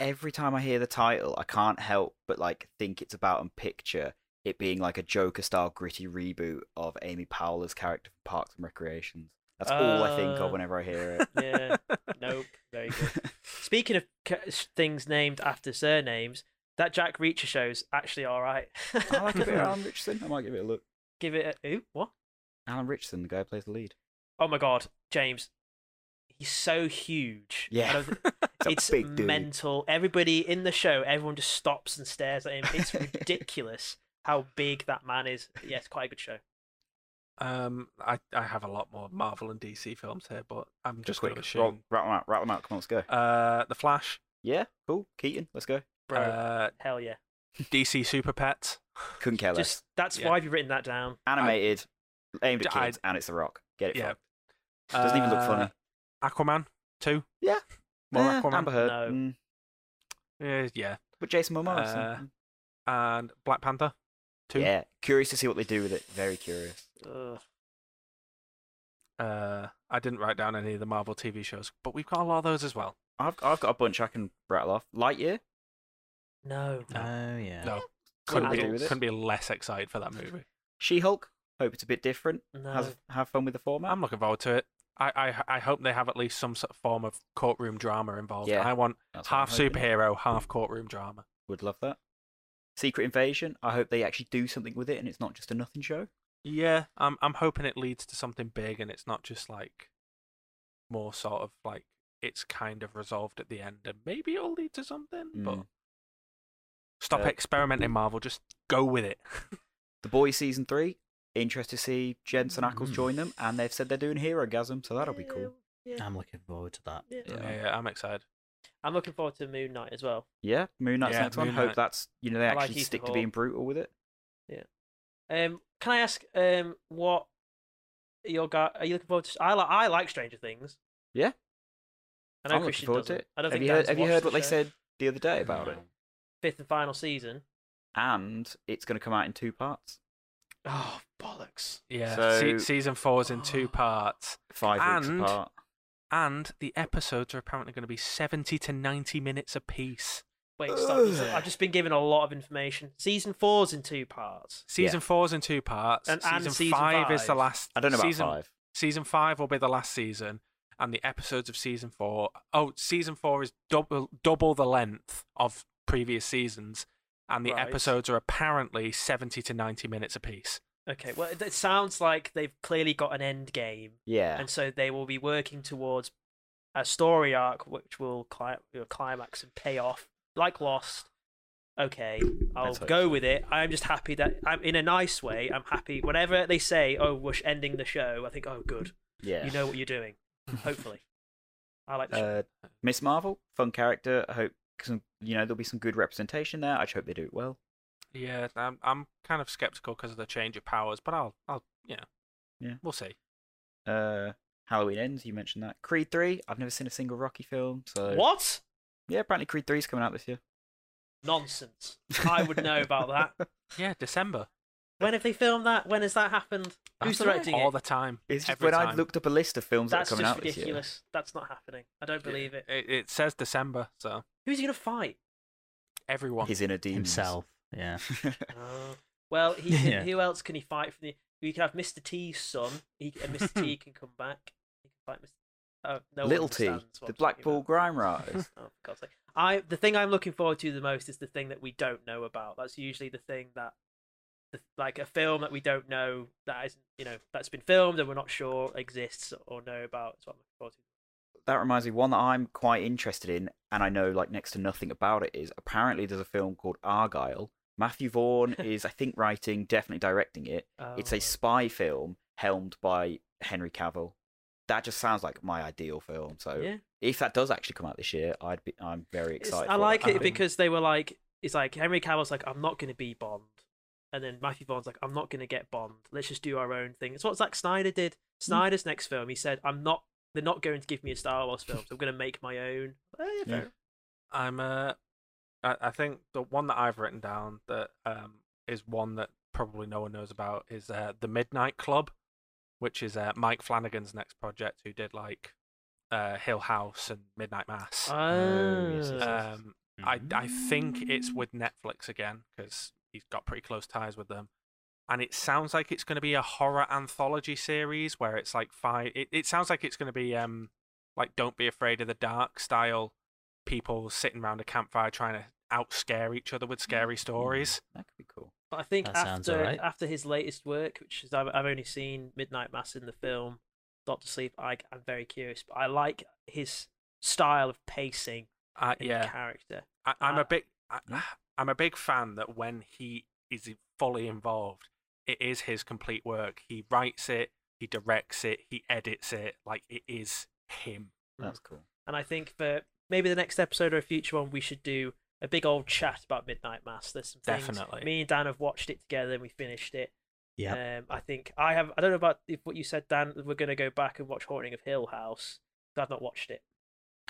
D: every time I hear the title, I can't help but like think it's about and picture it being like a Joker style gritty reboot of Amy Powell's character from Parks and Recreations. That's all I think
B: Uh.
D: of whenever I hear it.
B: Yeah. nope. Very good. Speaking of ca- s- things named after surnames, that Jack Reacher show's actually all right.
D: I like a bit of Alan Richardson. I might give it a look.
B: Give it a ooh, what?
D: Alan Richardson, the guy who plays the lead.
B: Oh my god, James, he's so huge. I
D: Yeah.
B: don't thi-
D: It's, a
B: it's
D: big dude.
B: mental. Everybody in the show, everyone just stops and stares at him. It's ridiculous how big that man is. Yeah, it's quite a good show.
A: Um, I I have a lot more Marvel and DC films here, but I'm just
D: Just
A: going
D: quick,
A: to
D: roll,
A: assume.
D: rattle them out, rattle them out. Come on, let's go.
A: Uh, the Flash,
D: Yeah, cool. Keaton, let's go.
B: Bro,
A: uh,
B: hell yeah.
A: DC Super Pets.
D: Couldn't care less.
B: Just that's
A: Yeah.
B: why you've written that down.
D: Animated, aimed at
A: I-
D: kids, and it's The Rock. Get it?
A: Yeah.
D: Yeah. Doesn't even look funny.
A: Uh, Aquaman two.
D: Yeah.
A: More
D: Eh,
A: Aquaman.
D: Amber Heard.
B: No.
D: mm,
A: Yeah, Eh, yeah.
D: but Jason Momoa. so-
A: Uh,
D: mm.
A: And Black Panther two.
D: Yeah, curious to see what they do with it. Very curious.
B: Ugh.
A: Uh, I didn't write down any of the Marvel TV shows, but we've got a lot of those as well.
D: I've I've got a bunch I can rattle off. Lightyear.
B: No.
A: No.
C: Oh yeah.
A: No,
D: What
A: couldn't
D: do
A: be,
D: we do with it?
A: couldn't be less excited for that movie.
D: She Hulk. Hope it's a bit different.
B: No.
D: Has have fun with the format.
A: Uh, I'm looking forward to it. I, I I hope they have at least some sort of form of courtroom drama involved.
D: Yeah.
A: I want
D: That's what I'm
A: half
D: hoping.
A: superhero, half courtroom drama.
D: Would love that. Secret Invasion. I hope they actually do something with it, and it's not just a nothing show.
A: Yeah, I'm I'm hoping it leads to something big and it's not just like more sort of like it's kind of resolved at the end and maybe it'll lead to something, but
D: Mm.
A: stop
D: Uh,
A: experimenting, Marvel. Just go with it.
D: The Boys season three. Interested to see Jensen Ackles
C: Mm.
D: join them, and they've said they're doing Hero Gasm, so that'll be cool. Um,
B: Yeah,
C: I'm looking forward to that.
B: yeah.
D: Yeah.
A: Yeah, I'm excited.
B: I'm looking forward to Moon Knight as well.
D: Yeah, Moon Knight's
A: Yeah,
D: next
A: Moon
D: one. Hope
A: Knight.
D: that's you know they
B: I like
D: actually
B: Ethan
D: stick to
B: Hawke.
D: being brutal with it.
B: Um, can I ask um what your guy are you looking forward to? I like I like Stranger Things.
D: Yeah.
B: I know
D: I'm looking
B: Christian
D: forward to
B: doesn't.
D: it.
B: I don't
D: have
B: think
D: you heard,
B: Dan's
D: have you
B: watched
D: heard
B: the
D: what they
B: show.
D: said the other day about it?
C: No.
B: Fifth and final season.
D: And it's going to come out in two parts.
B: Oh bollocks!
A: Yeah,
D: So-
A: se- season four is in two parts,
D: five
A: And-
D: weeks apart.
A: and the episodes are apparently going to be seventy to ninety minutes apiece.
B: Wait, stop.
D: Ugh.
B: I've just been given a lot of information. Season four's in two parts.
A: Season four's in two parts,
B: And-
A: season,
B: and season
A: five, is the
B: five.
A: last.
D: I don't know about
A: season,
D: five.
A: Season five will be the last season, and the episodes of season four. Oh, season four is double double the length of previous seasons, and the
B: Right.
A: episodes are apparently seventy to ninety minutes apiece.
B: Okay, well, it- it sounds like they've clearly got an end game,
D: Yeah.
B: and so they will be working towards a story arc which will cli- will climax and pay off like Lost. Okay, I'll
D: Let's hope
B: go
D: so.
B: with it. I'm just happy that I'm in a nice way. I'm happy whenever they say, "Oh, we're sh- ending the show." I think, "Oh, good,
D: yeah.
B: you know what you're doing." Hopefully, I like the show.
D: uh, Miss Marvel, fun character. I hope some, you know there'll be some good representation there. I just hope they do it well.
A: Yeah, I'm I'm kind of skeptical because of the change of powers, but I'll I'll you know,
D: Yeah.
A: we'll see.
D: Uh, Halloween ends. You mentioned that. Creed three. I've never seen a single Rocky film. So
B: What
D: Yeah, apparently Creed three is coming out this year.
B: nonsense! I would know about that.
A: Yeah, December.
B: When have they filmed that? When has that happened? Who's
A: That's
B: directing
A: all
B: it?
A: the time?
D: It's just
A: every
D: when I
A: time.
D: looked up a list of films
B: That's
D: that are coming
B: just
D: out this year.
B: ridiculous. That's not happening. I don't believe it.
A: it, it says December, so
B: Who's he gonna fight?
A: everyone.
D: His inner demons.
C: Himself. Yeah.
B: Oh. Well, he can,
C: Yeah.
B: who else can he fight from the? We can have Mr. T's son. He, and Mr. T can come back. He can fight Mr. Oh, no one
D: Little T,
B: understands what
D: the
B: I'm talking
D: Blackpool
B: about.
D: Grime Riders.
B: Oh, for God's sake. I the thing I'm looking forward to the most is the thing that we don't know about. That's usually the thing that, the, like a film that we don't know that is you know that's been filmed and we're not sure exists or know about. That's what I'm looking forward to.
D: that reminds me one that I'm quite interested in, and I know like next to nothing about it is apparently there's a film called Argyle. Matthew Vaughan is I think writing, definitely directing it. It's
B: Oh.
D: a spy film helmed by Henry Cavill. That just sounds like my ideal film. So
B: yeah.
D: if that does actually come out this year, I'd be I'm very
B: It's-
D: excited.
B: I
D: for
B: like
D: that.
B: it because they were like, it's like Henry Cavill's like, I'm not gonna be Bond, and then Matthew Bond's like, I'm not gonna get Bond. Let's just do our own thing. It's what Zack Snyder did. Snyder's next film, he said, I'm not. They're not going to give me a Star Wars film, so I'm gonna make my own. Eh, fair
F: Yeah.
B: enough.
A: I'm uh, I, I think the one that I've written down that um is one that probably no one knows about is uh the Midnight Club, which is uh Mike Flanagan's next project, who did like uh Hill House and Midnight Mass.
D: Oh, yes, yes, yes.
B: Ah.
A: Um, I
C: Mm-hmm.
A: I think it's with Netflix again because he's got pretty close ties with them, and it sounds like it's going to be a horror anthology series where it's like five. It, it sounds like it's going to be um like Don't Be Afraid of the Dark style people sitting around a campfire trying to out scare each other with scary stories.
D: That could be cool.
B: But I think
C: That sounds
B: after
C: alright.
B: after his latest work, which is I've, I've only seen Midnight Mass in the film Doctor Sleep, I, I'm very curious. But I like his style of pacing
A: Uh,
B: and
A: yeah,
B: character.
A: I, I'm
B: Uh,
A: a big I, I'm a big fan that when he is i- fully involved, it is his complete work. He writes it, he directs it, he edits it. Like it is him.
D: That's cool.
B: And I think for maybe the next episode or a future one, we should do a big old chat about Midnight Mass. There's some things-
A: Definitely.
B: Me and Dan have watched it together and we finished it.
C: Yeah.
B: Um, I think I have. I don't know about if what you said, Dan. We're going to go back and watch Haunting of Hill House. 'cause I've not watched it.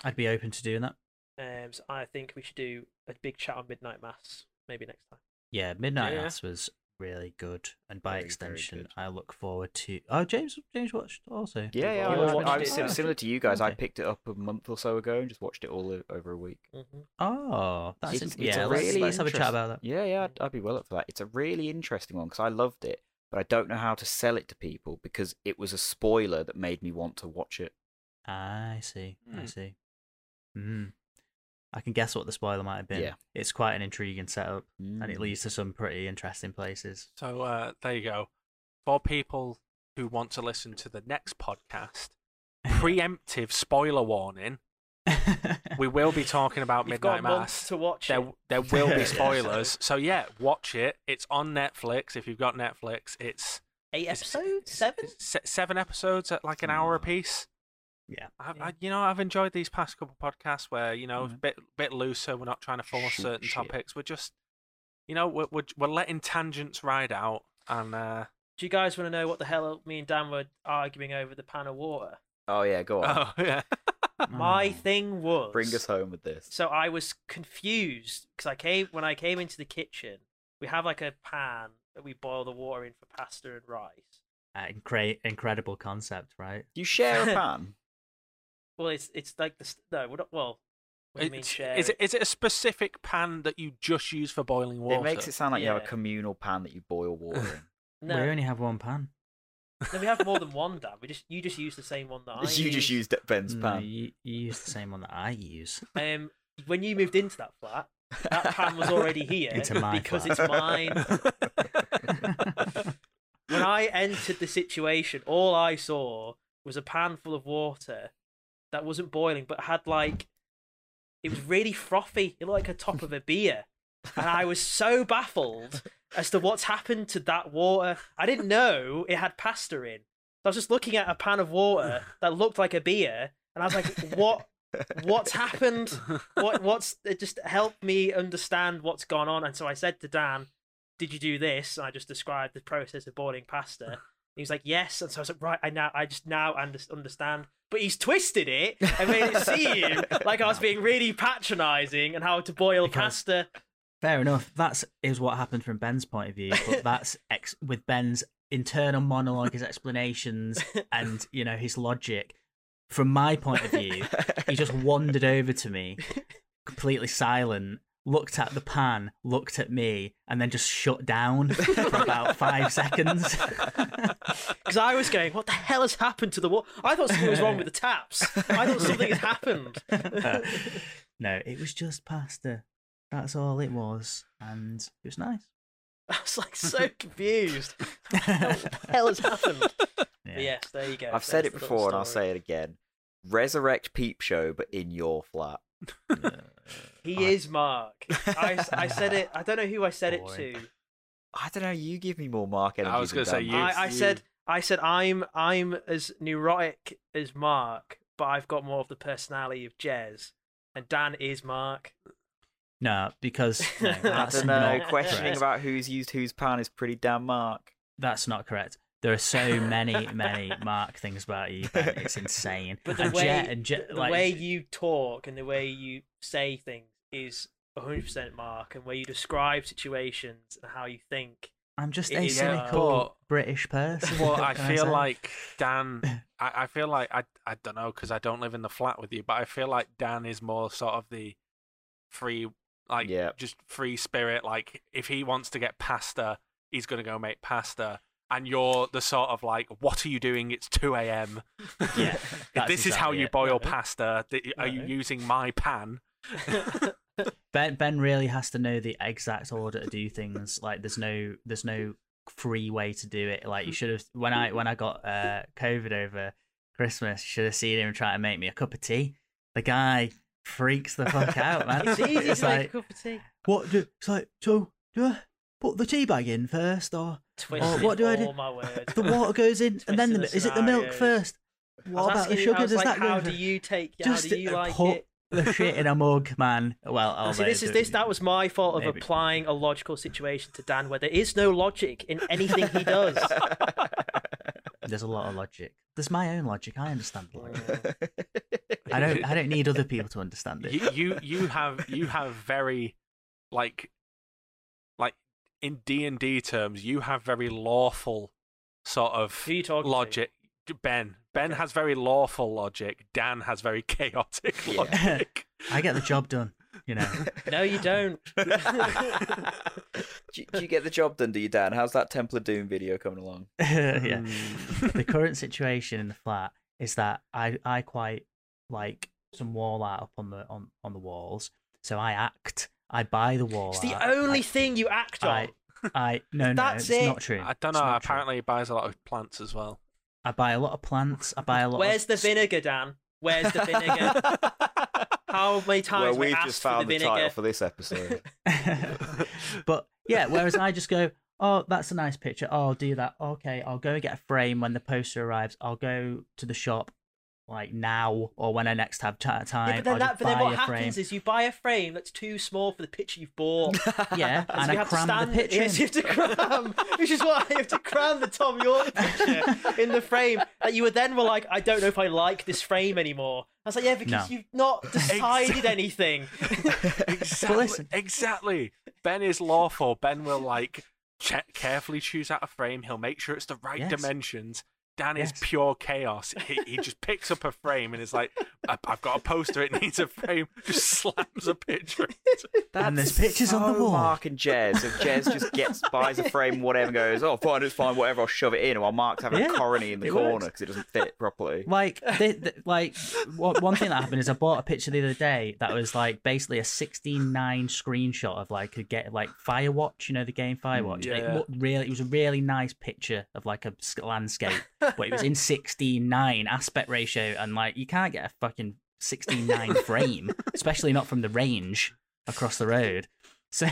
F: I'd be open to doing that.
B: Um, so I think we should do a big chat on Midnight Mass maybe next time.
C: Yeah, Midnight
A: Yeah.
C: Mass was really good, and by
D: Very, very
C: extension,
D: good.
C: I look forward to. Oh, James, James watched also.
D: Yeah, yeah.
B: all
D: I,
B: watched
D: I, am
B: it.
D: sim- uh, similar to you guys. I
C: Okay.
D: picked it up a month or so ago and just watched it all o- over a week.
B: Mm-hmm.
C: Oh, that's
D: It's-
C: in-
D: it's
C: yeah. let's
D: really
C: let's have a chat
D: interest-
C: about that.
D: Yeah, yeah, I'd, I'd be well up for that. It's a really interesting one because I loved it, but I don't know how to sell it to people because it was a spoiler that made me want to watch it.
C: I see. I
A: Hmm.
C: see. Mm. I can guess what the spoiler might have been.
D: Yeah.
C: It's quite an intriguing setup, and it
D: Mm.
C: leads to some pretty interesting places.
A: So uh, there you go. For people who want to listen to the next podcast, preemptive spoiler warning: we will be talking about
B: You've
A: Midnight
B: got
A: Mass.
B: months to watch it.
A: There, there will be
C: Yeah.
A: spoilers. so yeah, watch it. It's on Netflix. If you've got Netflix, it's
B: Eight
A: it's-
B: episodes, seven.
A: it's se- seven episodes at like an hour apiece.
C: Yeah.
A: I,
B: Mm. Yeah. Mm-hmm.
A: I, you know, I've enjoyed these past couple podcasts where you know it's a
D: Mhm.
A: bit bit looser. We're not trying to force
D: Shoot
A: certain
D: shit.
A: topics. We're just, you know, we're we're, we're letting tangents ride out and. uh
B: Do you guys want to know what the hell me and Dan were arguing over the pan of water?
D: Oh yeah, go on.
A: Oh yeah.
B: My
C: Mm.
B: thing was
D: Bring us home with this.
B: So I was confused because I came when I came into the kitchen. We have like a pan that we boil the water in for pasta and rice.
C: Uh, incre- incredible concept, right?
D: You share a pan.
B: Well, it's it's like the st- no, we're not. Well, what do you mean
A: It's-
B: share?
A: Is it is it a specific pan that you just use for boiling water?
D: it makes it sound like you have
B: Yeah.
D: a communal pan that you boil water in.
B: No,
C: We only have one pan.
B: no, we have more than one, Dan. We just you just use the same one that I
D: you
B: use.
D: just used Ben's
C: No,
D: pan.
C: Mm, you, you use the same one that I use.
B: Um, when you moved into that flat, that pan was already here
C: Into my
B: because
C: flat.
B: it's mine. when I entered the situation, all I saw was a pan full of water that wasn't boiling, but had like it was really frothy. It looked like a top of a beer, and I was so baffled as to what's happened to that water. I didn't know it had pasta in. I was just looking at a pan of water that looked like a beer, and I was like, "What? What's happened? What? What's?" It just helped me understand what's gone on, and so I said to Dan, "Did you do this?" And I just described the process of boiling pasta. And he was like, "Yes," and so I was like, "Right, I now, I just now under- understand." But he's twisted it and made it seem like I was being really patronising and how to boil
C: Because-
B: pasta.
C: Fair enough. That's is what happened from Ben's point of view, but that's ex- with Ben's internal monologue, his explanations, and you know his logic. From my point of view, he just wandered over to me, completely silent, looked at the pan, looked at me, and then just shut down for about five seconds.
B: Because I was going, what the hell has happened to the water? I thought something was wrong with the taps. I thought something had happened.
C: no, it was just pasta. That's all it was, and it was nice.
B: I was like so confused. What the hell has happened? But yes, there you go.
D: I've said
B: There's
D: it
B: the little
D: before and I'll
B: story.
D: say it again. Resurrect Peep Show, but in your flat.
B: He is Mark. I, I said it. I don't know who I said it
C: Boring.
B: to.
D: I don't know. You give me more Mark energy.
A: was
D: than
A: gonna say
D: Dan.
A: you.
B: I, I said I said I'm I'm as neurotic as Mark, but I've got more of the personality of Jez, and Dan is Mark.
C: No, because no,
B: I
D: I
C: that's
D: don't know.
C: not
D: Questioning
C: correct.
D: about who's used whose pan is pretty damn mark.
C: That's not correct. There are so many, many Mark things about you, Ben. It's insane.
B: But the
C: and
B: way
C: Jet, and Jet,
B: the
C: like,
B: way you talk and the way you say things is 100% Mark, and where you describe situations and how you think.
C: I'm just
B: it
C: a
B: is,
A: uh,
C: cynical
A: but-
C: British person.
A: Well,
C: what
A: I
C: can
A: feel
C: say?
A: like Dan. I, I feel like I I don't know because I don't live in the flat with you, but I feel like Dan is more sort of the free, like
D: Yeah.
A: just free spirit. Like if he wants to get pasta, he's gonna go make pasta. And you're the sort of like, what are you doing? It's two a.m.
C: yeah, that's
A: this is how
C: exactly
A: you
C: it.
A: boil
B: No.
A: pasta. Th- Are you
B: No.
A: using my pan?
C: Ben Ben really has to know the exact order to do things. Like there's no there's no free way to do it.
B: Mm.
C: Like you should have when I when I got uh COVID over Christmas, you should have seen him try to make me a cup of tea. The guy freaks the fuck out, man.
B: it's easy to make a
C: like
B: cup of tea.
C: what do it's like so do I put the tea bag in first or
B: Twisted
C: "Oh, what do I do?
B: all my words.
C: the water goes in and then the, mi-
B: Twisted the
C: is it the milk
B: scenarios.
C: first?
B: I was
C: What about the
B: asking you- I
C: sugar?
B: was
C: Does
B: like,
C: that go
B: How
C: in
B: do
C: fir-
B: you take?
C: Just
B: how do you
C: uh,
B: like
C: put
B: it?
C: the shit in a mug, Oh, man? Well, I'll
B: And see, this is this. That was my fault of
C: Maybe.
B: applying a logical situation to Dan, where there is no logic in anything he does.
C: There's a lot of logic. There's my own logic. I understand logic. I don't. I don't need other people to understand it.
A: you, you you have you have very like like in D and D terms, you have very lawful sort of
B: Who are you talking to?
A: logic. Ben Ben has very lawful logic. Dan has very chaotic
D: Yeah.
A: logic.
C: I get the job done. You know.
B: No, you don't.
D: do, do you get the job done, do you, Dan? How's that Temple of Doom video coming along?
C: yeah.
B: Mm.
C: The current situation in the flat is that I I quite like some wall art up on the on on the walls. So I act. I buy the wall
B: It's
C: art.
B: the only
C: I-
B: thing you act on.
C: I, I no no.
B: That's
C: it's
B: it.
C: not true.
A: I don't
C: It's
A: know.
C: not true.
A: Apparently, he buys a lot of plants as well.
C: I buy a lot of plants. I buy a lot.
B: Where's
C: of...
B: the vinegar, Dan? Where's the vinegar? How many times
D: well,
B: have
D: we've
B: we asked
D: just
B: for
D: found
B: the
D: the,
B: vinegar?
D: title for this episode.
C: but yeah, whereas I just go, oh, that's a nice picture. Oh, I'll do that. Okay, I'll go and get a frame when the poster arrives. I'll go to the shop like now or when I next have ti- time.
B: yeah, but then,
C: I'll
B: that,
C: just
B: but then
C: buy
B: what
C: a frame.
B: happens is you buy a frame that's too small for the picture you've bought.
C: yeah,
B: So
C: and
B: you
C: I
B: have to
C: cram the
B: stand,
C: picture.
B: Yes, you
C: in.
B: have to cram, which is why you have to cram the Tom York picture in the frame. That you were then were like, I don't know if I like this frame anymore. I was like, yeah, because
C: No.
B: you've not decided anything.
A: exactly.
C: listen.
A: Exactly. Ben is lawful. Ben will like check, carefully choose out a frame. He'll make sure it's the right
C: Yes.
A: dimensions. Dan is
C: Yes.
A: pure chaos. He, he just picks up a frame and is like, "I- "I've got a poster. It needs a frame." Just slams a picture. into it.
C: And there's pictures on the
D: so
C: wall.
D: Mark and Jez. If Jez just gets buys a frame, whatever, and goes, oh, fine, it's fine, whatever, I'll shove it in, while Mark's having
C: Yeah,
D: a corony in the
C: it
D: corner
C: works.
D: because it doesn't fit properly.
C: Like, th th like one one thing that happened is I bought a picture the other day that was like basically a 16:9 screenshot of like a get like Firewatch, you know, the game Firewatch.
A: yeah.
C: It looked really, it was a really nice picture of like a s- landscape, but it was in 16:9 aspect ratio, and like you can't get a fucking 16:9 frame, especially not from the range across the road. So,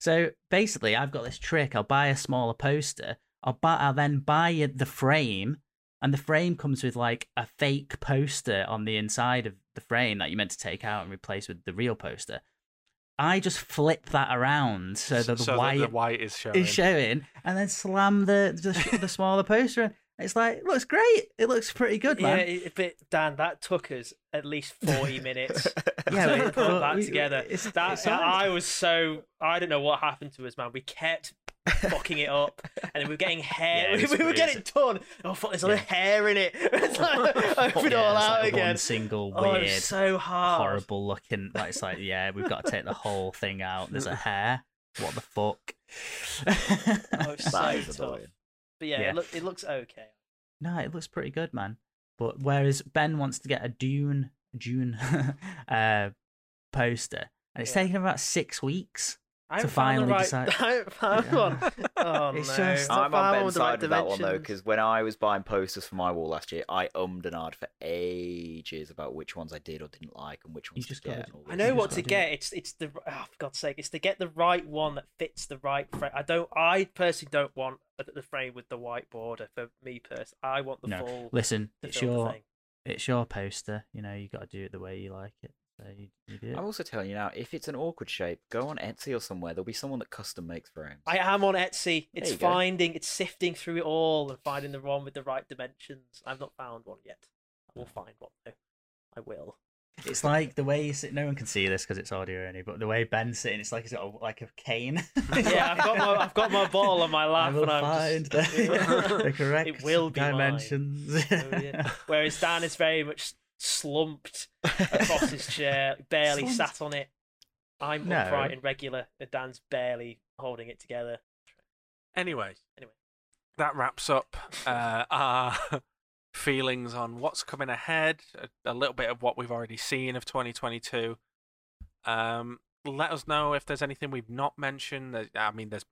C: so basically, I've got this trick. I'll buy a smaller poster. I'll buy. I'll then buy the frame, and the frame comes with like a fake poster on the inside of the frame that you meant to take out and replace with the real poster. I just flip that around so that the
A: so
C: white
A: the white is showing.
C: is showing, and then slam the the, the smaller poster. in. It's like looks great. It looks pretty good,
B: yeah,
C: man.
B: it- but Dan, that took us at least 40 minutes.
C: Yeah,
B: to
C: but it-
B: put
C: but
B: that
C: we-
B: together.
C: it's-
B: that
C: it's all right.
B: I was so I don't know what happened to us, man. We kept fucking it up, and then we were getting hair.
C: Yeah, it
B: we,
C: was
B: were
C: weird.
B: getting done. Oh fuck, there's a lot of hair in it. it's like, open it
C: Yeah,
B: all
C: it's
B: out
C: like
B: again.
C: One single
B: Oh, it
C: weird.
B: was so hard.
C: horrible looking. Like it's like, yeah, we've got to take the whole thing out. There's a hair. What the
B: Oh,
C: fuck?
B: it was so
D: That is
B: tough.
D: annoying.
B: But yeah,
C: Yeah.
B: It, look, it looks okay.
C: no, it looks pretty good, man. But whereas Ben wants to get a Dune Dune uh, poster, and it's
B: Yeah.
C: taken about six weeks.
B: I haven't
C: To
B: found the
C: finally
B: right,
C: decide-
B: I haven't found
C: Yeah.
B: one. Oh
C: It's
B: no,
C: just-
B: I haven't
D: I'm on
B: found one
D: Ben's
B: with the right
D: side with that one though,
B: dimensions.
D: because when I was buying posters for my wall last year, I ummed and ahed for ages about which ones I did or didn't like and which ones
C: just
D: to
C: gotta
D: get.
C: do-
D: and all
B: I
D: this
B: know
C: You
D: sort
B: what
D: of
C: just
B: to
C: gotta do
B: get. It's it's the oh, for God's sake, it's to get the right one that fits the right frame. I don't. I personally don't want the- the frame with the white border. For me personally, I want the
C: No.
B: full.
C: Listen,
B: to
C: it's
B: fill the
C: your
B: thing.
C: it's your poster. You know, you got to do it the way you like it.
E: So you, you do.
D: I'm also telling you now, if it's an awkward shape, go on Etsy or somewhere. There'll be someone that custom makes frames.
B: I am on Etsy.
D: There
B: It's
D: you go.
B: finding, it's sifting through it all and finding the one with the right dimensions. I've not found one yet. I will find one though. I will.
E: It's like the way you sit. No one can see this because it's audio only, but the way Ben's sitting, it's like he's got a, like a cane.
B: Yeah, I've got my I've got my bottle on my lap
E: I will
B: and I'm
E: find
B: just...
E: the, the correct
B: It will be mine.
E: dimensions.
B: Oh, yeah. Whereas Dan is very much slumped across his chair, barely
E: Slumped.
B: sat on it. I'm
E: No.
B: upright and regular, and Dan's barely holding it together.
A: Anyway,
B: Anyway.
A: that wraps up uh, our feelings on what's coming ahead. A, a little bit of what we've already seen of 2022. Um, let us know if there's anything we've not mentioned. There- I mean, there's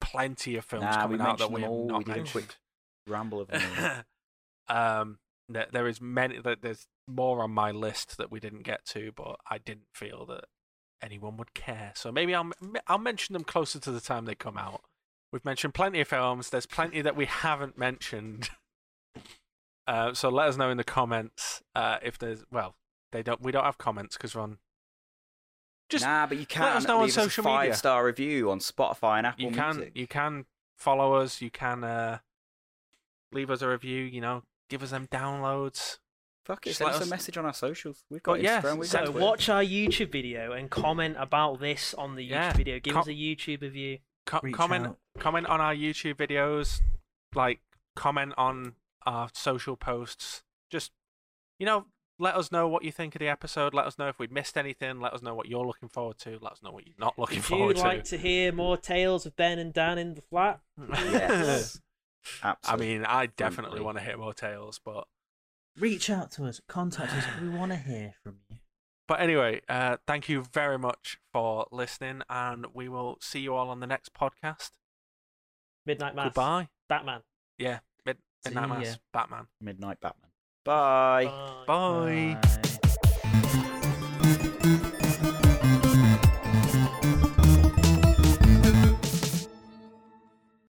A: plenty of films
D: Nah, we
A: coming out that
D: mentioned
A: we
D: them
A: have
D: all.
A: not
D: We did a
A: mentioned.
D: quick Ramble of them.
E: Mm.
A: um, there, there is many that there's more on my list that we didn't get to, but I didn't feel that anyone would care. So maybe I'll I'll mention them closer to the time they come out. We've mentioned plenty of films. There's plenty that we haven't mentioned. Uh, so let us know in the comments uh, if there's well they don't we don't have comments because we're on Just
D: nah, but you can
A: us know on
D: leave us
A: social
D: a
A: media.
D: five star review on Spotify and Apple
A: you can
D: Music.
A: you can follow us you can uh, leave us a review you know give us them downloads
D: Fuck it,
A: just
D: send
A: let
D: us a
A: us-
D: message on our socials. We've
A: Oh,
D: got
A: yes,
D: Instagram. We've
A: send-
D: got
B: So
D: Twitter.
B: watch our YouTube video and comment about this on the YouTube
A: Yeah.
B: video. Give us a
A: Com-
B: YouTube review.
A: Co-
E: Reach
A: comment
E: out.
A: comment on our YouTube videos, like comment on our social posts. Just you know, let us know what you think of the episode. Let us know if we missed anything. Let us know what you're looking forward to. Let us know what you're not looking
B: If you'd
A: forward
B: like to hear more tales of Ben and Dan in the flat,
A: to.
D: Yes.
A: I
D: Absolutely.
A: mean, I definitely
D: Frankly.
A: want to hear more tales, but
E: Reach out to us. Contact us. We want to hear from you.
A: but anyway, uh, thank you very much for listening, and we will see you all on the next podcast.
B: Midnight Mass,
A: Goodbye.
B: Batman.
A: Yeah, mid-
E: See
A: midnight mass,
E: ya.
A: Batman.
D: Midnight Batman. Bye.
B: Bye.
A: Bye.
E: Bye.